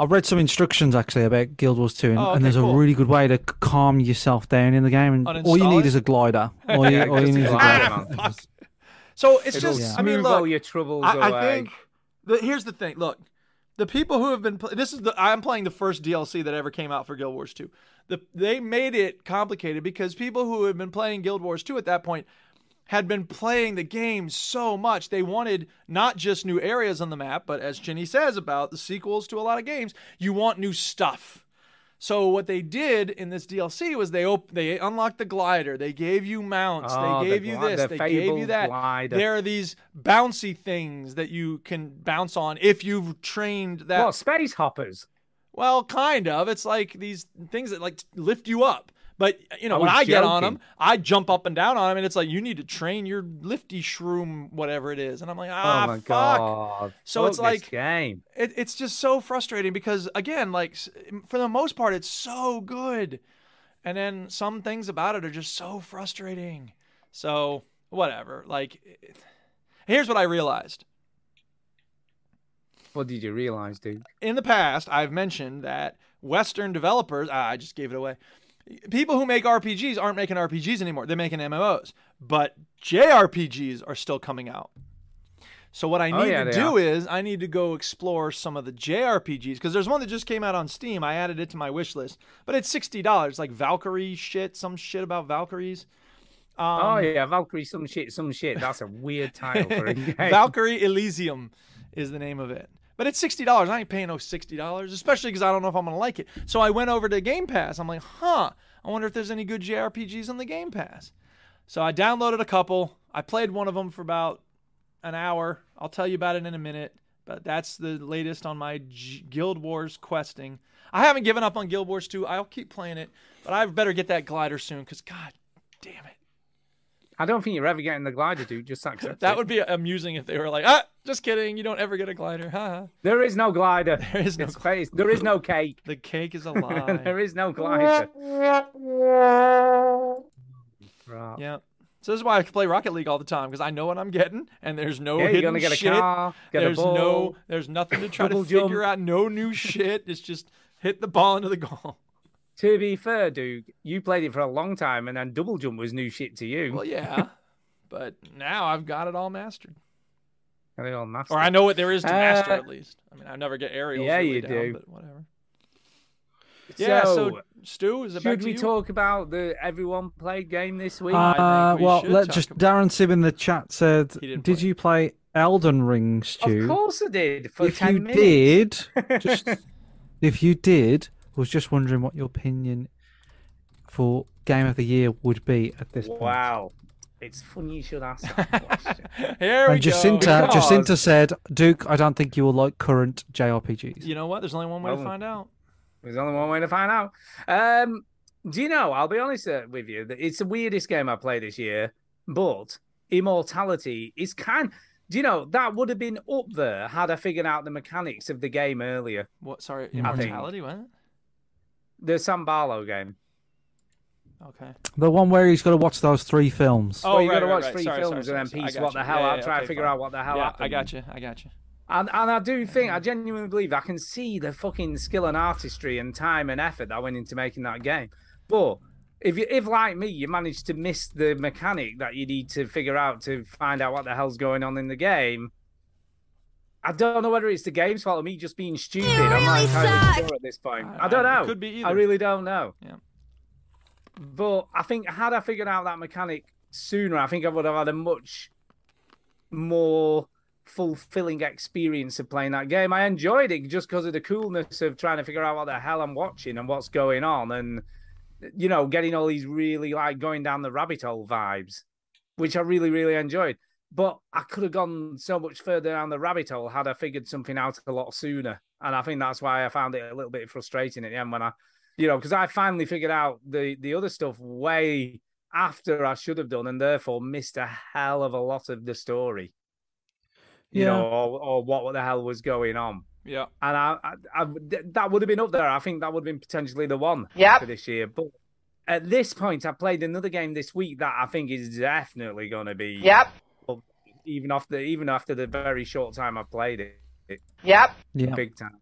S6: I read some instructions actually about Guild Wars 2, and,
S2: Oh, okay,
S6: and there's
S2: cool.
S6: a really good way to c- calm yourself down in the game. And all you
S2: Uninstall
S6: need
S2: it?
S6: is a glider. All you,
S2: Yeah,
S6: all you
S2: just
S6: need
S2: a
S6: is a
S2: glider,
S6: glider.
S2: man. So it's
S4: It'll
S2: just, I mean,
S4: smooth
S2: look,
S4: all your troubles
S2: I, I
S4: away.
S2: think the, here's the thing. Look, the people who have been pl- this is the I'm playing the first DLC that ever came out for Guild Wars 2. The, they made it complicated because people who had been playing Guild Wars 2 at that point had been playing the game so much they wanted not just new areas on the map, but as Chinny says about the sequels to a lot of games, you want new stuff. So what they did in this DLC was they op- they unlocked the glider, they gave you mounts,
S4: Oh,
S2: they
S4: the
S2: gave you
S4: gli-
S2: this,
S4: the
S2: they gave you
S4: fabled
S2: that.
S4: glider.
S2: There are these bouncy things that you can bounce on if you've trained that.
S4: What space hoppers?
S2: Well, kind of. It's like these things that like lift you up. But you know,
S4: I
S2: when
S4: was
S2: I get on
S4: joking.
S2: them, I jump up and down on them, and it's like you need to train your lifty shroom, whatever it is. And I'm like, ah,
S4: oh my
S2: fuck.
S4: god!
S2: So it's
S4: Fuck this
S2: like-
S4: game.
S2: It, it's just so frustrating because again, like s- for the most part, it's so good, and then some things about it are just so frustrating. So whatever. Like, it- here's what I realized.
S4: What did you realize, dude?
S2: in the past, I've mentioned that Western developers, ah, I just gave it away. People who make RPGs aren't making RPGs anymore. They're making MMOs. But JRPGs are still coming out. So what I
S4: Oh,
S2: need
S4: yeah,
S2: to
S4: they
S2: do
S4: are.
S2: is I need to go explore some of the JRPGs because there's one that just came out on Steam. I added it to my wish list, but it's sixty dollars, like Valkyrie shit, some shit about Valkyries. Um,
S4: oh yeah, Valkyrie, some shit, some shit. That's a weird title
S2: [laughs]
S4: for a [laughs] game.
S2: Valkyrie Elysium is the name of it. But it's sixty dollars. I ain't paying no sixty dollars, especially because I don't know if I'm gonna like it. So I went over to Game Pass. I'm like, huh. I wonder if there's any good JRPGs on the Game Pass. So I downloaded a couple. I played one of them for about an hour. I'll tell you about it in a minute. But that's the latest on my G- Guild Wars questing. I haven't given up on Guild Wars 2. I'll keep playing it, but I better get that glider soon because God damn it.
S4: I don't think you're ever getting the glider, dude. Just accept
S2: That
S4: it.
S2: would be amusing if they were like, ah, just kidding. You don't ever get a glider. Ha.
S4: There is no glider.
S2: [laughs] There is no
S4: It's face. There is
S2: [laughs]
S4: no cake.
S2: The cake is a
S4: [laughs] there
S2: lie.
S4: is no glider. Right.
S2: yeah. So this is why I play Rocket League all the time because I know what I'm getting, and there's no
S4: Yeah, you're
S2: hidden
S4: gonna get a
S2: shit.
S4: car, get a
S2: there's no,
S4: ball,
S2: there's nothing to try to
S4: double
S2: figure
S4: jump.
S2: out. No new shit. It's just hit the ball into the goal.
S4: To be fair, dude, you played it for a long time, and then double jump was new shit to
S2: [laughs]
S4: you.
S2: Well, yeah, but now I've got it all mastered,
S4: Got it all mastered.
S2: or I know what there is to master
S4: Uh,
S2: at least. I mean, I never get aerials.
S4: yeah,
S2: really
S4: you
S2: down,
S4: do.
S2: But whatever. Yeah. So, Stu, is it back
S4: should
S2: to
S4: we
S2: you?
S4: talk about the everyone played game this week?
S6: Uh,
S2: we
S6: well,
S2: should
S6: let
S2: talk
S6: just Darren Sim in the chat said,
S2: didn't
S6: "Did you play Elden Ring, Stu?"
S4: of course I did. For
S6: if
S4: 10
S6: you
S4: minutes. [laughs]
S6: did, just if you did, I was just wondering what your opinion for game of the year would be at this point.
S4: Wow. It's funny you should ask
S2: [laughs]
S4: that question.
S2: [laughs] Here we
S6: and Jacinta,
S2: go.
S6: Jacinta said, "Duke, I don't think you will like current JRPGs."
S2: You know what? There's only one way to
S4: Well,
S2: find out.
S4: There's only one way to find out. Um, do you know? I'll be honest uh, with you. that It's the weirdest game I played this year, but Immortality is kind. Do you know that would have been up there had I figured out the mechanics of the game earlier?
S2: What? Sorry,
S4: I think-
S2: immortality. What?
S4: The San Barlow game.
S2: Okay.
S6: The one where he's got to watch those three films.
S4: Oh, you
S2: right,
S4: got to
S2: right,
S4: watch
S2: right.
S4: three
S2: Sorry,
S4: films
S2: sorry,
S4: and
S2: sorry,
S4: then
S2: sorry.
S4: piece
S2: I got
S4: what
S2: you.
S4: the hell.
S2: Yeah,
S4: I'll
S2: yeah,
S4: try
S2: okay,
S4: and figure
S2: fine.
S4: out what the hell
S2: yeah,
S4: happened.
S2: I got you. I got you.
S4: And, and I do think,
S2: Um,
S4: I genuinely believe I can see the fucking skill and artistry and time and effort that went into making that game. But if you, if like me, you manage to miss the mechanic that you need to figure out to find out what the hell's going on in the game, I don't know whether it's the game's fault or me just being stupid. I'm not entirely sure at this point. I, don't
S2: I- it
S4: know.
S2: could be
S4: I
S2: either.
S4: really don't know.
S2: Yeah.
S4: But I think had I figured out that mechanic sooner, I think I would have had a much more fulfilling experience of playing that game. I enjoyed it just because of the coolness of trying to figure out what the hell I'm watching and what's going on, and you know, getting all these really like going down the rabbit hole vibes, which I really really enjoyed. But I could have gone so much further down the rabbit hole had I figured something out a lot sooner. And I think that's why I found it a little bit frustrating at the end when I, you know, because I finally figured out the the other stuff way after I should have done, and therefore missed a hell of a lot of the story. You
S2: Yeah.
S4: know, or, or what the hell was going on.
S2: Yeah.
S4: And I, I, I th- that would have been up there. I think that would have been potentially the one
S2: Yep.
S4: for this year. But at this point, I played another game this week that I think is definitely going to be.
S14: Yep.
S4: up, Even after even after the very short time I played it.
S14: Yep.
S6: Yeah.
S4: Big time.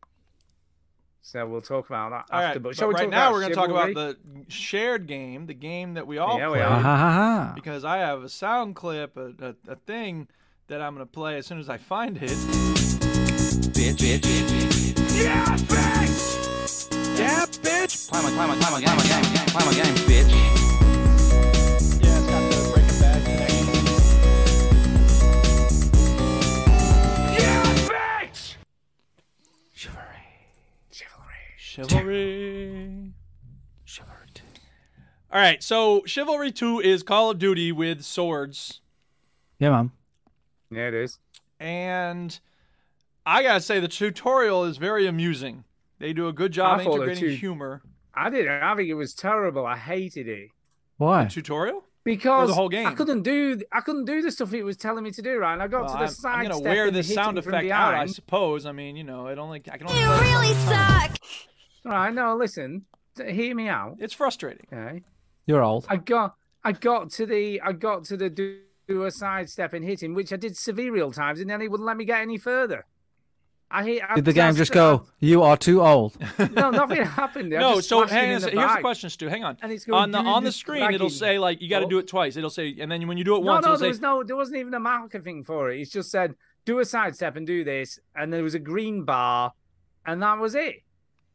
S4: So we'll talk about that
S2: All
S4: after.
S2: right,
S4: But,
S2: but,
S4: shall we
S2: right
S4: talk
S2: now
S4: about
S2: we're going to talk
S4: Chivalry?
S2: about the shared game, the game that we all
S4: Yeah, we
S2: play.
S6: Ah,
S4: are. Ha, ha, ha.
S2: Because I have a sound clip, a, a, a thing that I'm going to play as soon as I find it.
S12: Bitch, bitch, bitch, bitch. Yeah, bitch! Yeah, bitch! Climb on, climb on, climb on, climb on, climb on, climb on, climb on, bitch.
S2: Chivalry. Chivalry. All right, so Chivalry 2 is Call of Duty with swords.
S6: Yeah, man.
S4: Yeah, it is.
S2: And I got to say, the tutorial is very amusing. They do a good job
S4: I thought the
S2: integrating
S4: tu-
S2: humor.
S4: I didn't. I think it was terrible. I hated it.
S6: Why?
S2: Tutorial?
S4: Because
S2: whole game?
S4: I couldn't do I couldn't do the stuff it was telling me to do. Right, and I got
S2: Well,
S4: to the
S2: I'm,
S4: side.
S2: I'm gonna
S4: step
S2: wear
S4: and
S2: this
S4: hit
S2: sound
S4: him from
S2: effect out, I
S4: behind.
S2: suppose. I mean, you know, it only I can only.
S4: You really
S2: suck.
S4: All right, no, listen, t- hear me out.
S2: It's frustrating.
S4: Okay.
S6: You're old.
S4: I got, I got to the, I got to the do, do a sidestep and hit him, which I did several times, and then he wouldn't let me get any further. I hit. I,
S6: Did the
S4: I
S6: game just
S4: st- I-
S6: go? You are
S4: [laughs]
S6: too old.
S4: no, nothing happened. I
S2: No,
S4: just
S2: so
S4: smashed him
S2: hang on.
S4: in
S2: a
S4: the
S2: sec- here's the
S4: back.
S2: question, Stu. Hang on.
S4: And it's going,
S2: on the
S4: "Do
S2: on the
S4: this
S2: screen, it'll
S4: dragging."
S2: say like you got to
S4: Oh.
S2: do it twice. It'll say, and then when you do it
S4: No,
S2: once,
S4: no,
S2: it'll
S4: there
S2: say,
S4: was no, there wasn't even a marker thing for it. It's just said do a sidestep and do this, and there was a green bar, and that was it.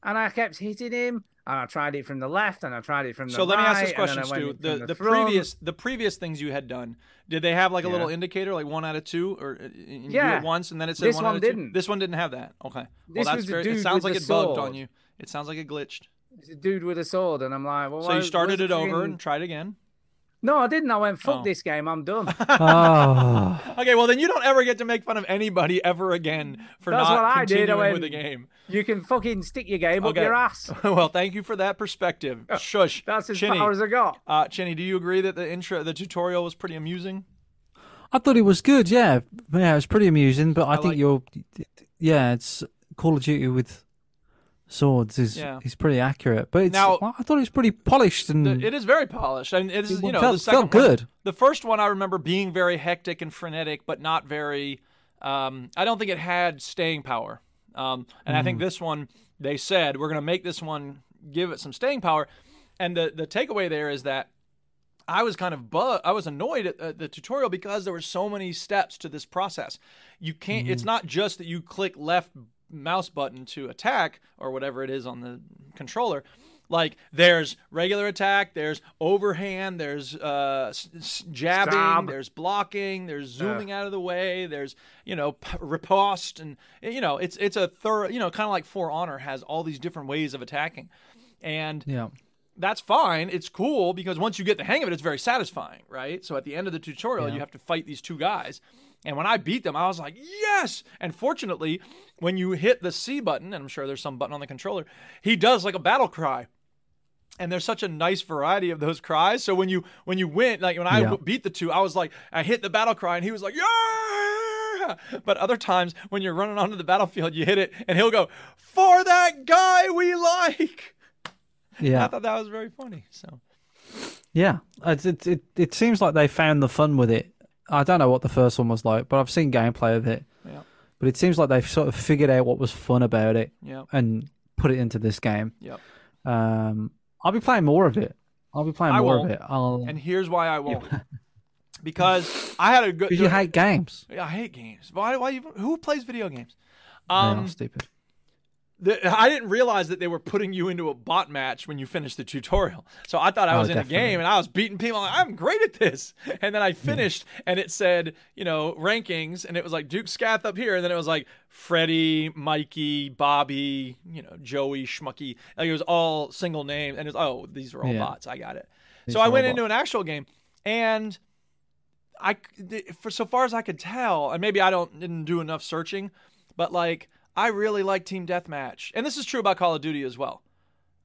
S4: And I kept hitting him, and I tried it from the left, and I tried it from the
S2: So let me ask this
S4: right, and
S2: question,
S4: then I went
S2: Stu.
S4: in
S2: The,
S4: from
S2: the,
S4: front.
S2: previous the previous things you had done, did they have like a little
S4: Yeah.
S2: indicator, like one out of two, or uh, and you do it
S4: Yeah.
S2: once and then it said
S4: This
S2: one,
S4: one
S2: out of two?
S4: didn't.
S2: This one didn't have that. Okay. Well,
S4: This
S2: that's
S4: was the
S2: very,
S4: dude
S2: it sounds
S4: with
S2: like
S4: the
S2: it bugged on
S4: sword.
S2: you. It sounds like it glitched.
S4: It's a dude with a sword, and I'm like, well,
S2: so
S4: why-
S2: you started
S4: where's
S2: it
S4: the
S2: over
S4: friggin-
S2: and tried again.
S4: No, I didn't. I went, fuck this game.
S2: [laughs]
S4: I'm done.
S6: Oh.
S2: Okay, well then you don't ever get to make fun of anybody ever again for
S4: That's
S2: not
S4: what I did.
S2: continuing
S4: I
S2: with the
S4: went,
S2: game. [laughs]
S4: You can fucking stick your game
S2: Okay.
S4: up your ass.
S2: well, thank you for that perspective. Shush.
S4: Oh, That's as
S2: Chinny.
S4: far as I got.
S2: Uh, Chinny, do you agree that the intro, the tutorial was pretty amusing?
S6: I thought it was good. Yeah, yeah, it was pretty amusing. But I, think you're, yeah, it's Call of Duty with swords is
S2: Yeah.
S6: is pretty accurate. But it's,
S2: Now-
S6: I thought it was pretty polished and
S2: It is very polished. I mean, it is,
S6: It
S2: you know,
S6: felt-
S2: the second
S6: felt
S2: one-
S6: good.
S2: the first one I remember being very hectic and frenetic, but not very. Um, I don't think it had staying power. Um, and I think
S6: Mm.
S3: Mhm.
S2: this one, they said, we're going to make this one give it some staying power. And the, the takeaway there is that I was kind of bu- I was annoyed at, at the tutorial because there were so many steps to this process. You can't. It's not just that you click left mouse button to attack or whatever it is on the controller. Like there's regular attack, there's overhand, there's uh, s- s- jabbing,
S3: Stab.
S2: there's blocking, there's zooming out of the way, there's you know p- riposte, and you know it's it's a thorough you know kind of like For Honor has all these different ways of attacking, and
S6: yeah.
S2: that's fine. It's cool because once you get the hang of it, it's very satisfying, right? So at the end of the tutorial,
S3: Yeah.
S2: you have to fight these two guys. And when I beat them, I was like, yes. And fortunately, when you hit the C button, and I'm sure there's some button on the controller, he does like a battle cry. And there's such a nice variety of those cries. So when you when you win, like when I
S3: Yeah.
S2: beat the two, I was like, I hit the battle cry, and he was like, yeah. But other times when you're running onto the battlefield, you hit it, and he'll go for that guy we like. I
S6: yeah,
S2: thought that was very funny. So
S6: yeah. It, it it it seems like they found the fun with it. I don't know what the first one was like, but I've seen gameplay of it.
S2: Yeah.
S6: But it seems like they've sort of figured out what was fun about it.
S2: Yeah.
S6: And put it into this game.
S2: Yep.
S6: Um, I'll be playing more of it. I'll be playing
S2: I
S6: more
S2: won't.
S6: of it. I'll
S2: And here's why I won't. [laughs] because I had a good.
S6: 'Cause you hate games.
S2: I hate games. Why? Why? even- Who plays video games?
S6: They are
S2: Um,
S6: stupid.
S2: the, I didn't realize that they were putting you into a bot match when you finished the tutorial. So I thought I
S3: Oh,
S2: was in
S3: definitely.
S2: a game and I was beating people. Like, I'm great at this. And then I finished and it said, you know, rankings and it was like Duke Scath up here. And then it was like Freddie, Mikey, Bobby, you know, Joey, Schmucky. Like it was all single names. And it's, oh, these are all
S3: Yeah.
S2: bots. I got it.
S3: These
S2: so I
S3: are all
S2: went
S3: bots.
S2: into an actual game and I th- for so far as I could tell, and maybe I don't didn't do enough searching, but like I really like team deathmatch, and this is true about Call of Duty as well.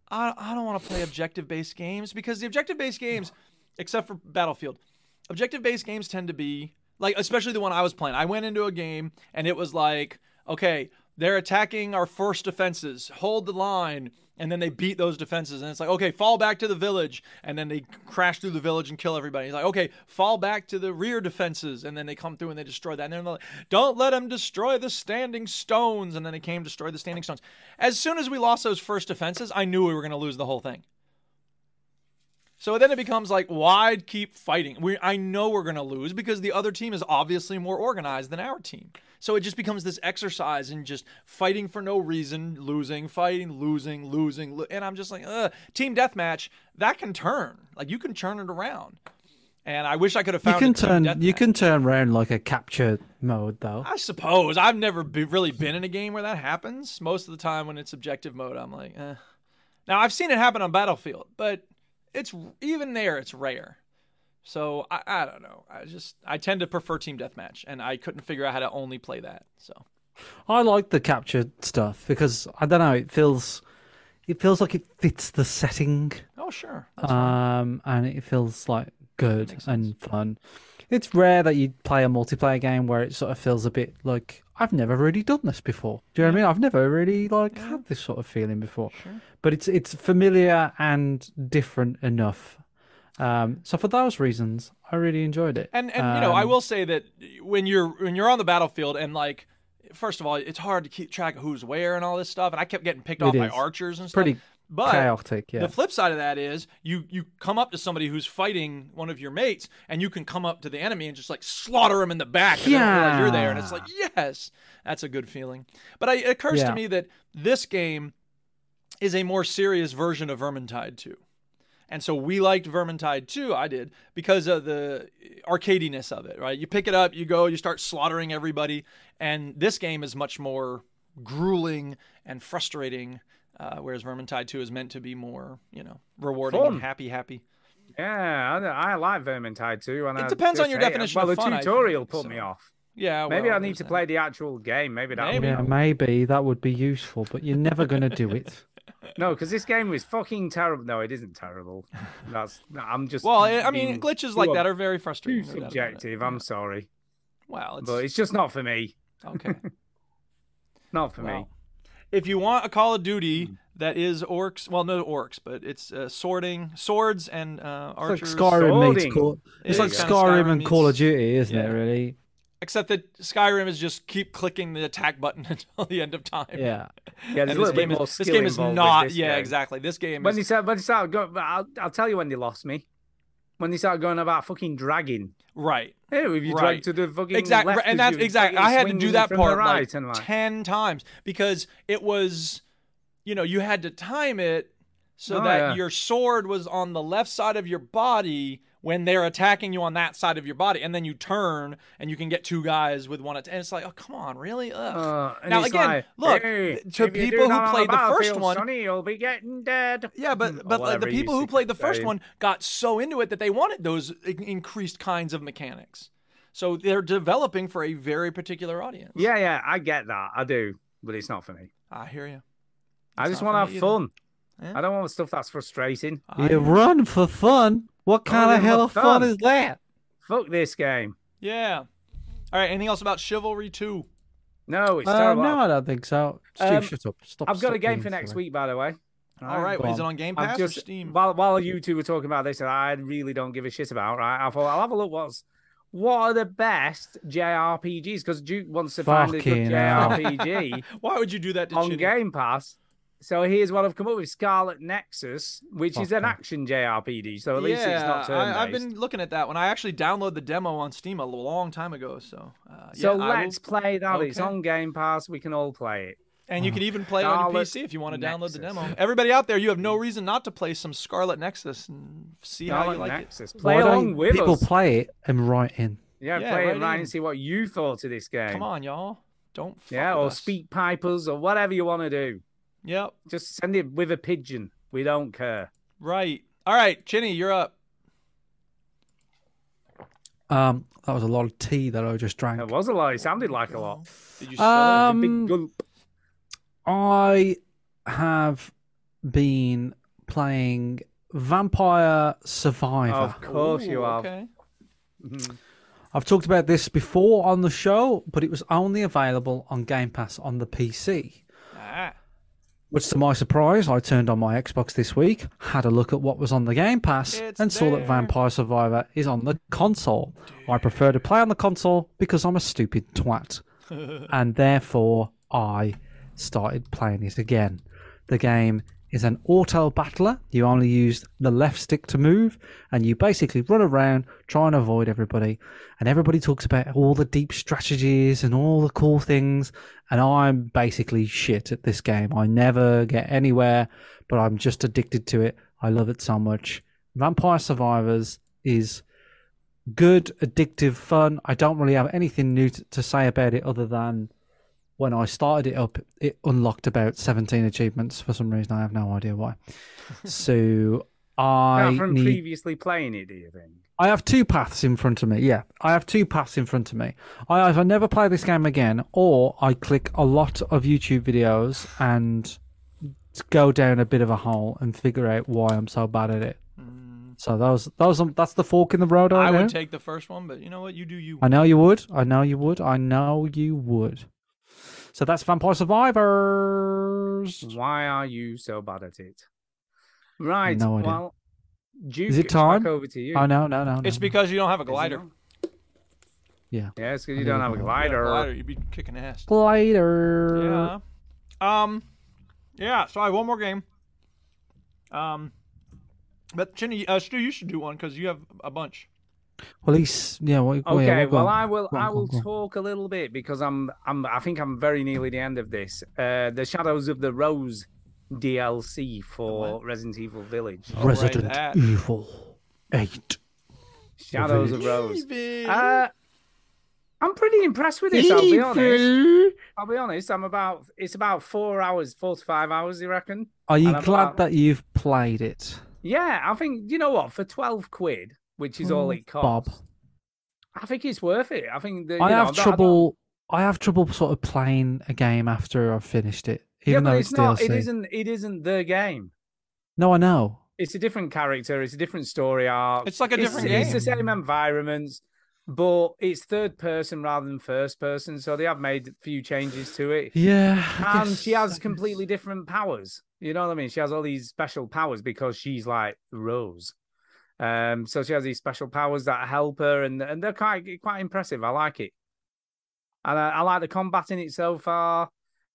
S2: I I don't want to play objective based games because the objective based games, except for Battlefield, objective based games tend to be like especially the one I was playing. I went into a game and it was like okay. They're attacking our first defenses. Hold the line, and then they beat those defenses and it's like okay fall back to the village and then they crash through the village and kill everybody he's like okay fall back to the rear defenses and then they come through and they destroy that and they're like don't let them destroy the standing stones and then they came destroy the standing stones as soon as we lost those first defenses i knew we were going to lose the whole thing so then it becomes like why keep fighting we, i know we're going to lose because the other team is obviously more organized than our team so it just becomes this exercise in just fighting for no reason, losing, fighting, losing, losing. lo- And I'm just like, Ugh. team deathmatch, that can turn. Like you can turn it around. And I wish I could have
S6: You
S2: found
S6: can
S2: a team death-
S6: turn you can turn around like a capture mode though.
S2: I suppose I've never be, really been in a game where that happens. Most of the time, when it's objective mode, I'm like, eh. Now I've seen it happen on Battlefield, but it's even there, it's rare. So I, I don't know. I just I tend to prefer team deathmatch, and I couldn't figure out how to only play that. So
S6: I like the capture stuff because I don't know, it feels it feels like it fits the setting.
S2: Oh, sure.
S6: Um and it feels like good and fun. It's rare that you play a multiplayer game where it sort of feels a bit like I've never really done this before. Do you know what I mean? I've never really like had this sort of feeling before. But it's it's familiar and different enough. Um so for those reasons I really enjoyed it.
S2: And and you know, I
S6: Um,
S2: will say that when you're when you're on the battlefield and like first of all, it's hard to keep track of who's where and all this stuff, and I kept getting picked
S6: It
S2: off by
S6: is.
S2: archers and stuff.
S6: Pretty
S2: but
S6: chaotic, yeah.
S2: The flip side of that is you you come up to somebody who's fighting one of your mates, and you can come up to the enemy and just like slaughter him in the back. And they don't realize you're there, and it's like yes, that's a good feeling. But I, it occurs
S6: Yeah.
S2: to me that this game is a more serious version of Vermintide 2. And so we liked Vermintide 2, I did, because of the arcadiness of it, right? You pick it up, you go, you start slaughtering everybody, and this game is much more grueling and frustrating, uh, whereas Vermintide 2 is meant to be more, you know, rewarding
S4: Fun.
S2: and happy, happy.
S4: Yeah, I, I like Vermintide too. And
S2: It
S4: I
S2: depends on
S4: just
S2: your
S4: hate it.
S2: definition
S4: Well,
S2: of fun,
S4: the
S2: I
S4: tutorial
S2: think,
S4: put
S2: so.
S4: me off.
S2: Yeah,
S4: maybe
S2: well,
S4: I need to play the actual game. Maybe that.
S2: Maybe.
S6: Yeah, maybe that would be useful, but you're never going to
S4: [laughs]
S6: do it.
S4: No, because this game was fucking terrible. No, it isn't terrible. That's I'm just.
S2: Well, I I
S4: being
S2: mean, glitches
S4: too
S2: like
S4: ob-
S2: that are very
S4: too
S2: frustrating. no doubt about it.
S4: subjective. I'm sorry,
S2: Well, it's,
S4: but it's just not for me.
S2: Okay.
S4: not for me.
S2: Well, If you want a Call of
S4: Hmm.
S2: Duty that is orcs, well, no orcs, but it's uh, sorting swords and uh,
S6: It's
S2: archers.
S6: like Skyrim meets Call. It's
S2: It
S6: like
S2: is kinda
S6: Skyrim, and Call of
S2: meets-
S6: Duty, isn't
S2: Yeah.
S6: it? Really?
S2: Except that Skyrim is just keep clicking the attack button [laughs] until the end of time.
S6: Yeah.
S4: Yeah,
S2: And
S4: there's a little
S2: this
S4: bit
S2: game
S4: more
S2: is, this
S4: skill
S2: game is
S4: involved with
S2: not.
S4: this
S2: yeah,
S4: game.
S2: exactly. This game
S4: When
S2: is.
S4: they start, when they start, go, I'll, I'll tell you when they lost me. When they started going about fucking dragging.
S2: Right.
S4: Hey, if you
S2: Right.
S4: drag to the fucking
S2: exactly,
S4: left,
S2: and
S4: as
S2: that's
S4: you
S2: exactly.
S4: fucking
S2: I had to
S4: swing
S2: do
S4: in
S2: that
S4: from the
S2: part
S4: right
S2: like,
S4: and like.
S2: ten times because it was, you know, you had to time it so
S4: Oh,
S2: that
S4: yeah.
S2: your sword was on the left side of your body when they're attacking you on that side of your body, and then you turn and you can get two guys with one. At- and it's like, oh come on, really? Ugh.
S4: Uh, and
S2: now
S4: it's
S2: again,
S4: like,
S2: look
S4: "Hey,
S2: th- to
S4: if you do
S2: people who
S4: that on
S2: played the first
S4: battlefield,
S2: one.
S4: Sonny, you'll be getting dead.
S2: Yeah,
S4: [laughs]
S2: but but like the
S4: whatever you
S2: people who
S4: think
S2: played the first
S4: saying.
S2: one got so into it that they wanted those i- increased kinds of mechanics. So they're developing for a very particular audience.
S4: Yeah, yeah, I get that. I do, but it's not for me.
S2: I hear you.
S4: I
S2: It's
S4: just
S2: not
S4: want to
S2: for
S4: have
S2: me either.
S4: fun. I don't want stuff that's frustrating.
S6: You run for fun. What kind of hell of fun is that?
S4: Fuck this game.
S2: Yeah. All right. Anything else about Chivalry Two?
S4: No, it's
S6: Uh,
S4: terrible.
S6: no, I don't think so. Steve,
S4: Um,
S6: shut up. Stop.
S4: I've got
S6: stop
S4: a game
S6: being
S4: for next
S6: silly.
S4: week, by the way.
S2: All right,
S4: Go
S2: is it on Game
S4: I've
S2: Pass or
S4: just,
S2: Steam?
S4: While while you two were talking about this, and I really don't give a shit about. Right, I thought I'll have a look. What's what are the best JRPGs? Because Duke wants to find a good
S6: Fucking
S2: [laughs]
S6: hell.
S4: JRPG
S2: Why would you do that to
S4: on
S2: Chinny?
S4: Game Pass. So here's what I've come up with: Scarlet Nexus, which is an action JRPG. So at least
S2: yeah,
S4: it's not turn-based.
S2: I, I've been looking at that one. I actually downloaded the demo on Steam a long time ago. So, uh,
S4: So
S2: yeah, I will-
S4: let's play that. It's
S2: Okay.
S4: on Game Pass. We can all play it.
S2: And you can even play it on your
S4: Scarlet
S2: PC if you want to download the
S4: Mm. Nexus.
S2: demo. Everybody out there, you have no reason not to play some Scarlet Nexus and see how you
S4: Scarlet
S2: like
S4: Nexus.
S2: it.
S4: Play
S6: Why don't
S4: along with
S6: people
S4: us.
S6: play it and write in?
S4: Yeah,
S2: Yeah,
S4: play
S2: right
S4: it right
S2: in.
S4: and see what you thought of this game.
S2: Come on, y'all. Don't. Fuck
S4: yeah,
S2: with
S4: or
S2: us.
S4: speak pipers or whatever you want to do.
S2: Yep.
S4: Just send it with a pigeon. We don't care.
S2: Right. All right, Chinny, you're up.
S6: Um, that was a lot of tea that I just drank.
S4: It was a lot. It sounded like a lot. Um,
S6: Did you swallow it? Did you big gulp? I have been playing Vampire Survivor.
S4: Of course you have. Mhm.
S6: I've talked about this before on the show, but it was only available on Game Pass on the PC. Which, to my surprise, I turned on my Xbox this week, had a look at what was on the Game Pass, and saw that Vampire Survivor is on the console. I prefer to play on the console because I'm a stupid twat. and therefore, I started playing it again. The game is an auto battler. You only use the left stick to move, and you basically run around try and avoid everybody. And everybody talks about all the deep strategies and all the cool things. And I'm basically shit at this game. I never get anywhere, but I'm just addicted to it. I love it so much. Vampire Survivors is good, addictive fun. I don't really have anything new t- to say about it other than when I started it up, it unlocked about 17 achievements for some reason. I have no idea
S4: [laughs]
S6: why. So I
S4: Apart from
S6: need...
S4: previously playing it, do you think?
S6: I have two paths in front of me. Yeah, I have two paths in front of me. I either never play this game again, or I click a lot of YouTube videos and go down a bit of a hole and figure out why I'm so bad at it.
S4: Mm.
S6: So those, those, that's the fork in the road. I,
S2: I
S6: know.
S2: would take the first one, but you know what? You do you.
S6: I know you would. I know you would. I know you would. So that's Vampire Survivors.
S4: Why are you so bad at it? Right.
S6: No idea.
S4: well, Duke,
S6: Is it
S4: it's back
S6: time?
S4: over to you.
S6: Oh no, no, no, no.
S2: It's because you don't have a glider.
S6: Yeah.
S4: Yeah, it's because
S2: I
S4: you don't
S2: do
S4: have a
S2: know. If you had
S4: glider.
S2: glider, you'd be kicking ass.
S6: Glider.
S2: Yeah. Um, yeah. So I have one more game. Um, but Chinny, uh, Stu, you should do one because you have a bunch.
S6: Well, he's yeah. Well, yeah,
S4: Okay,
S6: go
S4: well,
S6: on.
S4: I will.
S6: Go on,
S4: I
S6: go on,
S4: will
S6: go on.
S4: talk a little bit because I'm. I'm. I think I'm very nearly the end of this. Uh, the Shadows of the Rose DLC for Resident Evil Village.
S6: Resident Evil Eight.
S4: Shadows of Rose. Uh, I'm pretty impressed with this.
S12: Evil.
S4: I'll be honest. I'll be honest. I'm about. It's about four hours, four to five hours. You reckon?
S6: Are you
S4: And I'm
S6: glad
S4: about-
S6: that you've played it?
S4: Yeah, I think you know what for twelve quid, which is all it costs.
S6: Bob.
S4: I think it's worth it. I think that,
S6: I
S4: you know,
S6: have
S4: I'm not- I don't-
S6: trouble. I have trouble sort of playing a game after I've finished it, even
S4: yeah,
S6: though
S4: but
S6: it's,
S4: not.
S6: DLC.
S4: It isn't. It isn't the game.
S6: No, I know.
S4: It's a different character. It's a different story arc.
S2: It's like a different
S4: It's the same environments, but it's third person rather than first person. So they have made a few changes to it.
S6: Yeah, I
S4: and she has completely different powers. You know what I mean? She has all these special powers because she's like Rose. Um, so she has these special powers that help her, and and they're quite quite impressive. I like it, and I, I like the combat in it so far.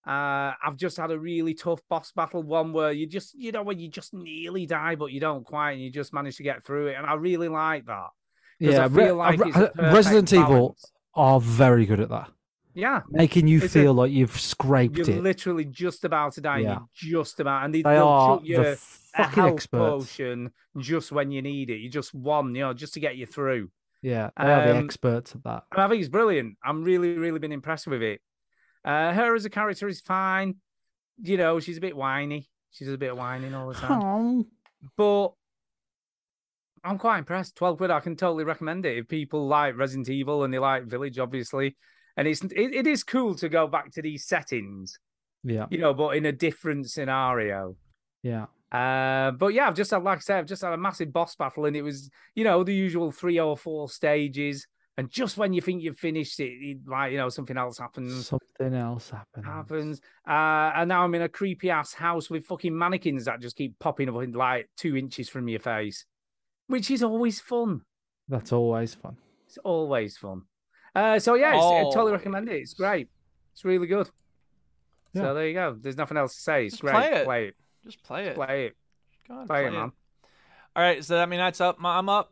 S4: Uh, I've just had a really tough boss battle, one where you just you know when you just nearly die, but you don't quite, and you just manage to get through it, and I really like that. 'Cause
S6: Yeah,
S4: I
S6: Re-
S4: feel like
S6: Re- uh,
S4: it's a perfect
S6: Resident Evil are very good at that,
S4: Yeah,
S6: making you
S4: It's a-
S6: feel like you've scraped
S4: You're
S6: it.
S4: literally just about to die.
S6: Yeah.
S4: You're just about, and they,
S6: They
S4: they'll
S6: are
S4: chuck
S6: the
S4: you a
S6: fucking
S4: uh, health
S6: experts.
S4: potion just when you need it. You just one, you know, just to get you through.
S6: yeah, they are the
S4: Um,
S6: experts at that.
S4: And I think it's brilliant. I'm really, really been impressed with it. Uh, her as a character is fine. You know, she's a bit whiny. She's a bit whining all the time.
S6: Oh.
S4: But I'm quite impressed. Twelve quid. I can totally recommend it if people like Resident Evil and they like Village, obviously. And it's it, it is cool to go back to these settings
S6: Yeah,
S4: you know, but in a different scenario.
S6: yeah.
S4: Uh, but yeah, I've just had, like I said, I've just had a massive boss battle, and it was, you know, the usual three or four stages. And just when you think you've finished it, it like you know, something else happens.
S6: Something else happened.
S4: Mm. Happens. Uh, and now I'm in a creepy ass house with fucking mannequins that just keep popping up in like two inches from your face, which is always fun.
S6: That's always fun.
S4: It's always fun. Uh, so yeah, it's, I totally recommend it. It's great. It's really good.
S2: Yeah.
S4: So there you go. There's nothing else to say. It's
S2: Just
S4: great.
S2: play it.
S4: Play it.
S2: Just play it.
S4: Play it.
S2: Go on,
S4: Play it, man.
S2: All right. So I mean, that's up. My- I'm up.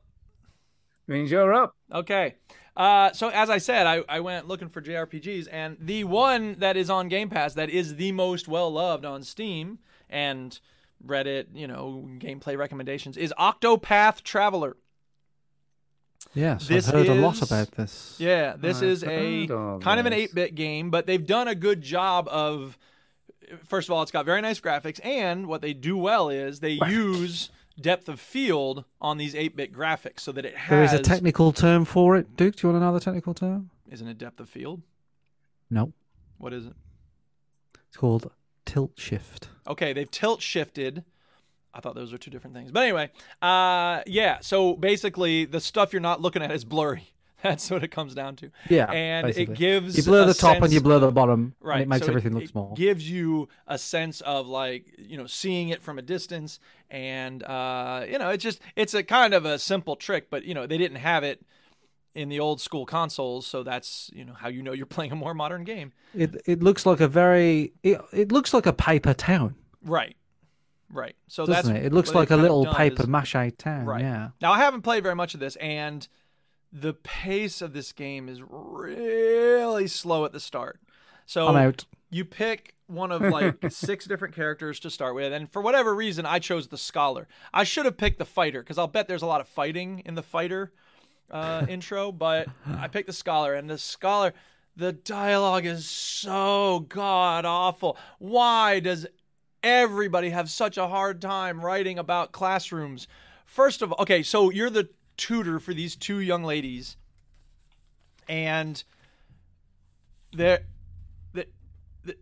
S4: Means you're up.
S2: Okay. Uh, so as I said, I, I went looking for JRPGs, and the one that is on Game Pass that is the most well loved on Steam and Reddit, you know, gameplay recommendations is Octopath Traveler.
S6: Yes,
S2: This
S6: I've heard a lot
S2: is-
S6: about this.
S2: Yeah, this
S6: I've
S2: is a
S6: heard of
S2: kind of an
S6: this.
S2: 8-bit game, but they've done a good job of first of all, it's got very nice graphics and what they do well is they use depth of field on these 8-bit graphics so that it has
S6: There is a technical term for it. Duke, do you want another technical term?
S2: isn't it depth of field?
S6: No.
S2: What is it?
S6: It's called tilt shift.
S2: Okay, they've tilt shifted. I thought those were two different things. But anyway, uh, yeah. So basically, the stuff you're not looking at is blurry. [laughs] That's what it comes down to.
S6: Yeah.
S2: and
S6: basically.
S2: it gives
S6: You blur
S2: a
S6: the top and you
S2: sense-
S6: blur the bottom. and
S2: Right,
S6: it makes
S2: so
S6: everything look
S2: it
S6: small.
S2: Gives you a sense of like you know seeing it from a distance, and uh, you know it's just it's a kind of a simple trick, but you know they didn't have it in the old school consoles, so that's you know how you know you're [laughs] playing a more modern game.
S6: It it looks like a very it, it looks like a paper town,
S2: Right. Right. So
S6: doesn't
S2: that's
S6: it? It looks
S2: what they've
S6: like a
S2: kind of
S6: little
S2: done
S6: paper
S2: is-
S6: mache town.
S2: Right.
S6: Yeah.
S2: Now I haven't played very much of this, and the pace of this game is really slow at the start. So
S6: I'm out.
S2: you pick one of
S6: [laughs]
S2: like six different characters to start with, and for whatever reason, I chose the scholar. I should have picked the fighter because I'll bet there's a lot of fighting in the fighter
S6: [laughs]
S2: uh, intro, but I picked the scholar, and the scholar, the dialogue is so god awful. Why does everybody have such a hard time writing about classrooms? First of all, okay, so you're the tutor for these two young ladies, and they're. the- the-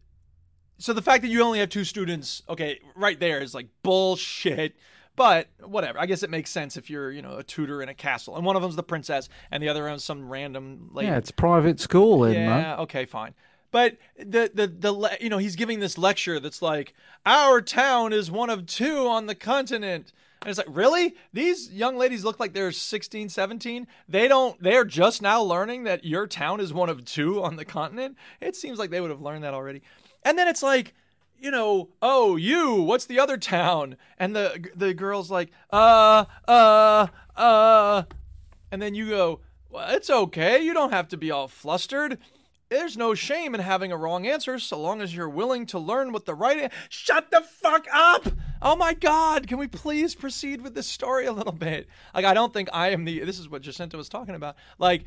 S2: So the fact that you only have two students, okay, right there is like bullshit. But whatever, I guess it makes sense if you're, you know, a tutor in a castle, and one of them's the princess, and the other one's some random lady.
S6: Yeah, it's private school in
S2: Yeah,
S6: man.
S2: okay, fine. But the the the le- you know he's giving this lecture that's like our town is one of two on the continent. And it's like, really? These young ladies look like they're 16, 17. They don't they're just now learning that your town is one of two on the continent. It seems like they would have learned that already. And then it's like, you know, oh, you, what's the other town? And the the girl's like, uh, uh, uh, and then you go, well, it's okay. You don't have to be all flustered. There's no shame in having a wrong answer so long as you're willing to learn what the right answer. Shut the fuck up! Oh my god, can we please proceed with this story a little bit? Like I don't think I am the this is what Jacinta was talking about. Like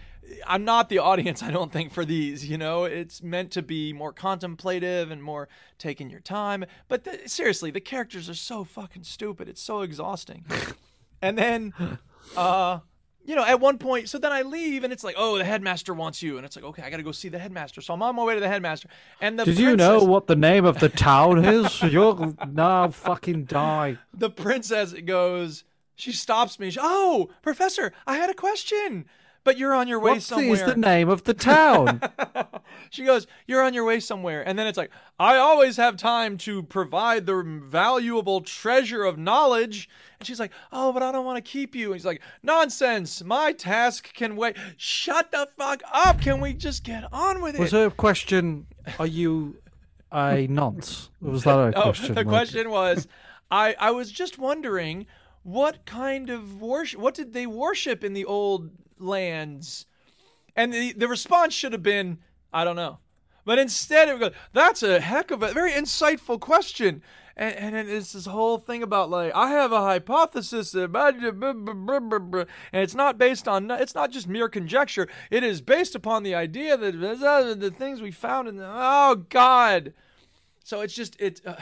S2: I'm not the audience I don't think for these, you know? It's meant to be more contemplative and more taking your time, but th- seriously, the characters are so fucking stupid. It's so exhausting. and then uh you know, at one point, so then I leave and it's like, oh, the headmaster wants you. And it's like, okay, I got to go see the headmaster. So I'm on my way to the headmaster. And the
S6: Did you
S2: princess-
S6: know what the name of the town
S2: [laughs]
S6: is? You're now fucking die.
S2: the princess goes, she stops me. She, oh, professor, I had a question, but you're on your way
S6: What is
S2: somewhere.
S6: the name of the town?
S2: She goes, You're on your way somewhere. And then it's like, I always have time to provide the valuable treasure of knowledge. And she's like, Oh, but I don't want to keep you. And he's like, Nonsense. My task can wait. Shut the fuck up. Can we just get on with
S6: Was
S2: it?
S6: her question? Are you a nonce?
S2: [laughs]
S6: Was that a
S2: No,
S6: question?
S2: the
S6: Like,
S2: Oh, question was, I, I was just wondering what kind of worship, what did they worship in the old lands? And the, the response should have been, I don't know. But instead, it goes, that's a heck of a very insightful question. And, and then it's this whole thing about like I have a hypothesis that blah, blah, blah, blah, blah, blah, and it's not based on it's not just mere conjecture. It is based upon the idea that uh, the things we found in the, oh god. So it's just it. Uh,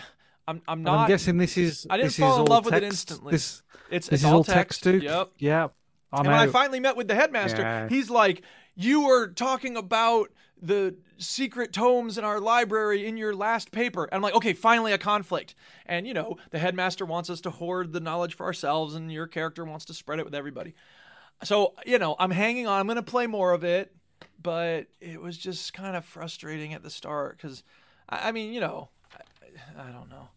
S2: I'm I'm
S6: and
S2: not.
S6: I'm guessing this is.
S2: I didn't
S6: this
S2: fall
S6: is
S2: in
S6: all
S2: love with
S6: text.
S2: it instantly.
S6: This,
S2: it's
S6: this
S2: it's
S6: is
S2: all
S6: text,
S2: text.
S6: Duke.
S2: Yep.
S6: Yeah. I'm
S2: and when I
S6: out.
S2: finally met with the headmaster,
S6: Yeah.
S2: he's like, "You were talking about the secret tomes in our library in your last paper." And I'm like, "Okay, finally a conflict." And you know, the headmaster wants us to hoard the knowledge for ourselves, and your character wants to spread it with everybody. So you know, I'm hanging on. I'm gonna play more of it, but it was just kind of frustrating at the start because, I, I mean, you know, I, I don't know.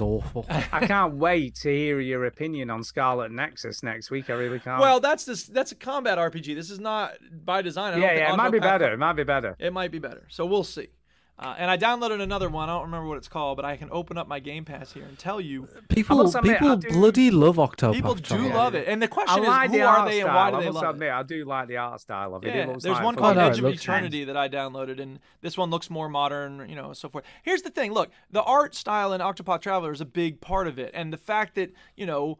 S2: [laughs]
S6: awful.
S4: I can't wait to hear your opinion on Scarlet Nexus next week. I really can't.
S2: Well, that's this. That's a combat RPG. This is not by design. I
S4: yeah,
S2: don't think
S4: yeah, it
S2: Andro
S4: might be
S2: Pathfinder-
S4: better. It might be better.
S2: It might be better. So we'll see. Uh, and I downloaded another one. I don't remember what it's called, but I can open up my Game Pass here and tell you.
S6: People, people bloody love Octopath
S2: People do
S6: Traveler.
S2: love it. And the
S4: I
S2: question is,
S4: like
S2: who
S4: the
S2: are
S4: art
S2: they
S4: style.
S2: and why do
S4: I
S2: they
S4: must
S2: love it?
S4: admit, I do like the art style of it.
S2: Yeah,
S4: it looks
S2: there's
S4: like
S2: one
S4: fun.
S2: called Edge of Eternity that I downloaded, and this one looks more modern, you know, so forth. Here's the thing: look, the art style in Octopath Traveler is a big part of it, and the fact that you know,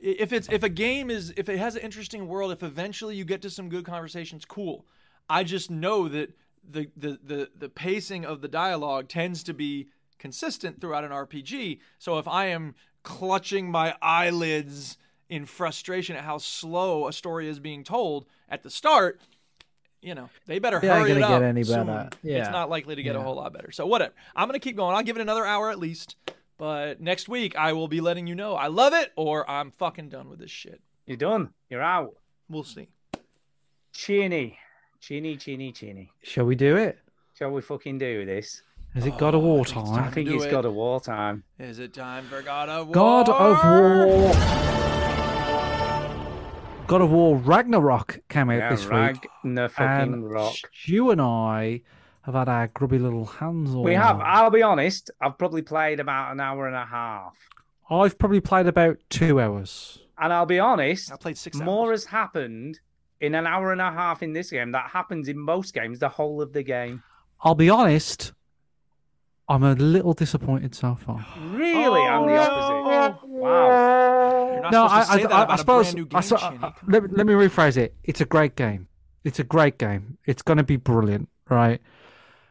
S2: i- if it's if a game is if it has an interesting world, if eventually you get to some good conversations, cool. I just know that the the the, the pacing of the dialogue tends to be consistent throughout an RPG. So if I am clutching my eyelids in frustration at how slow a story is being told at the start, you know, they better
S6: They ain't
S2: hurry it
S6: gonna
S2: up.
S6: get any
S2: soon.
S6: better.
S2: It's
S6: Yeah.
S2: not likely to get a
S6: Yeah.
S2: whole lot better. So whatever. I'm gonna keep going. I'll give it another hour at least. But next week I will be letting you know I love it or I'm fucking done with this shit.
S4: You're done. You're out.
S2: We'll see.
S4: Chinny. Chinny, chinny, chinny.
S6: Shall we do it?
S4: Shall we fucking do this?
S6: Has it got a
S2: Oh,
S6: war time?
S4: I think
S2: do
S4: it's
S2: it.
S4: got a war time.
S2: Is it time for God of War?
S6: God of War. God of War Ragnarok came out
S4: Yeah,
S6: this week.
S4: Ragnarfucking
S6: and
S4: rock.
S6: Stu and I have had our grubby little hands on.
S4: We have.
S6: that.
S4: I'll be honest. I've probably played about an hour and a half.
S6: I've probably played about two hours.
S4: And I'll be honest. I
S2: played six.
S4: More has happened in an hour and a half in this game that happens in most games the whole of the game.
S6: I'll be honest. I'm a little disappointed so far.
S4: Really, I'm the
S6: Oh,
S4: opposite. Wow.
S2: Oh, You're not
S6: No, I,
S2: supposed
S6: I,
S2: to say that
S6: I, I
S2: about a
S6: suppose.
S2: brand new
S6: I,
S2: game,
S6: su- uh,
S2: Shinny.
S6: I- let, me- let me rephrase it. It's a great game. It's a great game. It's going to be brilliant, right?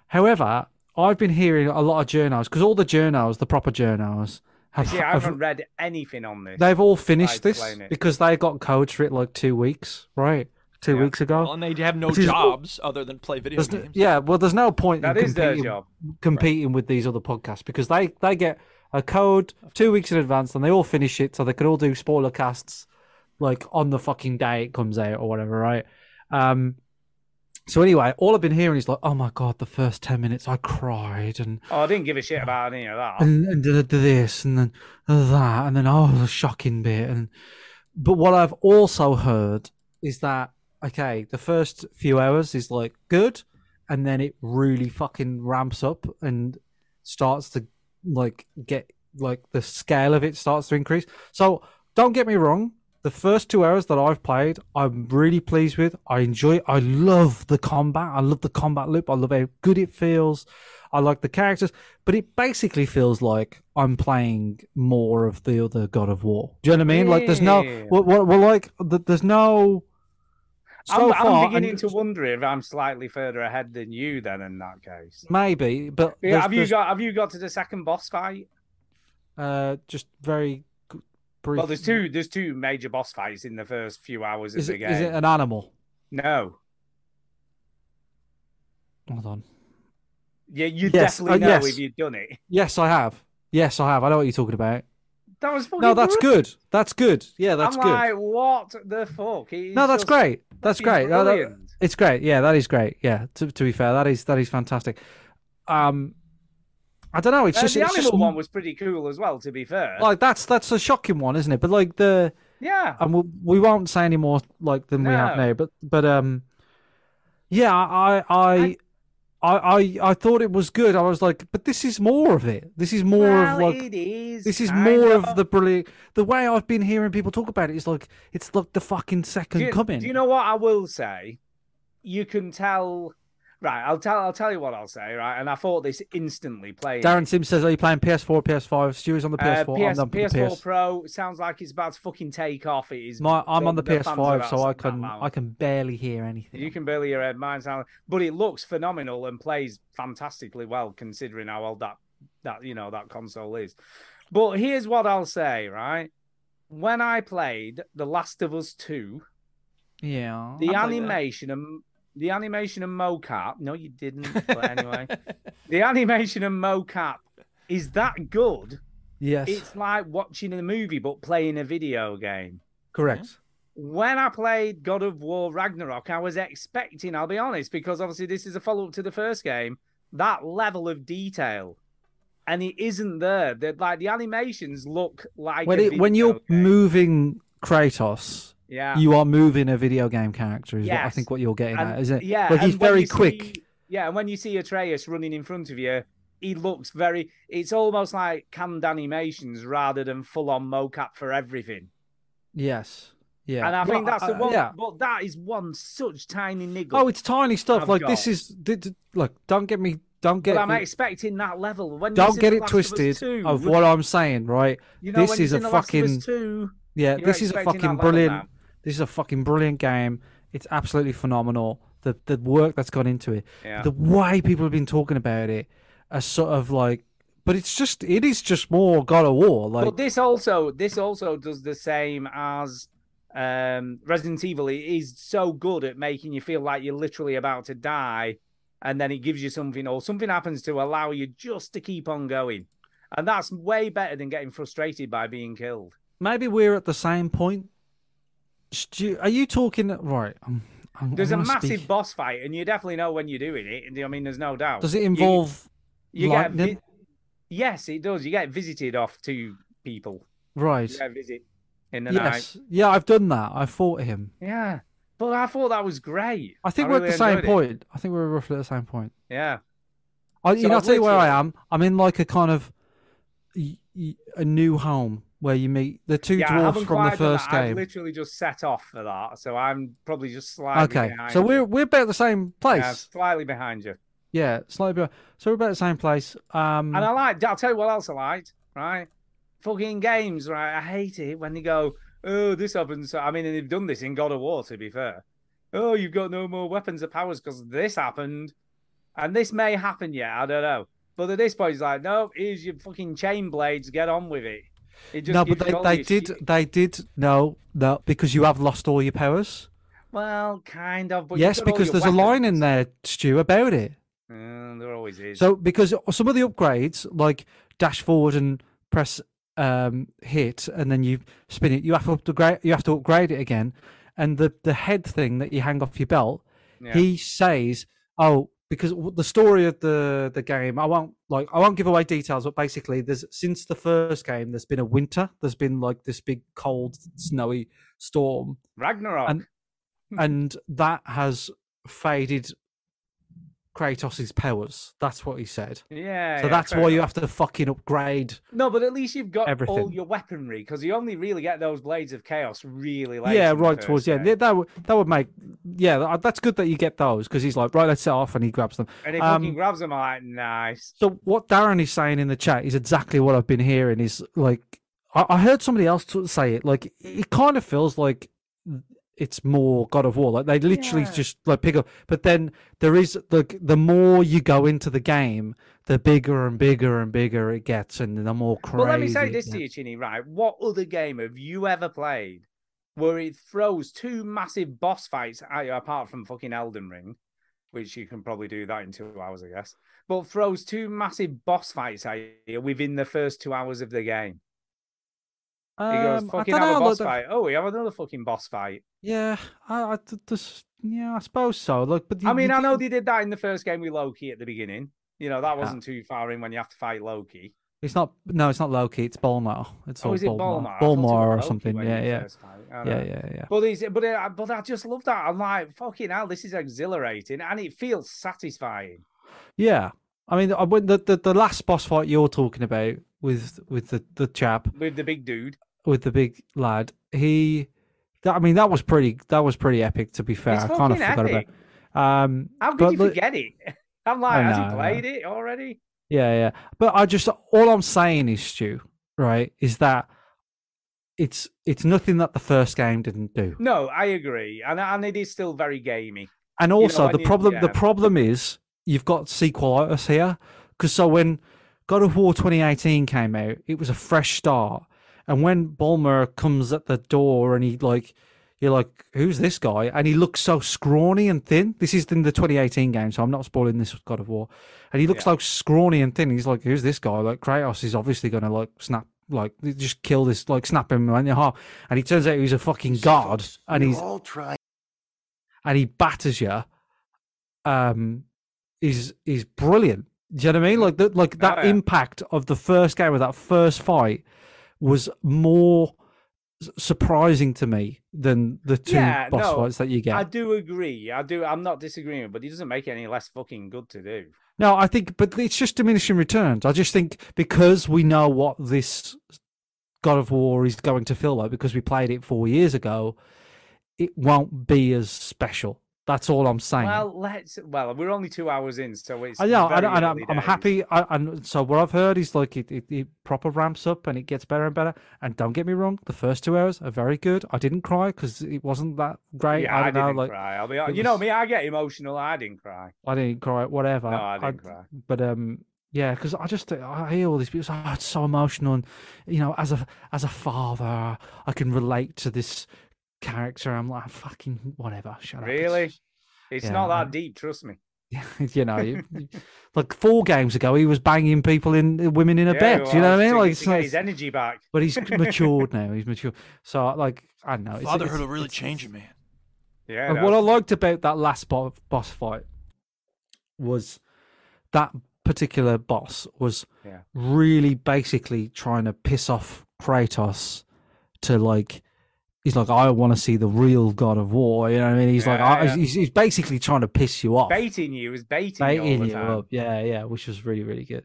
S6: However, I've been hearing a lot of journals because all the journals, the proper journals, have,
S4: See, I
S6: have-
S4: haven't read anything on this.
S6: they've all finished
S4: I've
S6: this
S4: blown it.
S6: because they got codes for it like two weeks, right? Two weeks ago.
S2: Well, and they have no
S6: Which is-
S2: jobs other than play video
S6: There's n-
S2: games.
S6: yeah, well, there's no point
S2: That
S6: in
S2: is their
S6: competing,
S2: job.
S6: competing with these other podcasts because they, they get a code two weeks in advance and they all finish it so they can all do spoiler casts like on the fucking day it comes out or whatever, right? Um, so anyway, all I've been hearing is like, oh my god, the first ten minutes I cried and
S4: Oh, I didn't give a shit about any of that.
S6: and, and did this and then that and then oh the shocking bit and but what I've also heard is that okay the first few hours is like good and then it really fucking ramps up and starts to like get like the scale of it starts to increase so don't get me wrong the first two hours that I've played I'm really pleased with I enjoy it I love the combat I love the combat loop I love how good it feels I like the characters, but it basically feels like I'm playing more of the other God of War. Do you know what I mean? Like, there's no,
S4: Yeah.
S6: well, well, well like, th- there's no. So
S4: I'm,
S6: far,
S4: I'm beginning
S6: and
S4: to wonder if I'm slightly further ahead than you. Then in that case,
S6: maybe, but
S4: Yeah,
S6: there's-
S4: have you
S6: there's,
S4: got have you got to the second boss fight?
S6: Uh, just very g- brief.
S4: Well, there's two there's two major boss fights in the first few hours of
S6: Is
S4: the
S6: it,
S4: game.
S6: is it an animal?
S4: No,
S6: Hold on.
S4: yeah, you
S6: Yes,
S4: definitely
S6: uh,
S4: know
S6: yes.
S4: if you've done it.
S6: Yes, I have. Yes, I have. I know what you're talking about.
S4: That was fucking
S6: No, that's
S4: brilliant.
S6: good. That's good. Yeah, that's
S4: I'm
S6: good.
S4: like, what the fuck? He's
S6: No, that's
S4: just-
S6: great. That's
S4: he's
S6: great. No, that-
S4: brilliant.
S6: it's great. Yeah, that is great. Yeah. To, to be fair, that is that is fantastic. Um, I don't know. It's
S4: Uh,
S6: just
S4: the
S6: it's
S4: animal
S6: just
S4: one was pretty cool as well. To be fair,
S6: like that's that's a shocking one, isn't it? But like the
S4: yeah,
S6: and we, we won't say any more like than we have
S4: No.
S6: now. But but um, yeah, I I. I, I, I thought it was good. I was like, but this is more of it. This is more of
S4: Well,
S6: like
S4: it is
S6: this is
S4: kind
S6: more of the brilliant. The way I've been hearing people talk about it is like it's like the fucking second
S4: do you,
S6: coming.
S4: do you know what I will say? You can tell. Right, I'll tell. I'll tell you what I'll say. Right, and I thought this instantly. Playing it.
S6: Darren Sims says, "Are you playing PS4, PS5?" Stuart's on the
S4: Uh,
S6: PS4. I'm on the
S4: PS,
S6: PS.
S4: PS4 Pro sounds like it's about to fucking take off. It is.
S6: My, I'm on the
S4: fans are
S6: PS5, so I
S4: absolutely
S6: can
S4: loud.
S6: I can barely hear anything.
S4: You can barely hear it. Mine sound, but it looks phenomenal and plays fantastically well considering how old that that you know that console is. But here's what I'll say, right? When I played The Last of Us Two,
S6: Yeah.
S4: the animation and the animation and mocap. No, you didn't. But anyway, the animation and mocap is that good.
S6: Yes.
S4: It's like watching a movie but playing a video game.
S6: Correct.
S4: When I played God of War Ragnarok, I was expecting, I'll be honest, because obviously this is a follow up to the first game, that level of detail. And it isn't there. That like the animations look like
S6: When
S4: a
S6: it, when
S4: video
S6: you're moving Kratos,
S4: Yeah.
S6: you are moving a video game character. Is what I
S4: Yes.
S6: think what you're getting
S4: And-
S6: at, isn't it?
S4: Yeah,
S6: Like he's
S4: and when
S6: very
S4: you
S6: quick.
S4: see- yeah, and when you see Atreus running in front of you, he looks very. It's almost like canned animations rather than full on mocap for everything.
S6: Yes. Yeah.
S4: And I
S6: Well,
S4: think that's the
S6: uh,
S4: one.
S6: Yeah.
S4: But that is one such tiny niggle.
S6: Oh, it's tiny stuff.
S4: I've
S6: like this
S4: got.
S6: is. th- th- Look, don't get me. Don't get.
S4: But I'm
S6: me-
S4: expecting that level. When
S6: don't
S4: it's
S6: get
S4: in
S6: it
S4: The Last Us
S6: twisted
S4: 2,
S6: of what I'm saying, right?
S4: You know,
S6: this
S4: when it's
S6: is a
S4: in The Last of Us
S6: fucking
S4: 2,
S6: yeah.
S4: you're
S6: This is a
S4: expecting that
S6: fucking
S4: level
S6: brilliant.
S4: now.
S6: This is a fucking brilliant game. It's absolutely phenomenal. The the work that's gone into it,
S4: Yeah.
S6: the way people have been talking about it, are sort of like But it's just it is just more God of War. Like
S4: but this also this also does the same as um, Resident Evil. It is so good at making you feel like you're literally about to die, and then it gives you something or something happens to allow you just to keep on going, and that's way better than getting frustrated by being killed.
S6: maybe we're at the same point. Stu, are you talking right? I'm, I'm,
S4: There's
S6: I'm
S4: a
S6: gonna
S4: massive
S6: speak-
S4: boss fight, and you definitely know when you're doing it. and I mean, there's no doubt.
S6: Does it
S4: You-
S6: involve
S4: you get
S6: lightning?
S4: vi- yes, it does. You get visited off two people.
S6: Right.
S4: You get visit in the
S6: yes.
S4: night.
S6: Yeah, I've done that. I fought him.
S4: Yeah, but I thought that was great.
S6: I think we're
S4: really
S6: at the same
S4: enjoyed it.
S6: point. I think we're roughly at the same point.
S4: Yeah.
S6: I, you
S4: So
S6: know, I'll
S4: I've
S6: tell you where I
S4: literally-
S6: am. I'm in like a kind of y- y- a new home where you meet the two
S4: yeah, I
S6: dwarfs
S4: haven't
S6: from
S4: quite
S6: the
S4: done that.
S6: first
S4: I've
S6: game.
S4: literally just set off for that, so I'm probably just slightly
S6: Okay,
S4: behind.
S6: so
S4: you.
S6: we're we're about the same place.
S4: Yeah, slightly behind you.
S6: Yeah, slightly. Behind. So we're about the same place. Um,
S4: And I liked. I'll tell you what else I liked. Right, fucking games. Right, I hate it when they go, "Oh, this happens." I mean, and they've done this in God of War. To be fair, oh, you've got no more weapons or powers because this happened, and this may happen yet. I don't know. But at this point, it's like, no, here's your fucking chain blades. Get on with it. It just
S6: no, but
S4: gives
S6: they,
S4: you all
S6: they
S4: your
S6: did
S4: shit.
S6: they did no no because you have lost all your powers.
S4: Well, kind of. But you've
S6: yes,
S4: got all
S6: because
S4: your
S6: there's
S4: weapons.
S6: a line in there, Stu, about it.
S4: Mm, there always is.
S6: So because some of the upgrades, like dash forward and press um, hit, and then you spin it, you have to upgrade. You have to upgrade it again. And the the head thing that you hang off your belt,
S7: Yeah.
S6: he says, "Oh, because w- the story of the the game, I won't like I won't give away details, but basically, there's since the first game, there's been a winter. There's been like this big cold, snowy storm,
S4: Ragnarok.
S6: and and that has faded Kratos's powers. That's what he said.
S4: Yeah,
S6: So
S4: yeah,
S6: that's
S4: fair
S6: why you have to fucking upgrade.
S4: No, but at least you've got all
S6: Everything.
S4: your weaponry because you only really get those blades of chaos really late.
S6: yeah,
S4: in the
S6: right
S4: first
S6: towards the end.
S4: game.
S6: Yeah, That would that would make. Yeah, tha- that's good that you get those because he's like, right, let's set off, and he grabs them.
S4: And he
S6: Um,
S4: fucking grabs them. I'm like, nice.
S6: so what Darren is saying in the chat is exactly what I've been hearing. Is like, I, I heard somebody else t- say it. Like, it kind of feels like it's more God of War. Like they literally
S7: Yeah.
S6: just like pick up. But then there is like the more you go into the game, the bigger and bigger and bigger it gets, and the more crazy.
S4: Well, let me say
S6: it
S4: this to you, Chinny. Right, what other game have you ever played where it throws two massive boss fights at you, apart from fucking Elden Ring, which you can probably do that in two hours, I guess. But throws two massive boss fights at you within the first two hours of the game. He goes,
S6: Um, I
S4: "Fucking
S6: don't
S4: have a
S6: know,
S4: boss
S6: like,
S4: fight." Oh, we have another fucking boss fight.
S6: Yeah, I, I th- this, yeah, I suppose so. Look, but
S4: I
S6: you-
S4: mean,
S6: you
S4: I know
S6: didn't-
S4: they did that in the first game with Loki at the beginning. You know, that
S6: Yeah.
S4: wasn't too far in when you have to fight Loki.
S6: it's not. No, it's not Loki. It's Bulmar. It's
S4: Oh,
S6: all
S4: is it Bulmar? I
S6: Bulmar,
S4: thought it was
S6: Bulmar or
S4: Loki
S6: something.
S4: when
S6: Yeah,
S4: you
S6: yeah.
S4: first fight. I don't
S6: yeah,
S4: know.
S6: yeah, yeah.
S4: But he's, but I, but I just love that. I'm like, fucking hell, this is exhilarating and it feels satisfying.
S6: Yeah, I mean, I went the, the the last boss fight you're talking about with with the the chap
S4: With the big dude,
S6: with the big lad. He, that, I mean, that was pretty. That was pretty epic. To be fair,
S4: It's
S6: I kind of
S4: fucking
S6: forgot
S4: epic.
S6: about. Um,
S4: how could
S6: but
S4: you
S6: look-
S4: forget it? [laughs] I'm like,
S6: I
S4: has he
S6: know, I know.
S4: played it already?
S6: Yeah, yeah. But I just all I'm saying is, Stu, right, is that it's it's nothing that the first game didn't do.
S4: No, I agree, and and it is still very gamey.
S6: And
S4: You know,
S6: also
S4: when
S6: the
S4: you-
S6: problem the
S4: yeah.
S6: problem is you've got sequelitis here because so when God of War 2018 came out, it was a fresh start. And when Bulmer comes at the door and he like you're like who's this guy? And he looks so scrawny and thin. This is in the 2018 game, so I'm not spoiling this with God of War. And he looks so scrawny and thin. He's like who's this guy? Like Kratos is obviously going to like snap like just kill this like snap him in half. And he turns out he's a fucking god and he's
S14: all try.
S6: and he batters you, um, is is brilliant. Do you know what I mean? Like the, like
S4: Oh,
S6: that impact of the first game of that first fight was more s- surprising to me than the two
S4: yeah,
S6: boss
S4: no,
S6: fights that you get.
S4: I do agree. I do. I'm not disagreeing, but it doesn't make it any less fucking good to do.
S6: No, I think, but it's just diminishing returns. I just think because we know what this God of War is going to feel like because we played it four years ago, it won't be as special. That's all I'm saying.
S4: Well, let's. Well, we're only two hours in, so it's.
S6: I know,
S4: very
S6: Uh, and, and I'm,
S4: early
S6: I'm
S4: days.
S6: happy. I, and so what I've heard is like it, it, it proper ramps up and it gets better and better. And don't get me wrong, the first two hours are very good. I didn't cry because it wasn't that great.
S4: Yeah,
S6: I
S4: I,
S6: don't
S4: didn't
S6: know, like
S4: cry. I'll be
S6: it
S4: honest. You know me. I get emotional. I didn't cry.
S6: I didn't cry, whatever.
S4: No, I didn't cry.
S6: But um, Yeah, because I just I hear all these people. say, Oh, it's so emotional, and you know, as a as a father, I can relate to this character. I'm like, fucking whatever. Shut up. [laughs]
S4: Really? It's
S6: Yeah,
S4: not that deep, trust me.
S6: you know, you- you- like four games ago, he was banging people in women in a
S4: Yeah,
S6: bed.
S4: well,
S6: you know what I
S4: to-
S6: mean? Like,
S4: to
S6: it's
S4: get
S6: not-
S4: his energy back. [laughs]
S6: But he's matured now. He's mature. So, like, I don't know. It's,
S3: Fatherhood
S6: it's-
S3: will really
S6: it's-
S3: change a man.
S4: Yeah.
S6: and what I liked about that last bo- boss fight was that particular boss was
S4: Yeah.
S6: really basically trying to piss off Kratos to like. He's like, I want to see the real God of War. You know what I mean? He's like,
S4: Yeah,
S6: I,
S4: yeah.
S6: He's, he's basically trying to piss you off,
S4: Baiting you is baiting, you all
S6: baiting
S4: the
S6: you
S4: time.
S6: up. Yeah, yeah, which was really, really good.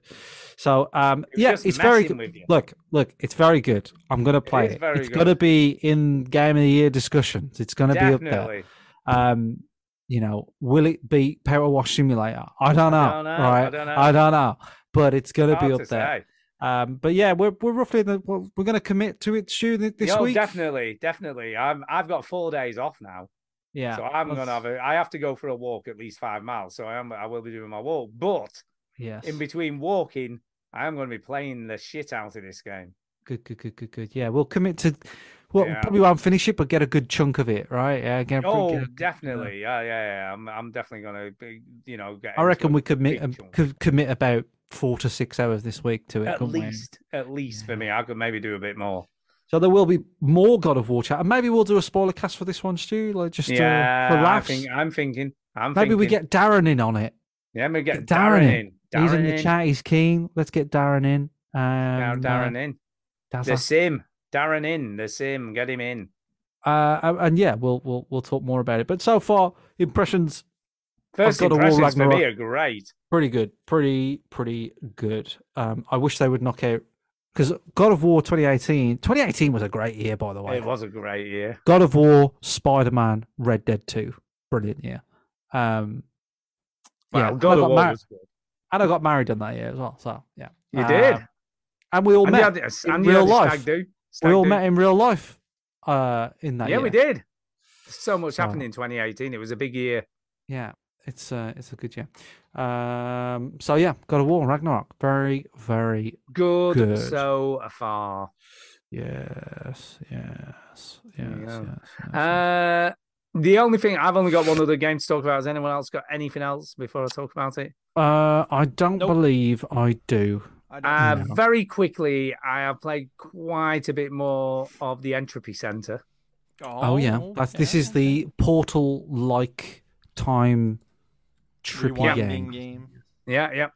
S6: So, um,
S4: It was
S6: yeah,
S4: just
S6: it's very
S4: messing
S6: good.
S4: with you.
S6: Look, look, it's very good. I'm gonna play
S4: is
S6: it.
S4: very
S6: It's
S4: good.
S6: gonna be in game of the year discussions. It's gonna be up there
S4: Definitely.
S6: um you know will it beat power wash simulator i don't know,
S4: don't know, I
S6: right
S4: don't know.
S6: know, but it's gonna be
S4: Hard
S6: up
S4: to
S6: there um but yeah we're, we're roughly in the, we're, we're gonna commit to it Stu, th- this
S4: Yo,
S6: week
S4: definitely, definitely. I'm I've got four days off now.
S6: Yeah,
S4: So I'm
S6: that's-
S4: gonna have a I have to go for a walk at least five miles. So I am I will be doing my walk. But
S6: Yes.
S4: in between walking, I am gonna be playing the shit out of this game.
S6: good good good good good yeah we'll commit to well
S4: Yeah.
S6: probably won't finish it but get a good chunk of it right yeah get a-
S4: oh,
S6: get a-
S4: definitely. Yeah, yeah, yeah. I'm I'm definitely gonna be, you know, get
S6: i
S4: into
S6: reckon
S4: a
S6: we could commit
S4: big
S6: um,
S4: chunk.
S6: could commit about four to six hours this week to it
S4: at
S6: couldn't we?
S4: least at least for me. I could maybe do a bit more.
S6: So there will be more God of War chat, and maybe we'll do a spoiler cast for this one, Stu. Like just
S4: yeah,
S6: uh, for
S4: I
S6: laughs.
S4: think, I'm thinking. I'm
S6: maybe we
S4: thinking.
S6: get Darren in on it.
S4: yeah, we get
S6: Darren,
S4: Darren
S6: in.
S4: in.
S6: He's in
S4: Darren
S6: the chat. He's keen. Let's get Darren in. Um,
S4: Now Darren
S6: uh,
S4: in.
S6: that's
S4: The
S6: us.
S4: sim. Darren in. The sim. Get him in.
S6: Uh, and- and yeah, we'll we'll we'll talk more about it. But so far, impressions. of
S4: First
S6: God of War
S4: impressions for me
S6: Ragnarok,
S4: are great.
S6: pretty good, pretty pretty good. Um, I wish they would knock out because God of War 2018. 2018 was a great year, by the way.
S4: It was a great year.
S6: God of War, Spider Man, Red Dead 2. Brilliant year. Um,
S4: Wow, God
S6: I
S4: of
S6: got
S4: War
S6: mar-
S4: was good.
S6: And I got married in that year as well. So, yeah. Um,
S4: You did?
S6: And we all
S4: And you had
S6: met
S4: this-
S6: Uh, in
S4: and you
S6: real
S4: had this
S6: life.
S4: stag do,
S6: we
S4: stag
S6: all
S4: do.
S6: met in real life uh, in that
S4: yeah,
S6: year.
S4: we did. So much
S6: So-
S4: happened in 2018. It was a big year.
S6: Yeah, it's, uh, it's a good year. Um, so, yeah, God of War, Ragnarok. Very, very
S4: Good,
S6: Good.
S4: so far.
S6: Yes, yes, yes, yes.
S4: Uh, the only thing I've only got one other game to talk about. Has anyone else got anything else before I talk about it?
S6: Uh, I don't believe I do.
S4: Uh,
S6: No.
S4: Very quickly, I have played quite a bit more of the Entropy Center.
S6: Oh, yeah, That's, this is the portal-like time trippy
S4: Rewinding
S6: game.
S2: game.
S4: Yeah, yeah.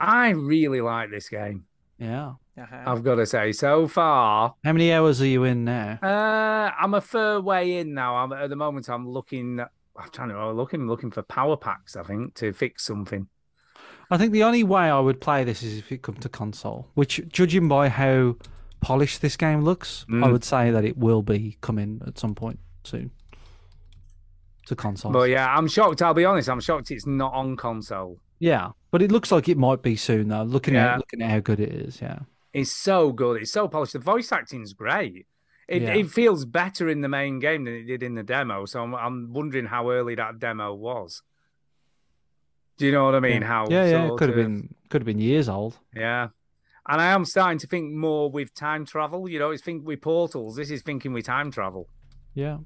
S4: I really like this game.
S6: Yeah.
S2: Uh-huh.
S4: I've got to say, so far,
S6: How many hours are you in now?
S4: uh, I'm a fair way in now. I'm at the moment. I'm looking. I'm trying to. I'm looking. looking for power packs. I think to fix something.
S6: I think the only way I would play this is if it come to console. Which, judging by how polished this game looks, I
S4: Mm.
S6: would say that it will be coming at some point soon to console.
S4: But yeah, I'm shocked. I'll be honest. I'm shocked. It's not on console.
S6: yeah, but it looks like it might be soon though. Looking
S4: Yeah.
S6: at looking at how good it is, yeah.
S4: It's so good. It's so polished. The voice acting's great. It,
S6: Yeah.
S4: it feels better in the main game than it did in the demo. So I'm, I'm wondering how early that demo was. Do you know what I mean?
S6: yeah.
S4: How
S6: yeah, yeah, it
S4: sort
S6: could have
S4: of-
S6: been could have been years old.
S4: Yeah. And I am starting to think more with time travel. You know, it's think with portals. This is thinking with time travel.
S6: Yeah,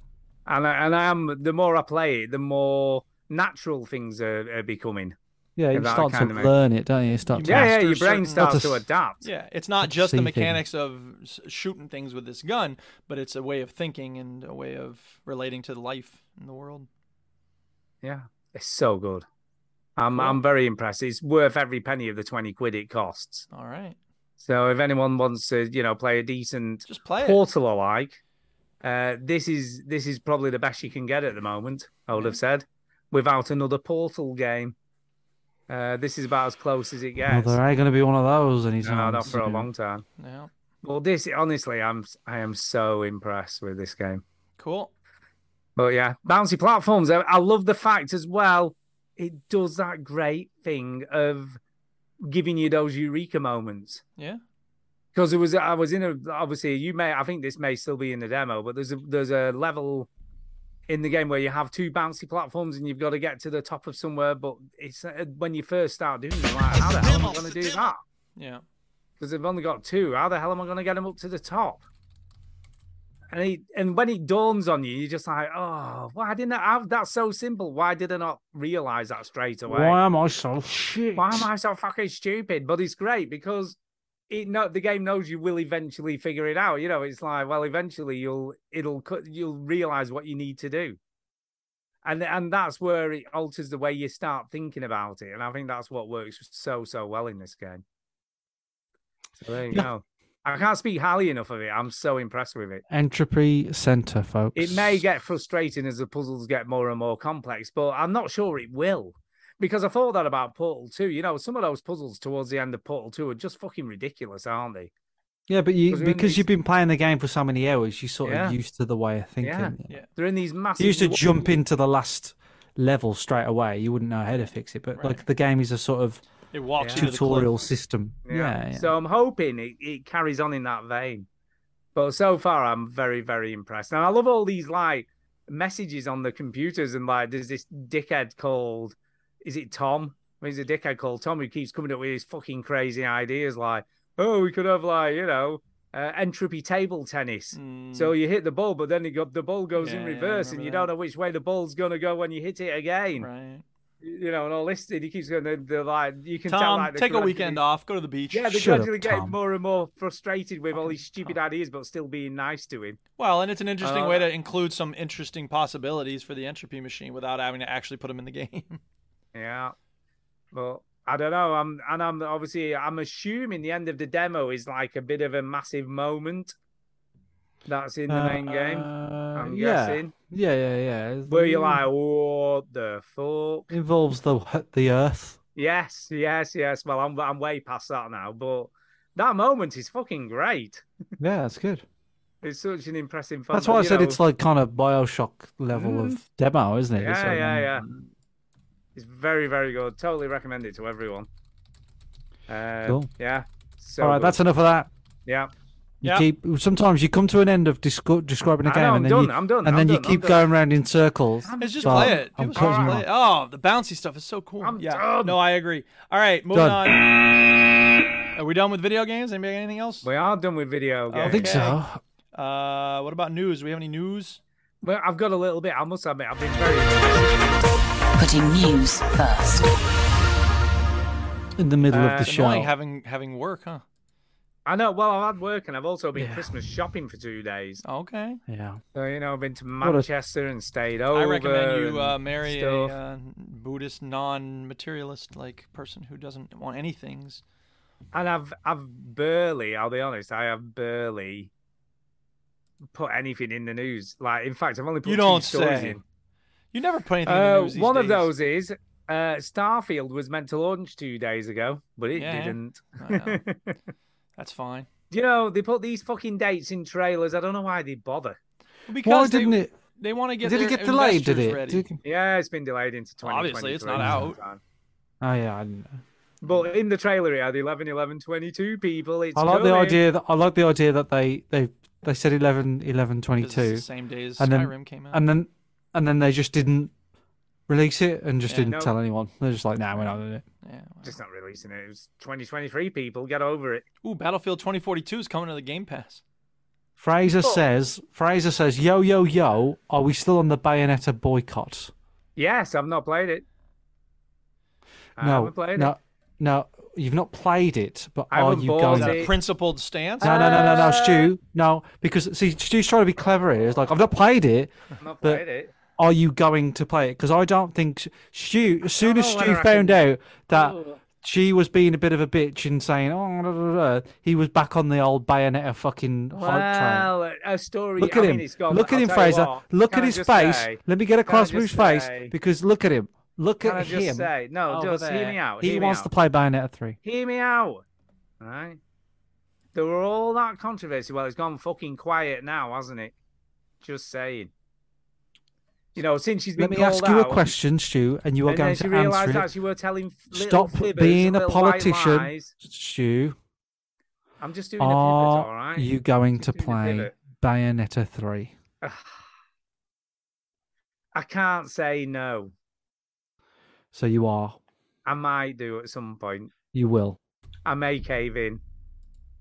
S4: And I, and I am the more I play it, the more natural things are, are becoming.
S6: yeah. You
S4: If that
S6: start to
S4: kind of makes-
S6: learn it, don't you? You Start to
S4: Yeah, yeah.
S6: master
S4: Your
S6: certain-
S4: brain starts to
S6: s-
S4: adapt.
S2: Yeah, it's not
S6: Like
S2: just the
S6: see things.
S2: mechanics of s- shooting things with this gun, but it's a way of thinking and a way of relating to life in the world.
S4: Yeah, it's so good. I'm I'm very impressed. It's worth every penny of the twenty quid it costs.
S2: All right.
S4: So if anyone wants to, you know, play a decent
S2: just play
S3: it.
S4: portal alike, uh, this is this is probably the best you can get at the moment. I would have said, without another portal game, uh, this is about as close as it
S6: Well,
S4: gets.
S6: there ain't going to be one of those anytime
S4: no, not for a
S6: soon.
S4: long time.
S2: Yeah.
S4: Well, this honestly, I'm I am so impressed with this game.
S2: Cool.
S4: But yeah, bouncy platforms. eh? I, I love the fact as well. It does that great thing of giving you those eureka moments.
S2: Yeah.
S4: Because it was, I was in a obviously you may, I think this may still be in the demo, but there's a there's a level in the game where you have two bouncy platforms and you've got to get to the top of somewhere. But it's uh, when you first start doing it, like, how the hell am I going to do that?
S2: Yeah.
S4: Because they've only got two. How the hell am I going to get them up to the top? And he, and when it dawns on you, you're just like, oh, why didn't I have that's so simple? Why did I not realize that straight away?
S7: Why am I so shit?
S4: Why am I so fucking stupid? But it's great because it no the game knows you will eventually figure it out. You know, it's like well, eventually you'll it'll cut you'll realize what you need to do, and and that's where it alters the way you start thinking about it. And I think that's what works so so well in this game. So there you
S7: Yeah.
S4: go. I can't speak highly enough of it. I'm so impressed with it.
S6: Entropy Center, folks.
S4: It may get frustrating as the puzzles get more and more complex, but I'm not sure it will. Because I thought that about Portal 2. You know, some of those puzzles towards the end of Portal 2 are just fucking ridiculous, aren't they?
S6: Yeah, but you
S4: 'Cause we're in
S6: because
S4: these-
S6: you've been playing the game for so many hours, you're sort
S4: Yeah.
S6: of used to the way of thinking.
S4: Yeah. They're in these
S6: If
S4: massive.
S6: you used to jump into the last level straight away, you wouldn't know how to fix it. But like the game is a sort of
S2: It walks you to the
S6: tutorial system. Yeah. yeah.
S4: So I'm hoping it, it carries on in that vein. But so far, I'm very, very impressed. And I love all these like messages on the computers. And like, there's this dickhead called, is it Tom? I mean, there's a dickhead called Tom who keeps coming up with his fucking crazy ideas like, oh, we could have like, you know, uh, entropy table tennis.
S2: Mm,
S4: So you hit the ball, but then it got, the ball goes
S2: Yeah,
S4: in
S2: yeah, I
S4: reverse and
S2: remember
S4: you
S2: that.
S4: don't know which way the ball's going to go when you hit it again.
S2: Right.
S4: You know, and all this, and he keeps going, they're, they're like, you can tell
S2: Tom,
S4: like, they're
S2: take a
S4: gradually-
S2: weekend off. Go to the beach.
S4: yeah, they're gradually getting more and more frustrated with all these stupid ideas, but still being nice to him.
S2: Well, and it's an interesting
S4: Uh,
S2: way to include some interesting possibilities for the entropy machine without having to actually put them in the [laughs] game.
S4: Yeah, but I don't know. I'm and I'm obviously I'm assuming the end of the demo is like a bit of a massive moment that's in the
S6: Uh,
S4: main game. I'm
S6: yeah. Mm.
S4: guessing.
S6: Yeah, yeah, yeah.
S4: Where you're like, what the fuck?
S6: involves the the Earth.
S4: Yes, yes, yes. Well, I'm I'm way past that now, but that moment is fucking great.
S6: Yeah, that's good.
S4: It's such an impressive.
S6: That's
S4: fun-
S6: why I
S4: you
S6: said
S4: know- Mm.
S6: it's like kind of Bioshock level of demo, isn't it? It's
S4: Yeah,
S6: like, mm.
S4: yeah, yeah. It's very, very good. Totally recommend it to everyone. Uh,
S6: Cool.
S4: Yeah. So
S6: All right,
S4: good.
S6: that's enough of that.
S4: Yeah.
S6: You
S4: Yeah.
S6: keep sometimes you come to an end of discu- describing a
S4: I
S6: game,
S4: know, I'm
S6: and then
S4: done,
S6: you
S4: I'm done,
S6: and
S4: I'm
S6: then you
S4: done, I'm
S6: keep
S4: done.
S6: going around in circles.
S2: It's just
S6: So
S2: play it.
S6: I'm
S2: People
S6: cutting you
S2: play it.
S6: off.
S2: Oh, the bouncy stuff is so cool. yeah. No, I agree. All right, moving
S6: Done.
S2: on. Are we done with video games? Anybody got anything else?
S4: We are done with video games.
S2: I think so. Uh, what about news? Do we have any news?
S4: Well, I've got a little bit. I must admit, I've been very.
S14: Putting news first.
S6: in the middle
S4: Uh,
S6: of the show.
S2: Annoying having having work, huh?
S4: I know. Well, I've had work and I've also been Christmas shopping for two days.
S2: Okay.
S6: Yeah.
S4: So, you know, I've been to
S2: a-
S4: Manchester and stayed over.
S2: I recommend you
S4: and
S2: uh, marry
S4: stuff.
S2: a uh, Buddhist non-materialist like person who doesn't want any things.
S4: And I've I've barely, I'll be honest, I have barely put anything in the news. Like, in fact, I've only put
S2: You
S4: two
S2: don't
S4: stories
S2: say.
S4: in.
S2: You never put anything in
S4: Uh,
S2: the news. these
S4: one of
S2: days.
S4: those is uh, Starfield was meant to launch two days ago, but it
S2: Yeah.
S4: didn't.
S2: I know. That's fine.
S4: [laughs] you know, they put these fucking dates in trailers. I don't know why they bother.
S2: Well, because
S4: didn't
S2: they,
S4: it-
S2: They want to get.
S6: Did it
S2: their
S6: get delayed, did
S2: investors
S6: it?
S2: Ready.
S6: Did it-
S4: Yeah, it's been delayed into 2023.
S2: Well, obviously, it's not out.
S4: sometime.
S6: Oh yeah, I didn't know.
S4: But in the trailer, it had 11, 11, 22 people. It's
S6: I like the
S4: coming.
S6: idea that I like the idea that they they they said 11 11
S2: Because it's
S6: 22
S2: the same day as
S6: and then,
S2: Skyrim came out.
S6: and then and then they just didn't release it and just
S4: Yeah.
S6: didn't
S4: No.
S6: tell anyone they're just like nah we're not doing it
S4: Just not releasing it. It was 2023 people. Get over it.
S2: Ooh, Battlefield 2042 is coming to the Game Pass.
S6: Fraser says Fraser says yo yo yo are we still on the Bayonetta boycott
S4: Yes, I've not played it. I
S6: no
S4: haven't played
S6: no
S4: it.
S6: no you've not played it but
S4: I
S6: are
S4: haven't
S6: you
S4: bought
S6: going
S2: Is that a principled stance?
S6: No, no, no, no, no, Stu. No, because see, Stu's trying to be clever here. It's like I've not played it.
S4: not
S6: but
S4: played it.
S6: Are you going to play it? Because I don't think Stu. As soon as
S4: know
S6: Stu
S4: whether I
S6: found
S4: can-
S6: out that
S4: Oh.
S6: she was being a bit of a bitch and saying, "Oh," da, da, da," he was back on the old Bayonetta fucking hype train.
S4: Well, a story.
S6: Look
S4: I
S6: at
S4: mean,
S6: him.
S4: it's gone,
S6: look
S4: but
S6: at
S4: I'll
S6: him,
S4: tell you
S6: Fraser.
S4: what,
S6: Look
S4: can
S6: at
S4: I
S6: his
S4: just
S6: face.
S4: say-
S6: Let me get
S4: can I
S6: across
S4: just
S6: Moose's face
S4: say-
S6: because look at him. Look
S4: Can
S6: at
S4: I just
S6: him. Oh,
S4: say- no,
S6: over
S4: just hear
S6: there.
S4: me out,
S6: He
S4: hear me
S6: wants
S4: out.
S6: to play Bayonetta three.
S4: Hear me out. Right? There were all that controversy. Well, it's gone fucking quiet now, hasn't it? Just saying. You know, since she's been
S6: Let me
S4: called
S6: ask you a
S4: out,
S6: question, Stu, and you are
S4: and
S6: going
S4: then she
S6: to
S4: realised
S6: answer it.
S4: that you were telling f- little
S6: Stop
S4: fibbers
S6: being
S4: and
S6: a
S4: little white
S6: politician,
S4: lies.
S6: Stu.
S4: I'm just doing a pivot, all
S6: Are
S4: right?
S6: you going to
S4: Just doing a
S6: play
S4: pivot.
S6: Bayonetta 3?
S4: I can't say no.
S6: So you are.
S4: I might do at some point.
S6: You will.
S4: I may cave in.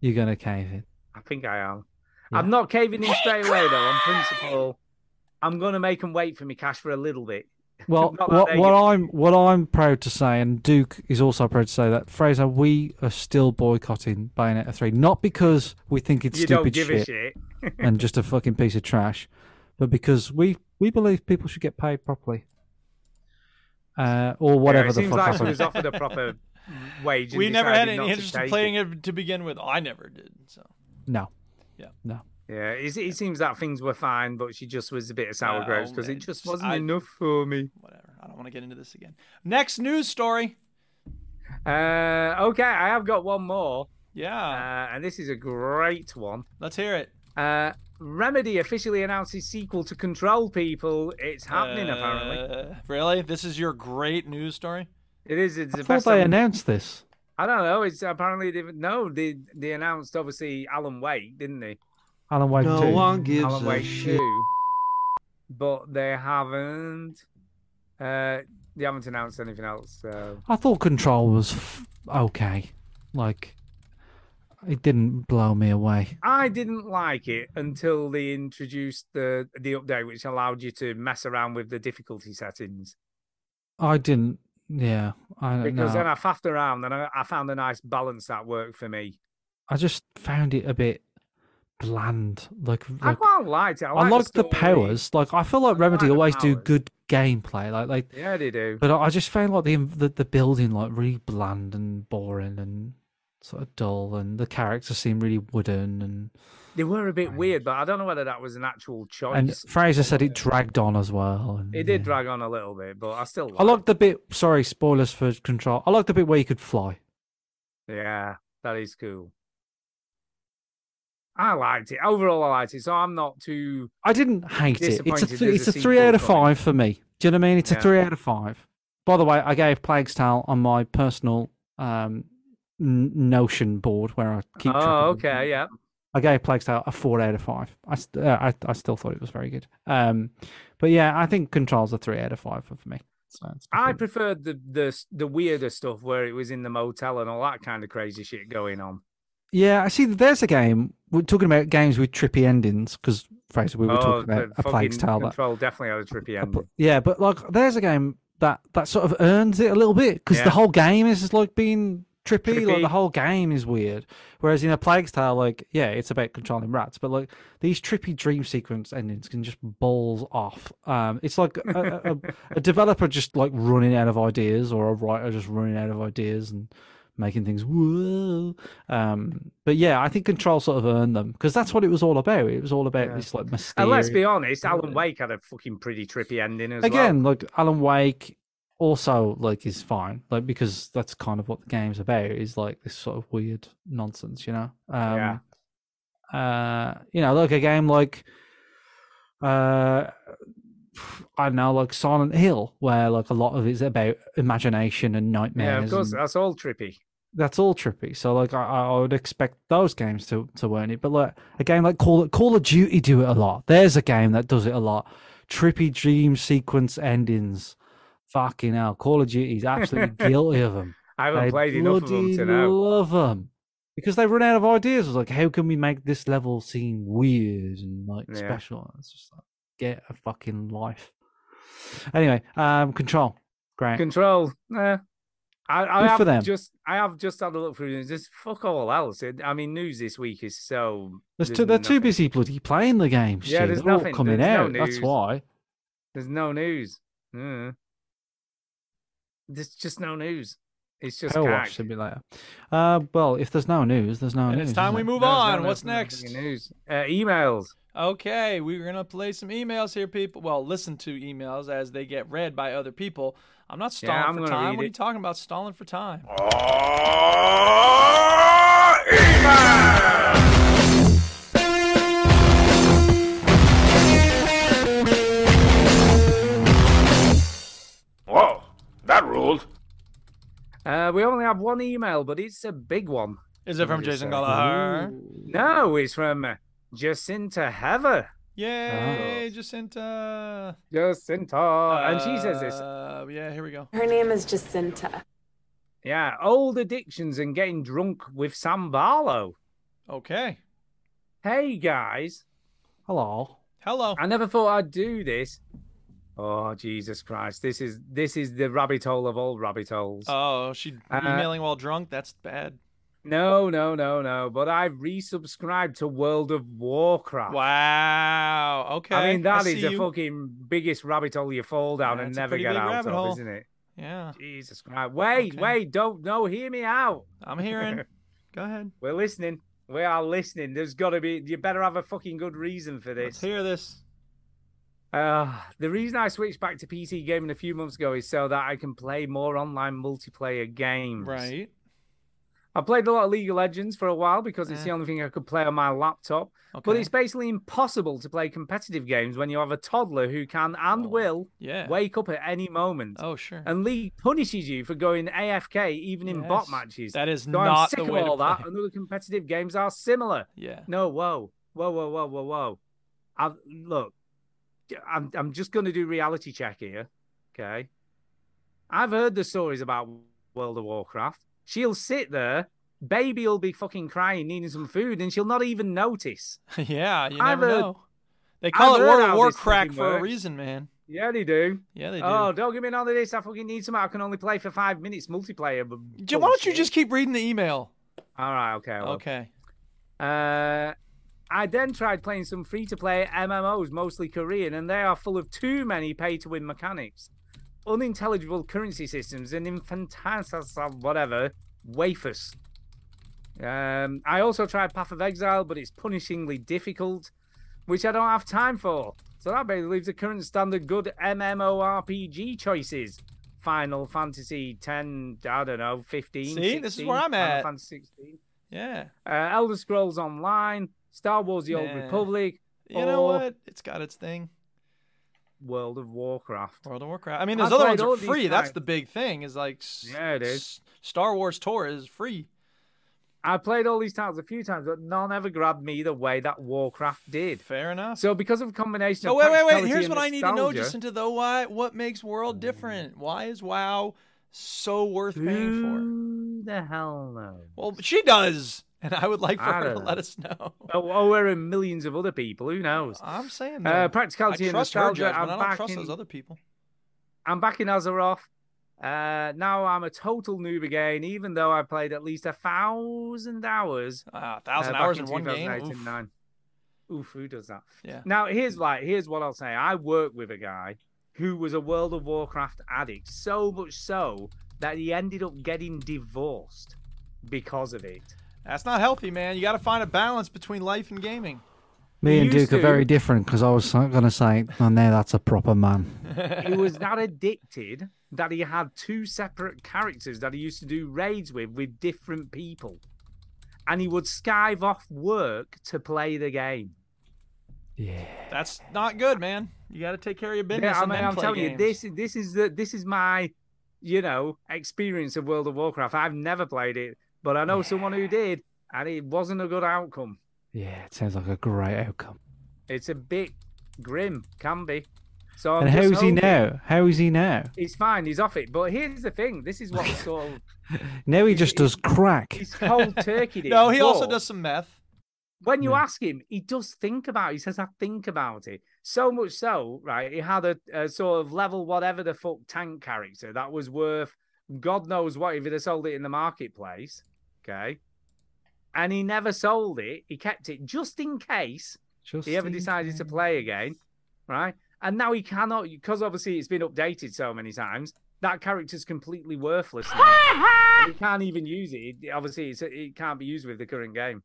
S6: You're gonna cave in.
S4: I think I am. I'm not caving in straight away though.
S6: [laughs]
S4: On principle, I'm gonna make them wait for me cash for a little bit.
S6: Well,
S4: Not that
S6: what,
S4: they
S6: what
S4: get-
S6: I'm what I'm proud to say, and Duke is also proud to say that Fraser, we are still boycotting Bayonetta three, not because we think it's
S4: You don't
S6: stupid
S4: give a
S6: shit,
S4: shit.
S6: and just a fucking piece of trash, but because we we believe people should get paid properly, uh, or
S4: Yeah,
S6: whatever
S4: it
S6: the
S4: seems
S6: fuck.
S4: like she
S6: happened.
S4: was offered a
S6: [laughs]
S4: proper wage. and
S2: we never had
S4: decided not
S2: any
S4: to
S2: interest in
S4: take
S2: playing it. to begin with. I never did. So
S6: No.
S2: Yeah.
S6: No.
S4: Yeah, it, it seems that things were fine, but she just was a bit of sour
S2: Yeah,
S4: grapes
S2: oh,
S4: because it
S2: man,
S4: just
S2: just-
S4: wasn't
S2: I-
S4: enough for me.
S2: I don't want to get into this again. Next news story.
S4: Uh, okay, I have got one more.
S2: Yeah.
S4: Uh, and this is a great one.
S2: Let's hear it.
S4: Uh, Remedy officially announces sequel to Control People. It's happening, apparently.
S2: Uh, Really? This is your great news story?
S4: It is. It's the
S6: I thought
S4: best
S6: they
S4: on-
S6: announced this.
S4: I don't know. It's apparently they, no. They they announced obviously Alan Wake, didn't they?
S6: Alan Wake
S7: No
S6: two.
S7: one gives
S4: Alan
S7: a
S4: Wake
S7: shit.
S4: two, but they haven't. Uh, they haven't announced anything else. So
S6: I thought Control was f- okay, like it didn't blow me away.
S4: I didn't like it until they introduced the the update, which allowed you to mess around with the difficulty settings.
S6: I didn't. Yeah, I don't
S4: Because
S6: know.
S4: then I faffed around and I, I found a nice balance that worked for me.
S6: I just found it a bit bland. Like,
S4: I
S6: like-
S4: quite liked it. I,
S6: I
S4: liked
S6: like
S4: story.
S6: the powers. Like, I feel like Remedy always do
S4: powers.
S6: good gameplay. Like, like,
S4: Yeah, they do.
S6: but I I just found like the env- the, the building like really bland and boring and sort of dull, and the characters seem really wooden. And
S4: They were a bit weird, but I don't know whether that was an actual choice.
S6: and Fraser said it dragged on as well. And
S4: Oh, It did drag on a little bit, but I still.
S6: I liked the bit. Sorry, spoilers for Control. I liked the bit where you could fly.
S4: Yeah, that is cool. I liked it overall. I liked it, so I'm not too.
S6: I didn't hate it. It's a,
S4: Disappointed
S6: th-
S4: there's
S6: it's
S4: a
S6: a three
S4: sequel
S6: out of
S4: coming.
S6: five for me. Do you know what I mean? It's
S4: Yeah.
S6: a three out of five. By the way, I gave Plague's Tale on my personal um, n- Notion board where I keep. Mm. track
S4: Oh,
S6: of
S4: okay, yeah.
S6: I gave Plague's Tale a four out of five. I, st- uh, I I still thought it was very good. Um, but yeah, I think Control's a three out of five for, for me. So it's
S4: I preferred the the the weirder stuff where it was in the motel and all that kind of crazy shit going on.
S6: Yeah, I see. that There's a game. We're talking about games with trippy endings because Fraser, we were
S4: oh,
S6: talking about
S4: the
S6: a Plague's
S4: fucking
S6: Tale. That,
S4: Control definitely had a trippy ending.
S6: yeah, but like, there's a game that that sort of earns it a little bit because
S4: Yeah.
S6: the whole game is just like being trippy, Like
S4: Trippy.
S6: the whole game is weird. Whereas in a Plague Tale, like, yeah, it's about controlling rats, but like these trippy dream sequence endings can just balls off. Um, it's like a, a, a,
S4: [laughs]
S6: a developer just like running out of ideas, or a writer just running out of ideas and making things whoa. Um, but yeah, I think Control sort of earned them because that's what it was all about. It was all about this like mysterious.
S4: And let's be honest, Alan Wake had a fucking pretty trippy ending as well.
S6: Again, like Alan Wake also like is fine, like because that's kind of what the game's about is like this sort of weird nonsense, you know. Um, yeah. Uh, you know, like a game like uh, I don't know, like Silent Hill, where like a lot of it's about imagination and nightmares.
S4: Yeah, of course,
S6: and-
S4: that's all trippy.
S6: that's all trippy. So like I, I would expect those games to to earn it. But like a game like Call Call of Duty do it a lot. There's a game that does it a lot. Trippy dream sequence endings. Fucking hell, Call of Duty
S4: [laughs]
S6: is absolutely guilty of them.
S4: I haven't played enough of 'em to know.
S6: Love them because they run out of ideas. It's like, how can we make this level seem weird and like
S7: Yeah.
S6: special? It's just like get a fucking life. Anyway, um, Control, great.
S4: Control. eh. I, I
S6: Good
S4: have
S6: for them.
S4: just I have just had a look through and just fuck all else. It- I mean, news this week is so
S6: There's too, they're too busy bloody playing the game.
S4: Yeah,
S6: shit.
S4: there's
S6: they're all
S4: nothing-
S6: coming
S4: there's no
S6: out. That's
S4: news.
S6: why.
S4: There's no news. Yeah. There's just no news. It's just
S6: Power
S4: cack.
S6: Wash Simulator. Uh, well, if there's no news, there's no
S2: And
S6: news.
S2: it's time
S6: is
S2: we
S6: it?
S2: move
S4: No,
S2: on.
S4: no, no,
S2: What's
S4: no, no,
S2: next?
S4: News. Uh, emails.
S2: Okay, we're going to play some emails here, people. Well, listen to emails as they get read by other people. I'm not
S4: Yeah,
S2: stalling
S4: I'm
S2: for
S4: gonna
S2: time.
S4: read
S2: What are
S4: it.
S2: you talking about, stalling for time? Ah,
S9: Whoa, that ruled.
S4: Uh, we only have one email, but it's a big one.
S2: Is it from
S4: Somebody
S2: Jason
S4: said.
S2: Gallagher?
S4: No, it's from Jacinta Heather.
S2: Yay, Jacinta.
S4: Jacinta. and she says this.
S2: Uh, yeah, here we go.
S15: Her name is Jacinta.
S4: Yeah, old addictions and getting drunk with Sam Barlow.
S2: Okay.
S4: Hey guys.
S6: Hello.
S2: Hello.
S4: I never thought I'd do this. Oh Jesus Christ! This is this is the rabbit hole of all rabbit holes.
S2: Oh, she
S4: Uh,
S2: emailing while drunk? That's bad.
S4: No, no, no, no. But I resubscribed to World of Warcraft.
S2: Wow. Okay.
S4: I mean, that is
S2: see
S4: the
S2: you.
S4: fucking biggest rabbit hole you fall down and
S2: That's a
S4: never
S2: pretty
S4: get
S2: big
S4: out
S2: rabbit
S4: of,
S2: hole.
S4: isn't it?
S2: Yeah.
S4: Jesus Christ. Wait, wait, don't no, hear me out.
S2: I'm hearing. Go ahead.
S4: [laughs] We're listening. We are listening. There's gotta be you better have a fucking good reason for this. Let's
S2: hear this.
S4: Uh, the reason I switched back to PC gaming a few months ago is so that I can play more online multiplayer games.
S2: Right.
S4: I played a lot of League of Legends for a while because it's
S2: Eh.
S4: the only thing I could play on my laptop. But
S2: Okay.
S4: it's basically impossible to play competitive games when you have a toddler who can and will
S2: Oh, yeah.
S4: wake up at any moment.
S2: Oh, sure.
S4: And League punishes you for going AFK even in bot
S2: Yes.
S4: matches.
S2: That is
S4: so I'm
S2: not
S4: sick
S2: the
S4: of
S2: way to
S4: all that. And other competitive games are similar.
S2: Yeah. [laughs]
S4: No, whoa, whoa, whoa, whoa, whoa, whoa. I, look, I'm I'm just going to do reality check here. Okay. I've heard the stories about World of Warcraft. She'll sit there, baby will be fucking crying, needing some food, and she'll not even notice.
S2: yeah, you
S4: I've
S2: never
S4: heard-
S2: know. They call
S4: I've
S2: it
S4: heard
S2: World of
S4: how this
S2: Warcraft
S4: fucking
S2: for a
S4: works.
S2: reason, man.
S4: Yeah, they do.
S2: Yeah, they do.
S4: Oh, don't give me none of this. I fucking need some. I can only play for five minutes multiplayer. But
S2: J- Why don't you just Oh, keep reading the email?
S4: All right, okay. well.
S2: Okay.
S4: Uh, I then tried playing some free to play MMOs, mostly Korean, and they are full of too many pay to win mechanics, unintelligible currency systems, and infantilism, whatever, wafers. Um, I also tried Path of Exile, but it's punishingly difficult, which I don't have time for. So that basically leaves the current standard good MMORPG choices. Final Fantasy 10, I don't know, 15.
S2: See, this is where
S4: 16,
S2: I'm
S4: Final
S2: at.
S4: Fantasy 16
S2: Yeah.
S4: uh, Elder Scrolls Online, Star Wars: The Old
S2: Nah.
S4: Republic,
S2: You know
S4: or
S2: what? It's got its thing.
S4: World of Warcraft.
S2: World of Warcraft. I mean,
S4: I
S2: those other
S4: played
S2: ones
S4: all
S2: are
S4: these
S2: free. That's
S4: times.
S2: the big thing. Is like s-
S4: Yeah, it is.
S2: s- Star Wars Tour is free.
S4: I played all these titles a few times, but none ever grabbed me the way that Warcraft did.
S2: Fair enough.
S4: So because of a combination
S2: So
S4: of
S2: Oh, wait, wait, wait.
S4: practicality
S2: Here's
S4: and
S2: what I need to know,
S4: nostalgia-
S2: Jacinta. Though, why? What makes World different? Why is WoW so worth paying for?
S4: Who the hell knows?
S2: Well, she does, and I would like for
S4: I
S2: her to
S4: don't
S2: let
S4: know.
S2: us
S4: [laughs]
S2: know.
S4: Oh, oh, we're in millions of other people. Who knows?
S2: I'm saying
S4: uh,
S2: though,
S4: practicality
S2: I
S4: and
S2: trust her
S4: nostalgia.
S2: judgment.
S4: I'm
S2: I don't
S4: back
S2: trust
S4: in-
S2: those other people.
S4: I'm back in Azeroth. Uh, now I'm a total noob again, even though I played at least a thousand hours.
S2: Ah, 1,000
S4: uh, back
S2: hours in one game?
S4: 2008 and
S2: Oof.
S4: nine. Oof, who does that?
S2: Yeah.
S4: Now here's like here's what I'll say. I work with a guy who was a World of Warcraft addict, so much so that he ended up getting divorced because of it.
S2: That's not healthy, man. You got to find a balance between life and gaming.
S6: Me and
S4: used
S6: Duke are very
S4: to.
S6: different because I was going to say, oh, no, that's a proper man.
S4: he
S2: [laughs]
S4: was that addicted that he had two separate characters that he used to do raids with with different people. And he would skive off work to play the game.
S2: That's not good, man. You got to take care of your business.
S4: Yeah, I
S2: and
S4: mean,
S2: then
S4: I'm
S2: play
S4: telling you,
S2: games.
S4: this this is the this is my, you know, experience of World of Warcraft. I've never played it, but I know someone who did, and it wasn't a good outcome.
S6: Yeah, it sounds like a great outcome.
S4: It's a bit grim, can be. So I'm
S6: and
S4: just
S6: how's he
S4: hoping-
S6: now? How is he now?
S4: He's fine. He's off it. But here's the thing: this is what sort of
S6: Now he just does crack.
S4: he's
S6: [laughs]
S4: cold turkey. did,
S2: No, he also
S4: but-
S2: does some meth.
S4: when you ask him, he does think about. it. He says, "I think about it." So much so, right? He had a, a sort of level whatever the fuck tank character that was worth God knows what if he'd have sold it in the marketplace. Okay, and he never sold it. He kept it just in case
S6: Just
S4: he ever
S6: in
S4: decided to play again, right? And now he cannot because obviously it's been updated so many times. That character's completely worthless. Now. he can't even use it. It- Obviously, it's, it can't be used with the current game.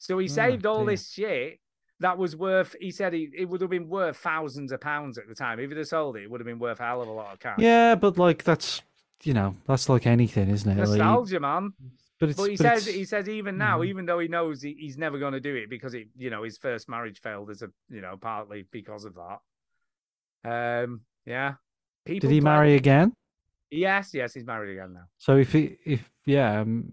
S4: So he
S6: Oh,
S4: saved all
S6: dear.
S4: this shit that was worth. He said he, it would have been worth thousands of pounds at the time. If he'd have sold it, it would have been worth a hell of a lot of cash.
S6: Yeah, but like that's you know that's like anything, isn't it? Like,
S4: nostalgia, man.
S6: but it's-
S4: he
S6: but
S4: says
S6: it's- Mm.
S4: he says even now, even though he knows he, he's never going to do it because it, you know, his first marriage failed as a, you know, partly because of that. Um, yeah. People
S6: did he
S4: play-
S6: marry again?
S4: Yes, yes, he's married again now,
S6: So if he if yeah um,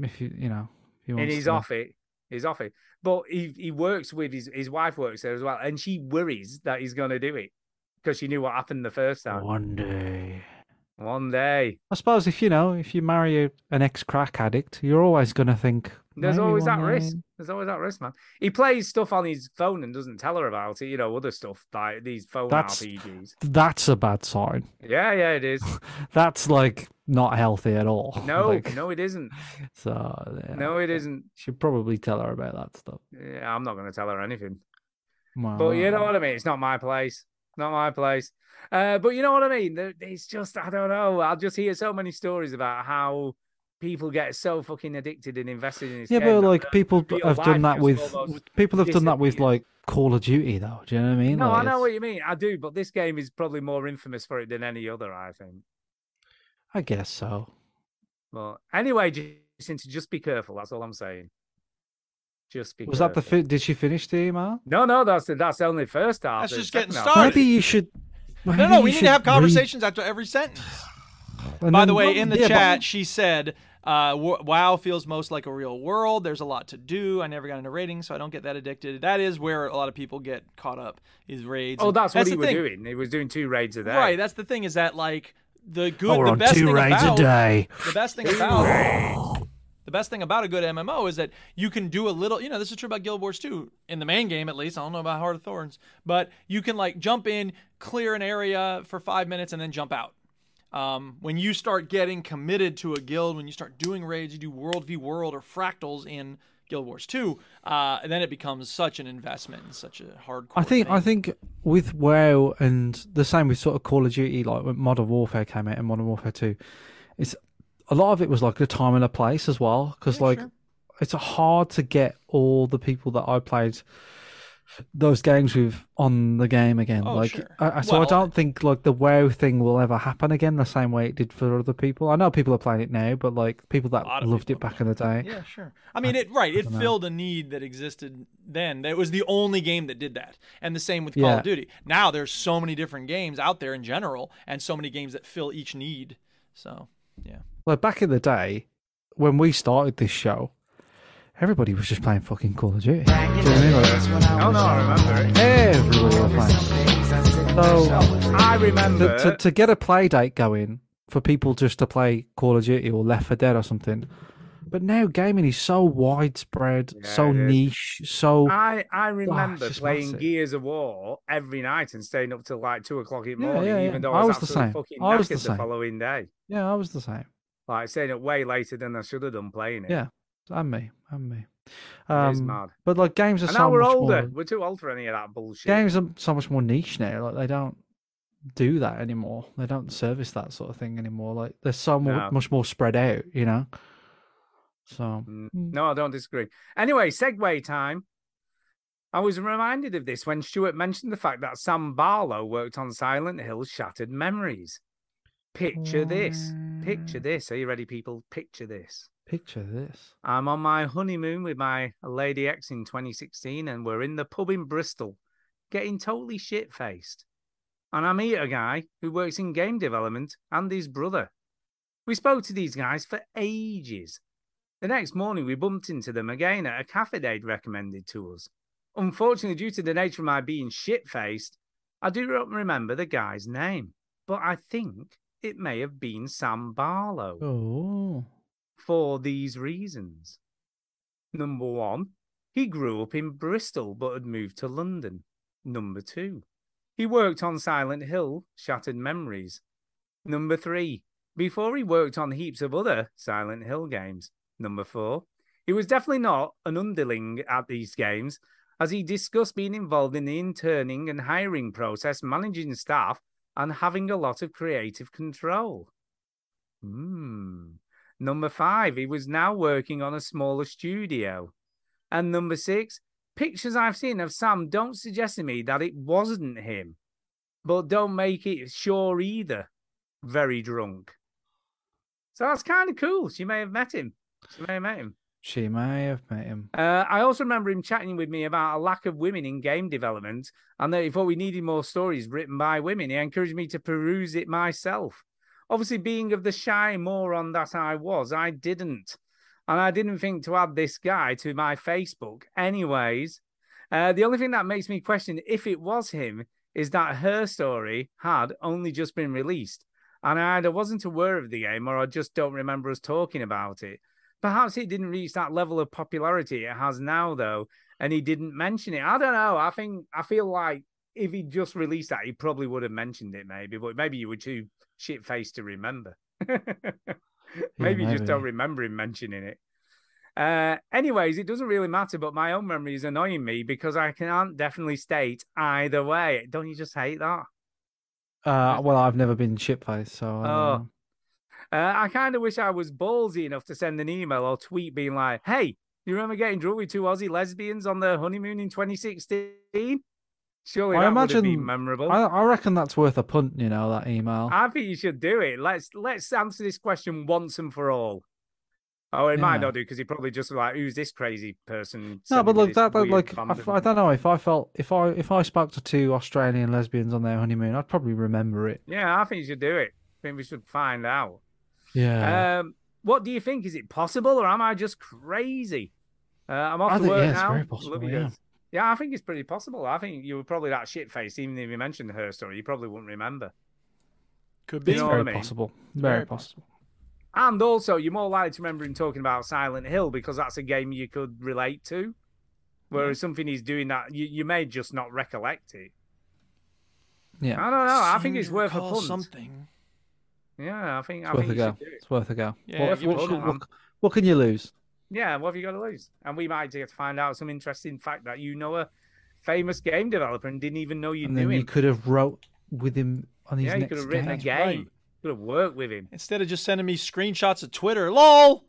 S6: if you you know if he
S4: and
S6: wants
S4: he's
S6: to-
S4: off it. his office. But he he works with his his wife works there as well, and she worries that he's going to do it because she knew what happened the first time.
S6: One day.
S4: One day.
S6: I suppose if you know, if you marry a, an ex crack addict, you're always going to think.
S4: There's
S6: "Maybe
S4: always that
S6: one day."
S4: risk. There's always that risk, man. He plays stuff on his phone and doesn't tell her about it. You know, other stuff like these phone
S6: That's-
S4: RPGs.
S6: That's a bad sign.
S4: Yeah, yeah, it is.
S6: That's like not healthy at all. [laughs]
S4: No,
S6: Like,
S4: no, it isn't.
S6: so yeah,
S4: No, it isn't.
S6: should probably tell her about that stuff.
S4: Yeah, I'm not going to tell her anything.
S6: Well, uh,
S4: But you know what I mean? It's not my place. Not my place. Uh, but you know what I mean? There- It's just, I don't know. I just hear so many stories about how people get so fucking addicted and invested in this
S6: yeah,
S4: game
S6: but
S4: that
S6: like
S4: their
S6: people
S4: real
S6: have done
S4: life
S6: that with
S4: just almost
S6: people have done that with
S4: disappears.
S6: like Call of Duty, though. Do you know what I mean?
S4: No, I
S6: Like,
S4: know
S6: it's-
S4: what you mean. I do, but this game is probably more infamous for it than any other, I think.
S6: I guess so.
S4: But anyway, Jason, just be careful. That's all I'm saying. Just be
S6: Was that the?
S4: careful.
S6: Fi- did she finish the email?
S4: No, no, that's that's only the first half.
S2: That's
S4: There's
S2: just getting
S4: second half.
S2: started.
S6: Maybe you should.
S2: No,
S6: maybe
S2: no,
S6: you
S2: we need
S6: should
S2: to have
S6: read-
S2: conversations after every sentence.
S6: and
S2: By the
S6: then-
S2: way, in the
S6: yeah, but-
S2: chat, she said, uh, w- "Wow feels most like a real world. There's a lot to do. I never got into ratings, so I don't get that addicted. That is where a lot of people get caught up is raids.
S4: Oh,
S2: And
S4: that's what
S2: the
S4: he was
S2: thing.
S4: doing. He was doing two raids a day.
S2: Right. That's the thing is that like the good,
S6: Oh, we're
S2: the
S6: on
S2: best
S6: two
S2: thing
S6: raids a
S2: about,
S6: day.
S2: The best thing about the best thing about a good MMO is that you can do a little. You know, this is true about Guild Wars 2 in the main game at least. I don't know about Heart of Thorns, but you can like jump in, clear an area for five minutes, and then jump out. Um, when you start getting committed to a guild, when you start doing raids, you do world v world or fractals in Guild Wars 2, uh, and then it becomes such an investment and such a hardcore.
S6: I think I think with WoW and the same with sort of Call of Duty, like when Modern Warfare came out and Modern Warfare Two, it's a lot of it was like a time and a place as well, because like it's hard to get all the people that I played those games with on the game again.
S7: Oh,
S6: like,
S7: sure.
S6: I, I- so I
S7: Well-
S6: don't think like the WoW thing will ever happen again the same way it did for other people. I know people are playing it now, but like people that loved it back in the day.
S2: Yeah, sure. I mean, it right. It
S6: dunno.
S2: filled a need that existed then. That was the only game that did that, and the same with Call
S6: Yeah.
S2: of Duty. Now there's so many different games out there in general, and so many games that fill each need. So yeah,
S6: Like back in the day, when we started this show, everybody was just playing fucking Call of Duty. Do you know what I mean? Like,
S4: Oh no, I remember it.
S6: everybody was playing. So
S4: I remember.
S6: to, to, to get a play date going for people just to play Call of Duty or Left 4 Dead or something. But now gaming is so widespread, so
S4: it is. Ah.
S6: niche, so
S4: I, I
S6: Ah, it's
S4: remember
S6: just
S4: playing
S6: massive.
S4: Gears of War every night and staying up till like two o'clock in the
S6: Yeah,
S4: morning,
S6: yeah, yeah.
S4: even though
S6: I
S4: I was,
S6: was the
S4: absolutely
S6: same.
S4: fucking
S6: I was the
S4: knackered the
S6: same.
S4: following day.
S6: yeah, I was the same.
S4: Like staying up way later than I should have done playing it.
S6: Yeah, and me, and me.
S4: It
S6: Um,
S4: is mad.
S6: But like games are
S4: And
S6: so
S4: now we're
S6: much
S4: older.
S6: more
S4: We're too old for any of that bullshit.
S6: games are so much more niche now. Like they don't do that anymore. They don't service that sort of thing anymore. Like they're so more,
S4: No.
S6: much more spread out. You know. So
S4: Mm, No, I don't disagree. Anyway, segue time. I was reminded of this when Stuart mentioned the fact that Sam Barlow worked on Silent Hill's Shattered Memories. Picture this. Picture this. Are you ready, people? Picture this.
S6: picture this.
S4: I'm on my honeymoon with my lady ex in 2016, and we're in the pub in Bristol, getting totally shit faced. And I meet a guy who works in game development and his brother. We spoke to these guys for ages. The next morning, we bumped into them again at a cafe they'd recommended to us. Unfortunately, due to the nature of my being shit faced, I do not remember the guy's name, but I think it may have been Sam Barlow
S6: Oh.
S4: for these reasons. Number one, he grew up in Bristol but had moved to London. Number two, he worked on Silent Hill, Shattered Memories. Number three, before he worked on heaps of other Silent Hill games. Number four, he was definitely not an underling at these games, as he discussed being involved in the interning and hiring process, managing staff, and having a lot of creative control. Hmm. Number five, he was now working on a smaller studio. And number six, pictures I've seen of Sam don't suggest to me that it wasn't him, but don't make it sure either. Very drunk. So that's kind of cool. She may have met him. She may have met him.
S6: She may have met him.
S4: Uh, I also remember him chatting with me about a lack of women in game development and that he thought we needed more stories written by women. He encouraged me to peruse it myself. Obviously, being of the shy moron that I was, I didn't. and I didn't think to add this guy to my Facebook. Anyways, uh, the only thing that makes me question if it was him is that her story had only just been released, and I either wasn't aware of the game or I just don't remember us talking about it. Perhaps it didn't reach that level of popularity it has now, though, and he didn't mention it. I don't know. I think I feel like if he just released that, he probably would have mentioned it, maybe. But maybe you were too shit faced to remember. [laughs] maybe you just
S7: maybe.
S4: don't remember him mentioning it. Uh, anyways, it doesn't really matter, but my own memory is annoying me because I can't definitely state either way. Don't you just hate that?
S6: Uh, well, I've never been shitfaced, so. I don't know.
S4: Oh. Uh, I kind of wish I was ballsy enough to send an email or tweet being like, hey, you remember getting drunk with two Aussie lesbians on their honeymoon in 2016? Surely
S6: I
S4: that would have
S6: imagine
S4: been memorable.
S6: I, I reckon that's worth a punt. You know that email.
S4: oh. I think you should do it. Let's let's answer this question once and for all. Oh, it might
S6: Yeah.
S4: not do because he probably just like, who's this crazy person?
S6: No,
S4: sending
S6: but
S4: me
S6: look,
S4: this
S6: that, that
S4: weird
S6: like I,
S4: bomb?"
S6: I don't know if I felt if I if I spoke to two Australian lesbians on their honeymoon, I'd probably remember it.
S4: Yeah, I think you should do it. I think we should find out.
S6: Yeah.
S4: Um, what do you think? Is it possible, or am I just crazy? Uh, I'm
S6: I
S4: off to
S6: think,
S4: work
S6: yeah, it's
S4: now.
S6: very possible,
S4: Love you
S6: yeah.
S4: guys. Yeah, I think it's pretty possible. I think you were probably that shit faced, even if you mentioned her story, you probably wouldn't remember.
S2: Could
S6: it's
S4: Uh,
S6: very possible. Very,
S4: Very
S6: possible.
S4: And also, you're more likely to remember him talking about Silent Hill because that's a game you could relate to. Whereas something he's doing that, you, you may just not recollect it.
S6: Yeah.
S4: I don't know. I
S2: Seem
S4: think
S2: to
S4: it's worth a
S2: recall
S4: punt.
S2: something.
S4: Yeah, I think
S6: It's
S4: I
S6: worth
S4: think
S6: a
S4: you
S6: go.
S4: should do it.
S6: It's worth a go.
S4: Yeah,
S6: what,
S4: give it
S6: what
S4: a
S6: should-
S4: go.
S6: what- what can you lose?
S4: Yeah, what have you got to lose? And we might get to find out some interesting fact that you know a famous game developer and didn't even know you
S6: And
S4: knew
S6: then you
S4: him.
S6: could have wrote with him on his
S4: Yeah, you
S6: next
S4: could have written a
S6: game.
S4: game. Could have worked with him.
S2: Instead of just sending me screenshots of Twitter, lol.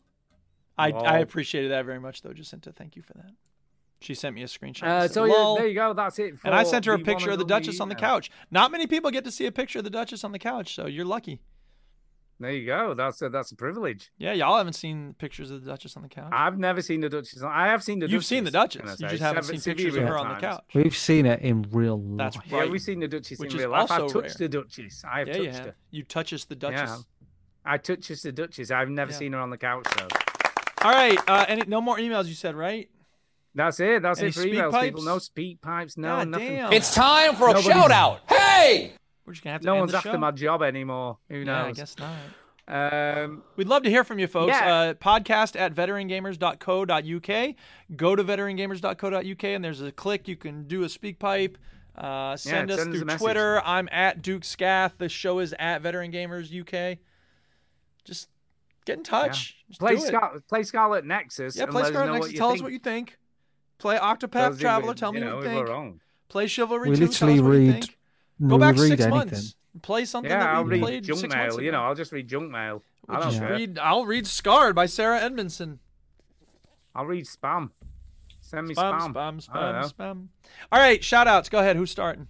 S2: I,
S4: Lol.
S2: I appreciated that very much, though, Jacinta. Thank you for that. She sent me a screenshot. I
S4: Uh,
S2: said,
S4: so
S2: lol.
S4: you, there you go. That's it.
S2: and I
S4: for
S2: sent her a
S4: the
S2: picture of the
S4: one and only
S2: Duchess on the
S4: email.
S2: couch. Not many people get to see a picture of the Duchess on the couch, so you're lucky.
S4: There you go. That's a, that's a privilege.
S2: Yeah, y'all haven't seen pictures of the Duchess on the couch.
S4: I've never seen the Duchess. on- I have seen the.
S2: You've seen the
S4: Duchess,
S2: Duchess.
S4: can I
S2: You just
S4: say,
S2: haven't
S4: seven-
S2: seen pictures of
S4: several
S2: her on the
S4: times.
S2: couch.
S6: We've seen it in real life.
S2: That's
S4: Yeah,
S2: right.
S4: we've seen the Duchess
S2: Which
S4: in
S2: is
S4: real life. I've
S2: also
S4: touched
S2: rare.
S4: the Duchess. I have
S2: Yeah, you
S4: touched
S2: have.
S4: her.
S2: You touches the
S4: Yeah.
S2: Duchess.
S4: I touches the Duchess. I've never
S2: Yeah.
S4: seen her on the couch though.
S2: All right, uh, and it, no more emails. You said right?
S4: That's it. That's
S2: Any
S4: it for
S2: speak
S4: emails, people.
S2: pipes?
S4: No speak pipes. No
S2: God
S4: nothing.
S2: damn. It's time
S6: Oh,
S2: for a shout-out.
S4: Hey!
S2: We're just gonna have to
S4: No
S2: end
S4: one's
S2: the
S4: after
S2: show.
S4: my job anymore. Who
S2: Yeah,
S4: knows?
S2: I guess not.
S4: Um,
S2: We'd love to hear from you folks.
S4: Yeah.
S2: Uh, podcast at veterangamers.co.uk. Go to veterangamers.co.uk and there's a click. You can do a speak pipe. Uh, send us
S4: send us a
S2: through
S4: message.
S2: Twitter. I'm at Duke Scath. The show is at Veteran Gamers UK. Just get in touch. Just
S4: play
S2: do it.
S4: Scar- play Scarlet Nexus.
S2: Yeah,
S4: and
S2: play
S4: let us
S2: Scarlet
S4: know
S2: Nexus.
S4: What you
S2: Tell
S4: think.
S2: us what you think. Play
S4: Tell us
S2: Octopath
S4: if
S2: Traveler.
S4: we're-
S2: Tell me
S4: you
S2: what
S4: know,
S2: you
S4: if we're
S2: think.
S4: wrong.
S2: Play Chivalry
S6: We
S2: 2.
S6: literally
S2: tell us what you
S6: read.
S2: think. Go
S6: we
S2: back
S6: read
S2: six
S6: anything.
S2: months. Play something
S4: Yeah,
S2: that we
S4: I'll read
S2: played
S4: junk
S2: six
S4: mail.
S2: months ago.
S4: You know, I'll just read junk mail. I
S2: We'll
S4: don't
S2: just
S4: care.
S2: read- I'll read Scarred by Sarah Edmondson.
S4: I'll read spam. Send me
S2: Spam,
S4: spam.
S2: spam,
S4: I don't
S2: spam, spam. All right, shout outs. Go ahead. Who's starting?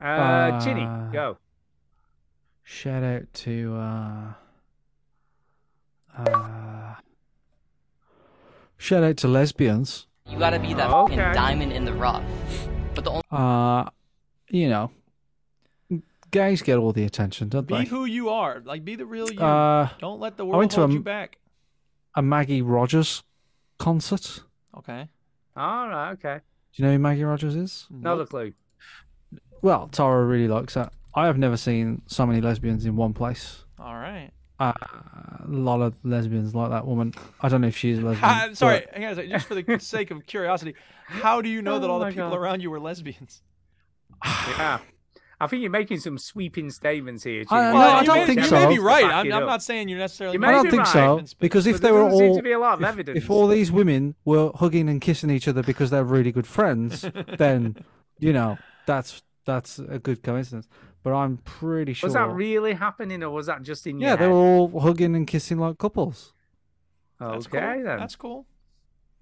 S4: know. Uh, Chinny, go.
S6: Shout out to uh, uh, shout out to lesbians.
S15: You gotta be that fucking diamond in the rough. But the only
S6: Uh, you know, gays get all the attention, don't
S2: Be
S6: they?
S2: who you are. Like, be the real you.
S6: Uh,
S2: Don't let the
S6: I
S2: world
S6: went to
S2: hold
S6: a-
S2: you back.
S6: A Maggie Rogers concert.
S2: Okay.
S4: All right, okay.
S6: Do you know who Maggie Rogers is?
S4: Another clue.
S6: Well, Tara really likes that. I have never seen so many lesbians in one place.
S2: All
S6: [laughs]
S2: right.
S6: Uh, a lot of lesbians like that woman. I don't know if she's a lesbian.
S2: How,
S6: but-
S2: sorry, hang on a second. Just for
S6: [laughs]
S2: the sake of curiosity, how do you know that
S4: Oh
S2: all the
S4: my
S2: people
S4: God.
S2: around you were lesbians?
S4: yeah. I think you're making some sweeping statements here.
S6: I-
S4: Chinny.
S6: no, I
S4: you
S6: don't
S4: may-
S6: think
S4: you
S6: so.
S4: may
S2: Be
S4: be
S2: right.
S4: Back
S2: I'm,
S4: it
S2: I'm
S4: up.
S2: not saying you're necessarily.
S4: You
S6: I
S4: may
S6: don't
S4: be
S6: think
S4: right.
S6: so because if
S4: But
S6: they
S4: there
S6: were
S4: doesn't seem
S6: all
S4: to be a lot of
S6: if-
S4: evidence.
S6: if all these women were hugging and kissing each other because they're really
S4: [laughs]
S6: good friends, then you know that's that's a good coincidence. But I'm pretty sure.
S4: Was that really happening, or was that just in
S6: yeah,
S4: your
S6: they
S4: head?
S6: were all hugging and kissing like couples.
S2: That's
S4: okay
S2: cool.
S4: then.
S2: That's cool.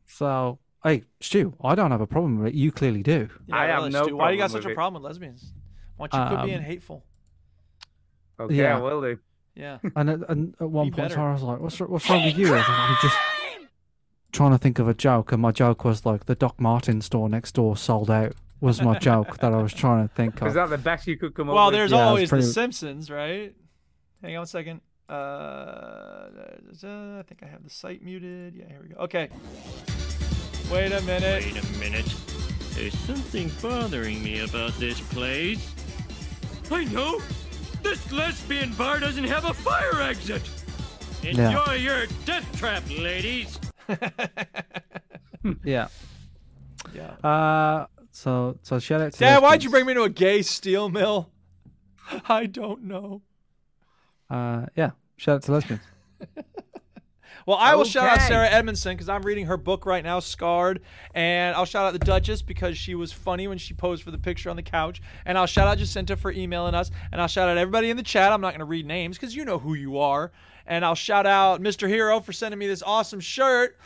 S6: So, hey, Stu, I don't have a problem with it. You clearly do.
S2: Yeah,
S4: I have
S2: really,
S4: no
S2: Stu, Why do you got
S4: problem
S2: such
S4: with
S2: a
S4: it.
S2: problem with lesbians? Why don't you quit
S6: Um,
S2: being hateful?
S4: Okay,
S6: Yeah.
S4: I will do.
S6: [laughs]
S2: Yeah.
S6: And at, and at one
S2: Be
S6: point,
S2: better.
S6: Tara was like, "What's wr- what's wrong with you?" I was like, I'm just trying to think of a joke, and my joke was like, "The Doc Martin store next door sold out." Was
S2: [laughs]
S6: my joke that I was trying to think of.
S4: Is that the best you could come up
S2: Well,
S4: with?
S2: there's
S6: Yeah, it's
S2: always
S6: pretty-
S2: The Simpsons, right? Hang on a second. Uh, I think I have the site muted. Yeah, here we go. Okay. Wait a minute.
S16: Wait a minute. There's something bothering me about this place. I know! This lesbian bar doesn't have a fire exit! Enjoy
S6: Yeah.
S16: your death trap, ladies!
S6: yeah.
S2: Yeah.
S6: Uh, so so shout out to
S2: Dad,
S6: those
S2: why'd you
S6: dudes.
S2: bring me to a gay steel mill? [laughs] I don't know.
S6: Uh, yeah. Shout out to lesbians.
S2: Well, I will shout out
S6: Okay.
S2: Sarah Edmondson because I'm reading her book right now, Scarred. And I'll shout out the Duchess because she was funny when she posed for the picture on the couch. And I'll shout out Jacinta for emailing us. And I'll shout out everybody in the chat. I'm not going to read names because you know who you are. And I'll shout out Mr. Hero for sending me this awesome shirt.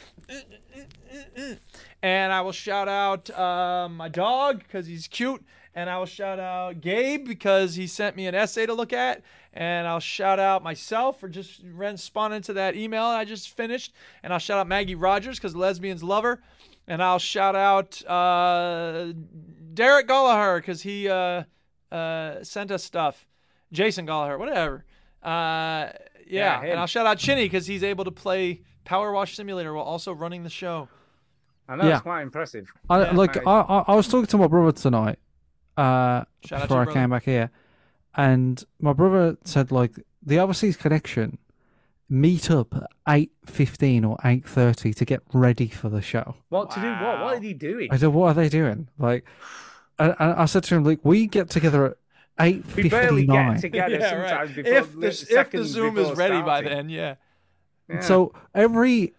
S2: And I will shout out uh, my dog because he's cute. And I will shout out Gabe because he sent me an essay to look at. And I'll shout out myself for just responding to that email I just finished. And I'll shout out Maggie Rogers because lesbians love her. And I'll shout out uh, Derek Gallagher because he uh, uh, sent us stuff. Jason Gallagher, whatever. Uh, yeah.
S4: Yeah, him.
S2: and I'll shout out Chinny because he's able to play Power Wash Simulator while also running the show.
S4: I know
S6: Yeah.
S4: it's quite impressive.
S6: I,
S4: Yeah,
S6: like
S4: nice.
S6: I, I, I was talking to my brother tonight, uh,
S4: Shout out to
S6: before
S4: your
S6: I came back here, and my brother said like the overseas connection meet up at eight fifteen or eight thirty to get ready for the show.
S4: What to do? What? What are you doing?
S6: I said, what are they doing? Like, and, and I said to him, like, we get together at eight
S4: We barely
S6: fifty
S4: get
S6: nine.
S4: together
S2: Yeah, right.
S4: sometimes before
S2: If
S4: li-
S2: the, if the
S4: seconds
S2: Zoom is
S4: before
S2: ready by
S4: starting.
S2: then, yeah.
S6: So every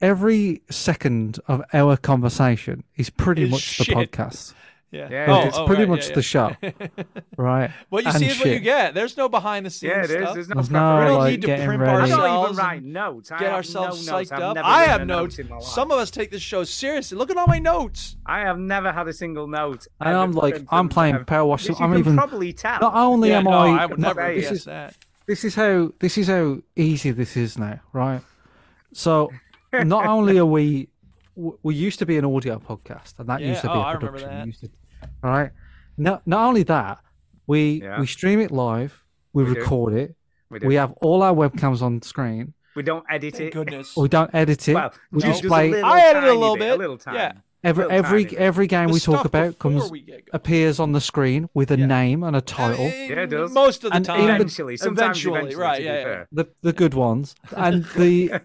S6: every second of our conversation is pretty
S2: Is
S6: much the
S2: shit.
S6: podcast.
S2: Yeah.
S6: Like,
S2: Oh,
S6: it's
S2: oh,
S6: pretty
S2: right,
S6: much
S2: yeah,
S6: the show,
S2: yeah.
S6: right?
S2: What you
S6: and
S2: see is what you
S6: shit.
S2: get. There's no behind the scenes
S4: Yeah, it is.
S2: stuff.
S4: There's
S6: There's no,
S2: we don't
S6: like,
S2: need to
S6: getting
S2: primp
S6: ready. I don't
S2: ourselves.
S6: even
S2: and
S4: write notes. I
S2: Get
S4: have
S2: ourselves
S4: no notes.
S2: psyched
S4: I've
S2: up.
S4: never
S2: I
S4: written
S2: have
S4: a note
S2: notes.
S4: in my life.
S2: Some of us take this show seriously. Look at all my notes.
S4: I have never had a single note.
S6: And I'm like, I'm playing Power Wash.
S4: Yes,
S6: I'm
S4: you can
S6: even.
S4: probably tell.
S6: Not only
S4: Yeah,
S6: am
S4: no,
S6: I.
S4: I would never
S6: this
S4: guess
S6: is,
S2: that.
S6: This is how this is how easy this is now, right? So, not only are we, w- we used to be an audio podcast, and that
S2: Yeah,
S6: used to be
S2: oh, I
S6: a
S2: remember
S6: production.
S2: that.
S6: used to- all right. Not not only that, we we stream it live, we,
S4: We do.
S6: record it,
S4: We
S6: we,
S4: do.
S6: have all our webcams on screen.
S4: We don't edit it.
S2: Goodness.
S6: We don't edit it.
S4: Well,
S6: we
S4: no,
S6: just
S4: just a
S6: play.
S4: little
S2: I added a
S4: tiny
S2: little
S4: bit,
S2: bit.
S4: a little tiny.
S2: Yeah.
S6: Every
S4: Little
S6: every
S4: tiny.
S6: every game
S2: The
S6: we talk
S2: stuff
S6: about
S2: before
S6: comes
S2: we get
S6: appears on the screen with a name and a title.
S4: Yeah, it does.
S2: Most of the
S6: And
S2: time.
S6: even-
S4: Eventually, sometimes
S2: Eventually,
S4: eventually,
S2: right,
S4: to be
S2: yeah, yeah.
S4: fair.
S6: The the good ones
S2: [laughs]
S6: and the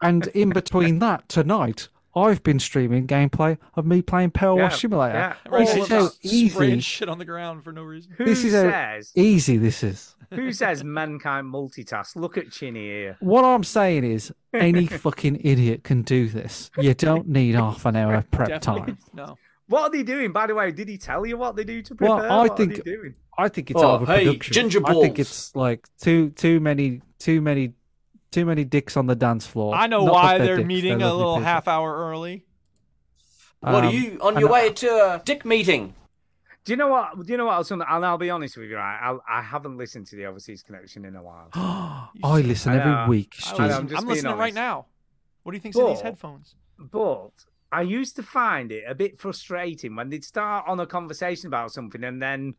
S6: and in between that tonight. I've been streaming gameplay of me playing Power
S4: Yeah,
S6: Wash Simulator.
S4: yeah.
S2: Right, all
S6: This is
S2: of
S6: how
S2: us spraying
S6: easy.
S2: shit on the ground for no reason.
S4: Who
S6: This is how
S4: says?
S6: easy this is.
S4: Who says mankind multitask? Look at Chinny here.
S6: What I'm saying is,
S2: [laughs]
S6: any fucking idiot can do this. You don't need half an hour of prep
S2: Definitely.
S6: time.
S2: No.
S4: What are they doing? By the way, did he tell you what they do to prepare?
S6: Well, I
S4: what
S6: think
S4: are they doing?
S6: I think it's
S7: Oh, hey,
S6: overproduction.
S7: ginger
S6: I think
S7: balls.
S6: it's like too too many too many too many dicks on the dance floor.
S2: I know
S6: Not that
S2: why
S6: they're
S2: they're
S6: dicks,
S2: meeting
S6: they're
S2: a little
S6: lovely
S2: half hour early.
S6: people.
S7: what are
S6: Um,
S7: you on
S6: and
S7: your
S6: I-
S7: way to a dick meeting?
S4: Do you know what? Do you know what? Something, and I'll be honest with you, right? I'll, I haven't listened to the Overseas Connection in a while.
S6: I listen
S4: I know.
S6: every week.
S4: I
S2: I
S6: Stu.
S4: know, I'm
S2: listen,
S4: just
S2: I'm
S4: being
S2: listening
S4: honest.
S2: right now. What do you think's in these
S4: But-
S2: headphones?
S4: but I used to find it a bit frustrating when they'd start on a conversation about something and then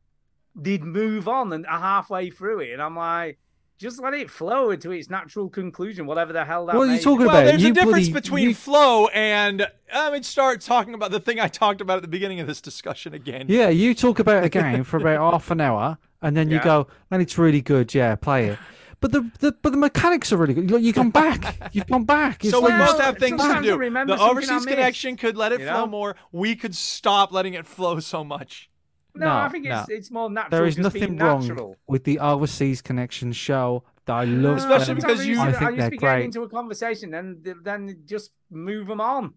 S4: they'd move on and halfway through it, and I'm like, just let it flow into its natural conclusion, whatever the hell that.
S6: What are you
S4: may be.
S6: talking
S2: Well,
S6: about?
S2: there's
S6: You
S2: a difference
S6: bloody-
S2: between
S6: you-
S2: flow and I mean, start talking about the thing I talked about at the beginning of this discussion again.
S6: Yeah, you talk about a game for
S4: [laughs]
S6: about half an hour, and then you
S2: Yeah.
S6: go, "And it's really good, yeah, play it." But the, the but the mechanics are really good. Look, you come back, you've come back. It's
S2: So
S6: like-
S2: we both have things to
S4: sometimes I
S2: do.
S4: remember
S2: The
S4: something I
S2: overseas
S4: missed,
S2: connection could let it
S4: you
S2: flow
S4: know?
S2: more. We could stop letting it flow so much.
S4: No, I
S6: No,
S4: think it's
S6: no.
S4: it's more natural.
S6: There is
S4: just being
S6: nothing
S4: natural.
S6: wrong with the overseas connection show. I love
S4: Especially
S6: them.
S4: because you,
S6: I
S4: Ah. I
S6: think
S4: used to
S6: they're
S4: be getting
S6: great.
S4: into a conversation and th- then just move them on.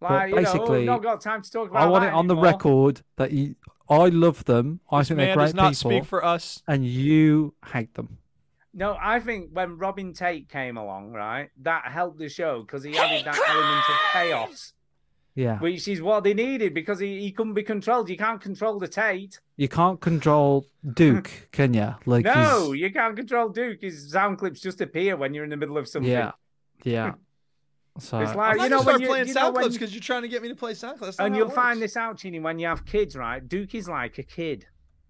S6: But
S4: Like, you know, oh,
S6: basically,
S4: we've not got time to talk about
S6: I want
S4: that
S6: it on the
S4: anymore.
S6: record that you, I love them. I
S2: This
S6: think
S2: man
S6: they're great
S2: does not
S6: people,
S2: speak for us.
S6: and you hate them.
S4: No, I think when Robin Tate came along, right, that helped the show because he added that element of chaos,
S6: Yeah,
S4: which is what they needed because he, he couldn't be controlled. You can't control the Tate.
S6: you can't control Duke, can you? Like,
S4: no,
S6: he's-
S4: you can't control Duke. His sound clips just appear when you're in the middle of something.
S6: yeah, yeah. So
S4: Hmm. It's
S2: I'm
S4: like,
S2: not
S4: Uh, you
S2: gonna
S4: know,
S2: start
S4: when you,
S2: playing
S4: you know
S2: sound
S4: when
S2: clips
S4: you-
S2: because you're trying to get me to play sound clips. That's not
S4: and
S2: how
S4: you'll
S2: it
S4: find
S2: works.
S4: this out, Chini, when you have kids, right? Duke is like a kid,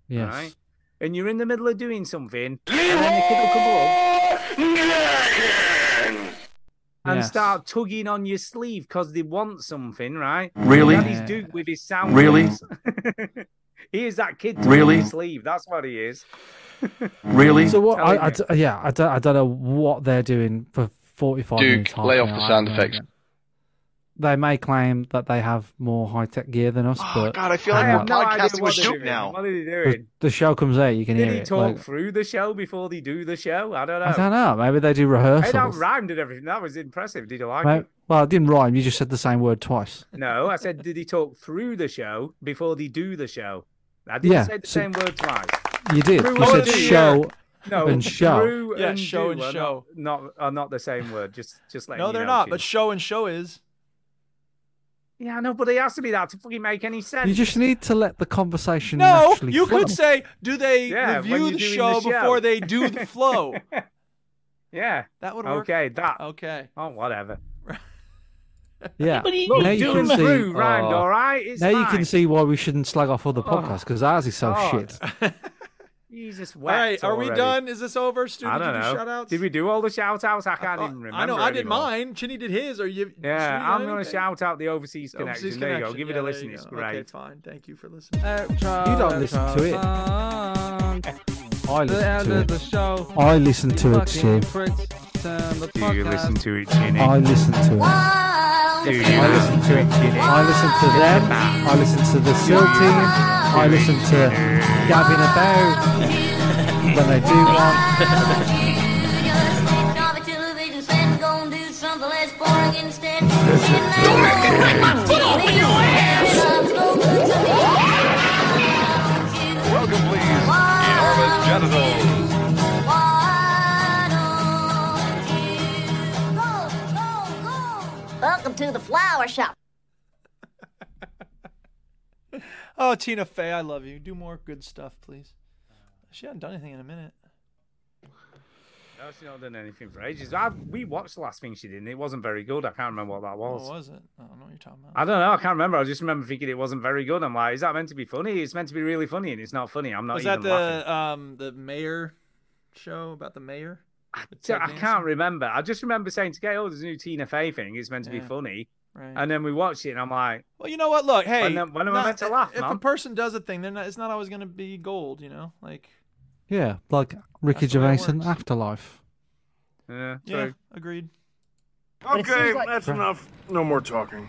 S6: yes.
S4: right? And you're in the middle of doing something, and then the kid will come up and start tugging on your sleeve because they want something, right?
S12: Really?
S4: That is Duke with his sound.
S12: Really?
S4: waves. [laughs] he is that kid tugging
S6: Really?
S4: on his sleeve. That's what he is.
S6: So what?
S4: Telling
S6: I, I d- yeah, I don't, I don't know what they're doing for forty-five
S17: Duke,
S6: minutes. half
S17: lay
S6: an
S17: off the
S6: hour, I
S17: sound
S6: don't know.
S17: effects.
S6: They may claim that they have more high-tech gear than us, but
S17: Oh, God, I feel
S6: I'm
S17: like we're
S6: not-
S17: podcasting with
S4: they're
S17: Duke
S4: doing.
S17: now.
S4: What are they doing?
S6: The, the show comes out, you can
S4: Did
S6: hear
S4: he
S6: it.
S4: talk
S6: like-
S4: through the show before they do the show? I don't know.
S6: I don't know. Maybe they do
S4: It out
S6: rehearsals.
S4: rhymed and everything. That was impressive. Did you like
S6: May-
S4: it?
S6: well, it didn't rhyme. You just said the same word twice.
S4: No, I said, did he talk through the show before they do the show? I didn't
S6: Yeah,
S4: say the
S6: so-
S4: same word twice.
S6: You did.
S4: Through
S6: You
S4: and
S6: said
S4: do,
S6: show
S4: yeah. no,
S6: and show.
S4: through
S2: Yeah, show
S4: do
S2: and
S4: are
S2: show.
S4: Not, not are not the same word. Just just like
S2: No, they're not. But show and show is.
S4: yeah, I know, but it has to be that to fucking make any sense.
S6: You just need to let the conversation.
S2: No,
S6: naturally
S2: you
S6: flow.
S2: could say, do they
S4: Yeah, when
S2: review
S4: you're
S2: the
S4: doing
S2: show,
S4: the show.
S2: before they do the
S4: [laughs]
S2: flow?
S4: yeah,
S2: that would work.
S4: okay. That
S2: okay.
S4: Oh, whatever.
S6: Yeah.
S4: Look, doing the through rhymed,
S6: oh,
S4: all right? It's
S6: now you
S4: fine.
S6: can see why we shouldn't slag off other
S2: Oh.
S6: podcasts because ours is so
S4: God.
S6: shit.
S4: Jesus,
S2: All right, are we
S4: already.
S2: done? Is this over? Stu,
S4: I
S2: did you
S4: don't
S2: do
S4: know.
S2: shout-outs? Uh, Oh,
S4: Did we do all the shout outs? I can't even remember.
S2: I know I did
S4: anymore.
S2: mine. Chinny did his. Or you? Stu, you
S4: Yeah,
S2: got
S4: I'm going to
S2: anything?
S4: shout out the overseas connection.
S2: Overseas
S4: there you go.
S2: Connection.
S4: Give it
S2: Yeah,
S4: a
S2: there
S4: listen.
S2: you
S4: It's
S2: go.
S4: great.
S2: Okay, fine. Thank you for listening.
S6: You don't listen to it. I listen to it.
S12: show.
S6: I listen to it, Stu.
S4: Do you listen to it,
S6: I listen to it.
S4: Do you
S6: I listen to it. I listen to them. I listen to the SEAL team. I listen to Gabbing About [laughs] when they do one.
S10: Welcome to the flower shop.
S2: Oh, Tina Fey, I love you. Do more good stuff, please. She hasn't done anything in a minute.
S4: No, she's not done anything for ages. I, we watched the last thing she did, and it wasn't very good. I can't remember what that
S2: What
S4: was.
S2: was it? I don't know what you're talking about.
S4: I don't know. I can't remember. I just remember thinking it wasn't very good. I'm like, is that meant to be funny? It's meant to be really funny, and it's not funny. I'm not
S2: was
S4: even
S2: that
S4: laughing.
S2: the um the mayor show about the mayor? With
S4: So
S2: Ted
S4: I
S2: Danson?
S4: can't remember. I just remember saying to Gay, "Oh, there's a new Tina Fey thing. It's meant to be
S2: Yeah.
S4: funny."
S2: Right.
S4: And then we watched it, and I'm like,
S2: Well, you know what? Look, hey,
S4: When am- when am I
S2: not-
S4: meant to laugh,
S2: If a
S4: Mum?
S2: person does a thing, they're not. It's not always going to be gold, you know. Like,
S6: Yeah, like Ricky
S2: That's the way it
S6: Gervais and Afterlife.
S4: yeah,
S2: yeah, agreed.
S18: Okay,
S2: seems like-
S18: that's enough. No more talking.